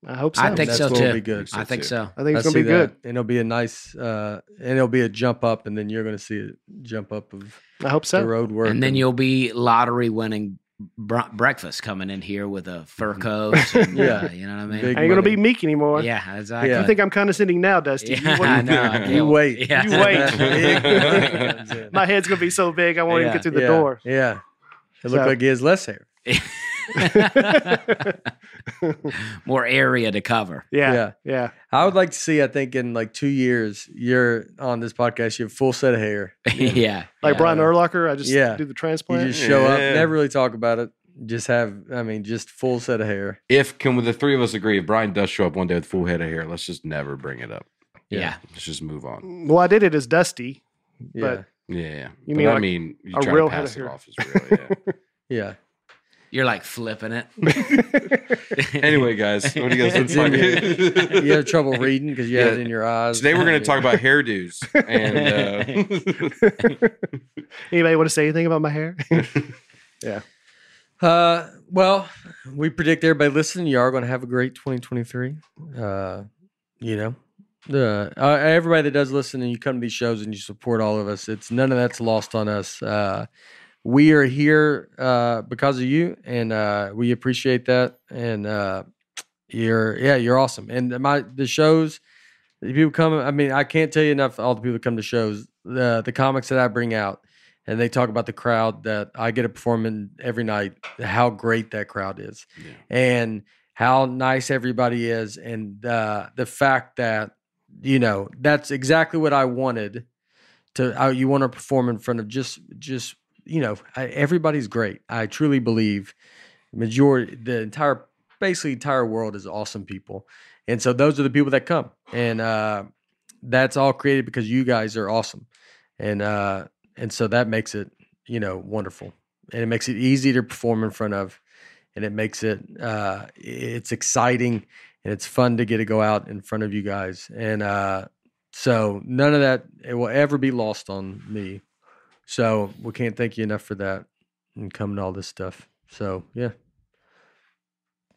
C: I hope so.
B: I think
A: that's
B: so
A: what will
B: too.
A: be good.
B: I think so.
C: I think
A: I
C: it's going to
A: see
C: be good.
A: that. And it'll be a nice, uh, and it'll be a jump up, and then you're going to see a jump up of
C: I hope
A: the
C: so.
A: road work.
B: And then you'll be lottery winning br- breakfast coming in here with a fur coat. and,
A: Yeah.
B: uh, you know what I mean?
A: Big
C: I ain't going to
A: money.
C: be meek anymore.
B: yeah, exactly.
C: You
A: Yeah.
C: think I'm condescending now, Dusty? You
B: Yeah, I
C: wouldn't-
B: know. I
D: You
B: can't-
A: wait.
B: Yeah.
C: You wait.
A: Big money comes in.
C: My head's going to be so big, I won't even
B: Yeah.
C: get through the
A: yeah,
C: door.
A: Yeah, it looked
C: So-
A: like he has less hair.
B: More area to cover.
C: Yeah. Yeah.
A: Yeah. I would like to see. I think in like two years, you're on this podcast. You have full set of hair.
B: yeah.
C: Like
B: yeah.
C: Brian Urlacher, I just
A: Yeah.
C: do the
A: You
C: transplant.
A: just show up,
D: Yeah.
A: never really talk about it. Just have, I mean, just full set of hair.
D: If can the three of us agree, if Brian does show up one day with full head of hair, let's just never bring it up.
B: Yeah.
D: Let's just move on.
C: well, I did it as Dusty.
A: Yeah,
C: But-
D: Yeah. yeah.
C: You
D: But
C: mean
D: I
C: like
D: mean, you
C: a
D: try
C: real
D: to
C: head of
D: pass it
C: hair.
D: off as real. Yeah.
A: yeah.
B: You're like flipping it.
D: anyway, guys, what do you guys want
A: It's in
D: to talk
A: You have trouble reading because you had it
D: Yeah.
A: in your eyes.
D: Today we're going to talk about hairdos and uh,
C: Anybody want to say anything about my hair?
A: Uh, well, we predict everybody listening, you are going to have a great 2023. Uh, you know, the uh, everybody that does listen and you come to these shows and you support all of us, it's none of that's lost on us. Uh, we are here uh, because of you, and uh, we appreciate that. And uh, you're, yeah, you're awesome. And my the shows, the people come. I mean, I can't tell you enough. All the people that come to shows, the the comics that I bring out, and they talk about the crowd that I get to perform in every night, how great that crowd is,
D: Yeah.
A: and how nice everybody is, and uh, the fact that you know that's exactly what I wanted. To how you want to perform in front of just just you know I, everybody's great. I truly believe majority the entire basically entire world is awesome people, and so those are the people that come, and uh, that's all created because you guys are awesome, and. uh and so that makes it you know wonderful and it makes it easy to perform in front of and it makes it uh it's exciting and it's fun to get to go out in front of you guys and uh so none of that it will ever be lost on me so we can't thank you enough for that and coming to all this stuff so yeah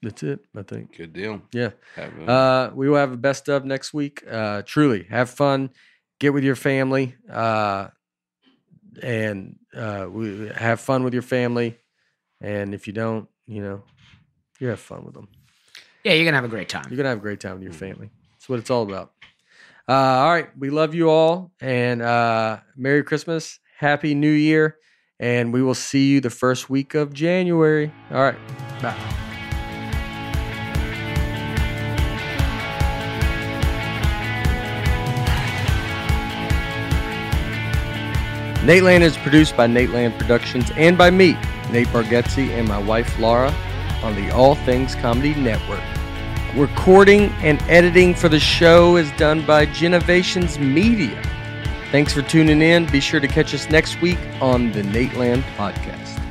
A: that's it i think
D: good deal.
A: Yeah.
D: Have a-
A: uh, we will have a best of next week. Uh, truly, have fun, get with your family, uh, and uh, we have fun with your family. And if you don't, you know, you have fun with them.
B: Yeah, you're gonna have a great
A: You're
B: time.
A: gonna have a great time with your family. That's what it's all about. Uh, all right, we love you all, and uh, Merry Christmas, Happy New Year, and we will see you the first week of January. All right, bye. Nate Land is produced by Nate Land Productions and by me, Nate Bargatze, and my wife Laura on the All Things Comedy Network. Recording and editing for the show is done by Genovations Media. Thanks for tuning in. Be sure to catch us next week on the Nate Land Podcast.